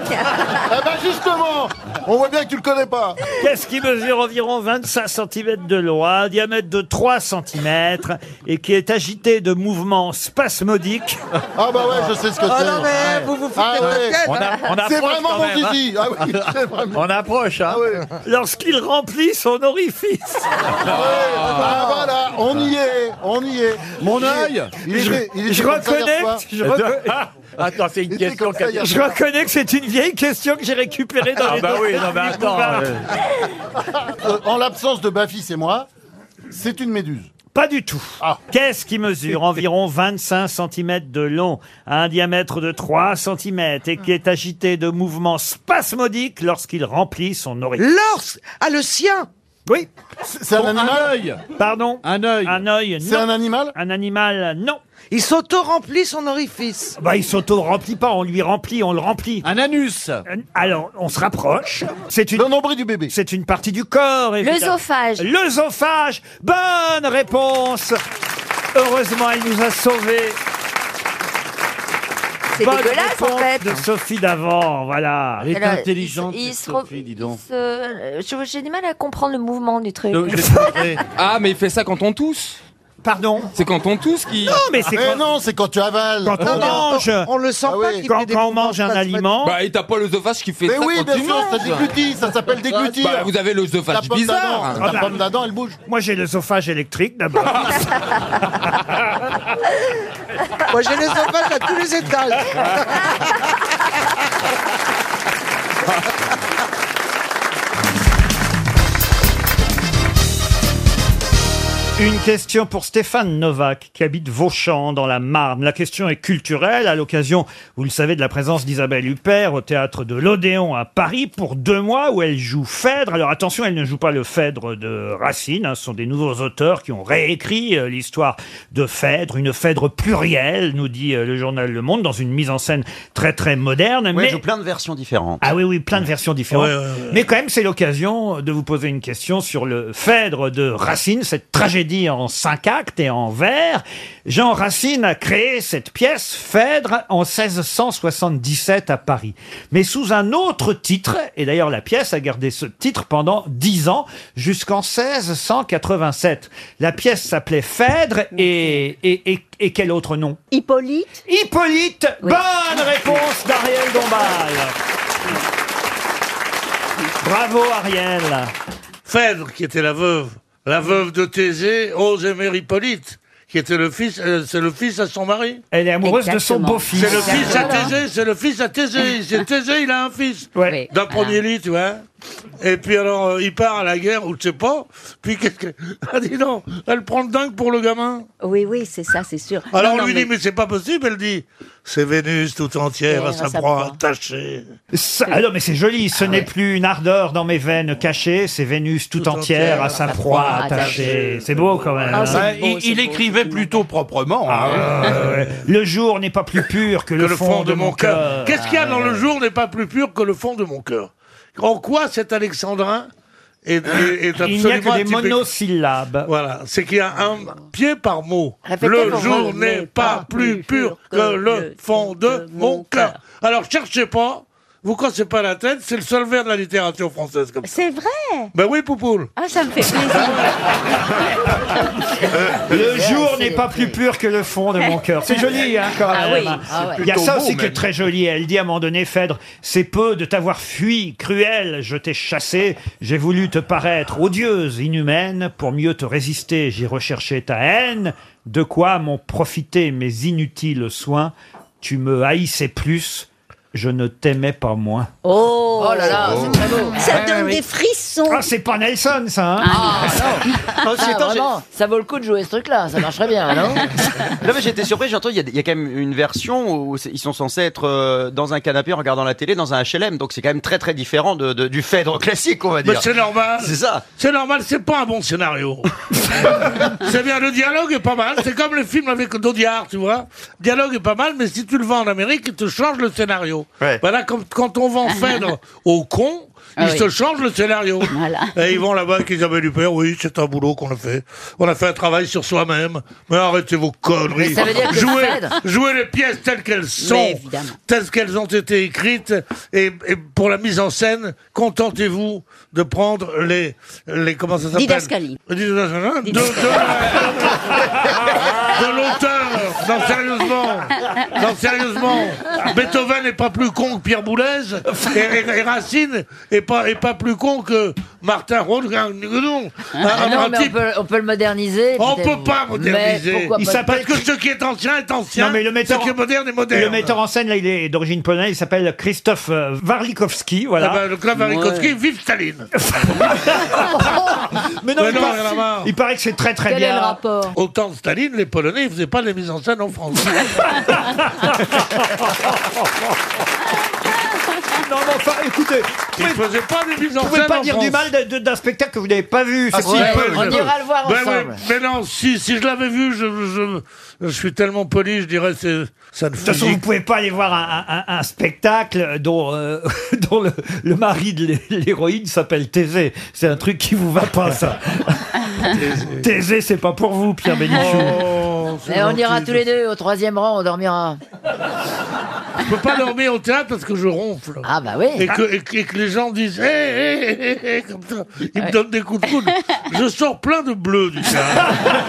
S6: justement, on voit bien que tu le connais pas.
S1: Qu'est-ce qui mesure environ 25 cm de long, à un diamètre de 3 cm et qui est agité de mouvements spasmodiques
S6: Ah bah ouais, je sais ce que
S1: Oh
S6: c'est.
S1: non, mais vous vous foutez
S6: ah
S1: de notre
S6: ouais.
S1: gueule. On a- on
S6: C'est
S1: approche
S6: vraiment
S1: quand
S6: mon
S1: même, hein.
S6: zizi. Ah oui, c'est vraiment.
S5: On approche, hein.
S1: Lorsqu'il remplit son orifice.
S6: Ah voilà, on y est, on y est.
S5: Mon
S6: Il est-
S5: œil
S6: il était- il était
S1: Je
S6: comme ça hier
S1: reconnais,
S6: soir.
S1: je reconnais.
S5: Attends, c'est une question
S6: comme ça
S5: quasi-
S6: hier
S1: Je reconnais que c'est une vieille question que j'ai récupérée dans
S5: Ah
S1: les
S5: bah oui,
S1: dossiers
S5: non mais
S1: du
S5: attends.
S1: Bouvard.
S5: euh,
S6: Euh, en l'absence de Baffi et moi, c'est une méduse. Ah.
S1: Pas du tout. Qu'est-ce qui mesure environ 25 cm de long, à un diamètre de 3 cm et qui est agité de mouvements spasmodiques lorsqu'il remplit son orifice Lorsque Ah, le sien Oui.
S6: C'est un animal
S1: Pardon Un œil. Un œil,
S6: C'est un
S1: animal Un animal, non.
S6: Il s'auto-remplit son orifice.
S1: Bah, il s'auto-remplit pas, on lui remplit, on le remplit. Un anus Alors, on se rapproche. C'est une... Le
S6: nombril du bébé.
S1: C'est une partie du corps, évidemment.
S9: L'œsophage.
S1: L'œsophage Bonne réponse Heureusement, elle nous a sauvés.
S26: C'est
S1: Bonne
S26: dégueulasse, en
S1: réponse
S26: fait.
S1: de Sophie d'avant, voilà.
S26: Elle est Alors, intelligente, il- il cette se re- Sophie, dis donc. Ce- euh, je- J'ai du mal à comprendre le mouvement du truc.
S23: Euh,
S22: ah, mais il fait ça quand on tousse.
S1: Pardon
S22: C'est quand on tousse qui.
S1: Non, mais c'est quand-
S6: Ah, non, c'est quand tu avales. Ah,
S1: Quand on mange, Ah quand, quand on mange un aliment,
S22: Bah, et t'as pas l'œsophage qui fait
S6: Mais
S22: ça
S6: oui,
S22: quand
S6: bien
S22: tu
S6: sûr, ça
S22: manges.
S6: déglutit, ça s'appelle déglutir.
S22: Bah, vous avez
S6: La
S22: l'œsophage
S6: pomme
S22: bizarre.
S6: d'Adam, la pomme d'Adam, elle bouge.
S1: Ah ben, moi j'ai l'œsophage électrique d'abord.
S26: Moi, j'ai les sauvages à tous les étages.
S1: Une question pour Stéphane Novak, qui habite Vauchamp, dans la Marne. La question est culturelle, à l'occasion, vous le savez, de la présence d'Isabelle Huppert au théâtre de l'Odéon à Paris pour deux mois où elle joue Phèdre. Alors attention, elle ne joue pas le Phèdre de Racine, hein, ce sont des nouveaux auteurs qui ont réécrit euh, l'histoire de Phèdre, une Phèdre plurielle, nous dit euh, le journal Le Monde, dans une mise en scène très très moderne.
S5: Ouais,
S1: mais-
S5: je joue plein de versions différentes.
S1: ah oui, oui, plein de versions différentes.
S5: Ouais, ouais, ouais.
S1: Mais quand même, c'est l'occasion de vous poser une question sur le Phèdre de Racine, cette tragédie en cinq actes et en vers. Jean Racine a créé cette pièce, Phèdre, en 1677 à Paris. Mais sous un autre titre, et d'ailleurs la pièce a gardé ce titre pendant dix ans, jusqu'en 1687. La pièce s'appelait Phèdre et, et, et, et quel autre nom
S26: Hippolyte
S1: Hippolyte Bonne réponse d'Ariel Dombal Bravo Ariel
S11: Phèdre, qui était la veuve, la veuve de Thésée, ose aimer Hippolyte, qui était le fils, euh, c'est le fils à son mari.
S1: Elle est amoureuse de son beau-fils.
S11: C'est le fils à
S1: Exactement.
S11: Thésée, c'est le fils à Thésée. C'est Thésée, il a un fils. D'un premier lit, tu vois. Et puis alors, euh, il part à la guerre, ou je sais pas. Puis qu'est-ce que. Ah, dis donc, elle prend le dingue pour le gamin.
S4: Oui, oui, c'est ça, c'est sûr.
S11: Alors
S4: Non, non,
S11: on lui dit, mais c'est pas possible, elle dit. C'est Vénus tout entière,
S4: Terre
S11: à sa proie attachée.
S1: Ça- ah non, mais c'est joli. Ce n'est plus une ardeur dans mes veines cachée, c'est Vénus tout, entière à sa proie attachée. C'est beau quand même.
S11: Ah,
S1: hein.
S37: Ouais, il il écrivait plutôt proprement. hein.
S1: Ah, ouais, ouais. Le jour n'est pas plus pur que, le, fond, de mon cœur. Ah.
S11: Qu'est-ce qu'il y a dans le jour n'est pas plus pur que le fond de mon cœur En quoi cet alexandrin est, est- est
S1: Il n'y a
S11: absolument
S1: que des
S11: atypique
S1: monosyllabes.
S11: Voilà, c'est qu'il y a un pied par mot.
S1: Répétez
S11: Le
S1: pour moi.
S11: jour n'est pas plus pur que le fond de mon cœur. Alors cherchez pas, vous cassez pas la tête, c'est le seul vers de la littérature française comme ça.
S4: C'est vrai
S11: Ben oui, Poupoule.
S4: Ah, ça me fait plaisir.
S1: Le jour n'est pas plus pur que le fond de mon cœur. C'est joli, hein, quand
S4: Ah
S1: même.
S4: oui, ah ouais.
S1: Il y a
S4: C'est
S1: ça
S4: plutôt
S1: aussi
S4: beau,
S1: qui est
S4: même.
S1: très joli. Elle dit à un moment donné, Phèdre, c'est peu de t'avoir fui, cruel, je t'ai chassé, j'ai voulu te paraître odieuse, inhumaine, pour mieux te résister, j'ai recherché ta haine, de quoi m'ont profité mes inutiles soins, tu me haïssais plus, je ne t'aimais pas moins.
S4: Oh,
S8: Oh là là, c'est très beau.
S4: Ça
S1: Ouais,
S4: donne
S1: ouais,
S4: des
S1: oui.
S4: frissons.
S1: Ah, c'est pas Nelson, ça, hein
S8: Ah, vraiment,
S38: ça vaut le coup de jouer ce truc-là, ça marcherait bien, non
S8: Non mais j'étais surpris, j'entends, il y, a- il y a quand même une version où c'est- ils sont censés être euh, dans un canapé en regardant la télé dans un HLM, donc c'est quand même très très différent de, de- du Phèdre classique, on va dire.
S11: Mais Ben, c'est normal.
S8: C'est ça.
S11: C'est normal, c'est pas un bon scénario. c'est bien, le dialogue est pas mal. C'est comme le film avec Dodiard, tu vois. Le dialogue est pas mal, mais si tu le vends en Amérique, il te change le scénario. Voilà, comme quand on vend Phèdre au con.
S6: Ah
S11: ils
S6: oui.
S11: te changent le scénario. Et ils vont là-bas avec Isabelle Huppert. Oui, c'est un boulot qu'on a fait. On a fait un travail sur soi-même. Mais arrêtez vos conneries.
S6: Mais ça veut dire que
S11: jouez,
S6: Phèdre-
S11: jouez les pièces telles qu'elles sont.
S6: Mais évidemment.
S11: telles qu'elles ont été écrites. Et, et pour la mise en scène, contentez-vous de prendre les, les comment ça s'appelle
S6: Didascalies.
S11: Les didascalies. De, de, de l'auteur. Non, sérieusement. Non, sérieusement. Beethoven n'est pas plus con que Pierre Boulez. Et, et- et Racine n'est pas, est pas plus con que Martin Rodin. Non,
S6: Ah non, mais on peut, on peut le moderniser.
S11: on
S6: peut-être.
S11: peut pas
S6: Mais
S11: moderniser.
S6: pourquoi
S11: Il
S6: pas
S11: s'appelle que ce qui est ancien est ancien.
S1: Non, mais le metteur,
S11: ce qui est moderne est moderne.
S1: Le metteur en scène, là, il est d'origine polonaise, il s'appelle Christophe euh, Warlikowski, voilà.
S11: Ah bah, le club Varikowski, vive Staline
S1: Mais non,
S11: Mais
S1: il,
S11: non,
S1: paraît-
S11: rien à voir.
S1: il paraît que c'est très très bien.
S11: Autant de Staline, les Polonais, ils faisaient pas les mises en scène en France.
S1: Non, mais enfin, écoutez,
S11: ils faisaient pas les mises
S1: Vous
S11: en
S1: pouvez
S11: scène
S1: pas
S11: en
S1: dire
S11: France.
S1: du mal de- de- d'un spectacle que vous n'avez pas vu.
S11: Ah,
S1: c'est
S11: si,
S1: pas-
S11: ils peuvent, je- Ben oui,
S1: Ouais,
S11: mais non, si, si je l'avais vu, je, je- je suis tellement poli, je dirais c'est ça ne
S1: De toute façon, vous pouvez pas aller voir un, un- un- un spectacle dont, euh, dont le, le mari de l'hé- l'héroïne s'appelle Thésée. C'est un truc qui vous va pas, ça. Thésée, c'est pas pour vous, Pierre Bénichou.
S4: Oh, Ah.
S11: Oh,
S1: Oh,
S4: Mais on ira tous les deux au troisième rang, on dormira.
S11: Je peux pas dormir au théâtre parce que je ronfle.
S4: Ah bah oui.
S11: Et que, et que- et que les gens disent hé, hé, hé, hé, hé comme ça. Ils me donnent des coups de coude. Je sors plein de bleu du théâtre.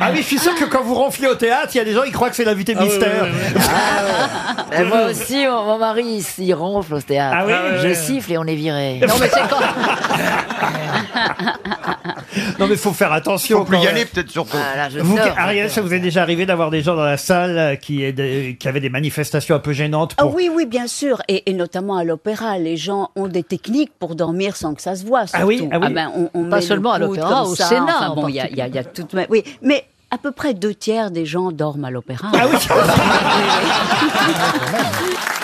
S1: Ah oui, je suis sûr que quand vous ronflez au théâtre, il y a des gens qui croient que c'est l'invité
S11: Ah oui,
S1: mystère.
S11: oui,
S4: Et Bah, moi aussi, mon, mon mari, il, s- il ronfle au théâtre.
S1: Ah oui
S4: je
S1: Ah ouais.
S4: siffle et on est viré.
S1: Non, mais
S4: c'est quand
S1: Non, mais faut faire attention.
S8: Faut plus
S1: quand
S8: y
S1: même.
S8: aller peut-être surtout.
S4: Ah,
S1: Vous, Ariel, ça vous est déjà arrivé d'avoir des gens dans la salle euh, qui, est des- qui avaient des manifestations un peu gênantes
S20: Ah
S1: pour...
S20: oui, oui, bien sûr. Et, et notamment à l'opéra, les gens ont des techniques pour dormir sans que ça se voit.
S4: Ah oui,
S20: surtout.
S4: ah oui.
S20: ben, on, on
S4: Pas
S20: met le
S4: seulement à
S20: coude
S4: l'opéra,
S20: comme
S4: au
S20: ça.
S4: Sénat
S20: Enfin,
S4: en
S20: bon, il y a, il y a- il y a tout de même- Oui, mais à
S4: Ah
S20: peu près deux tiers des gens dorment à l'opéra.
S1: Ah oui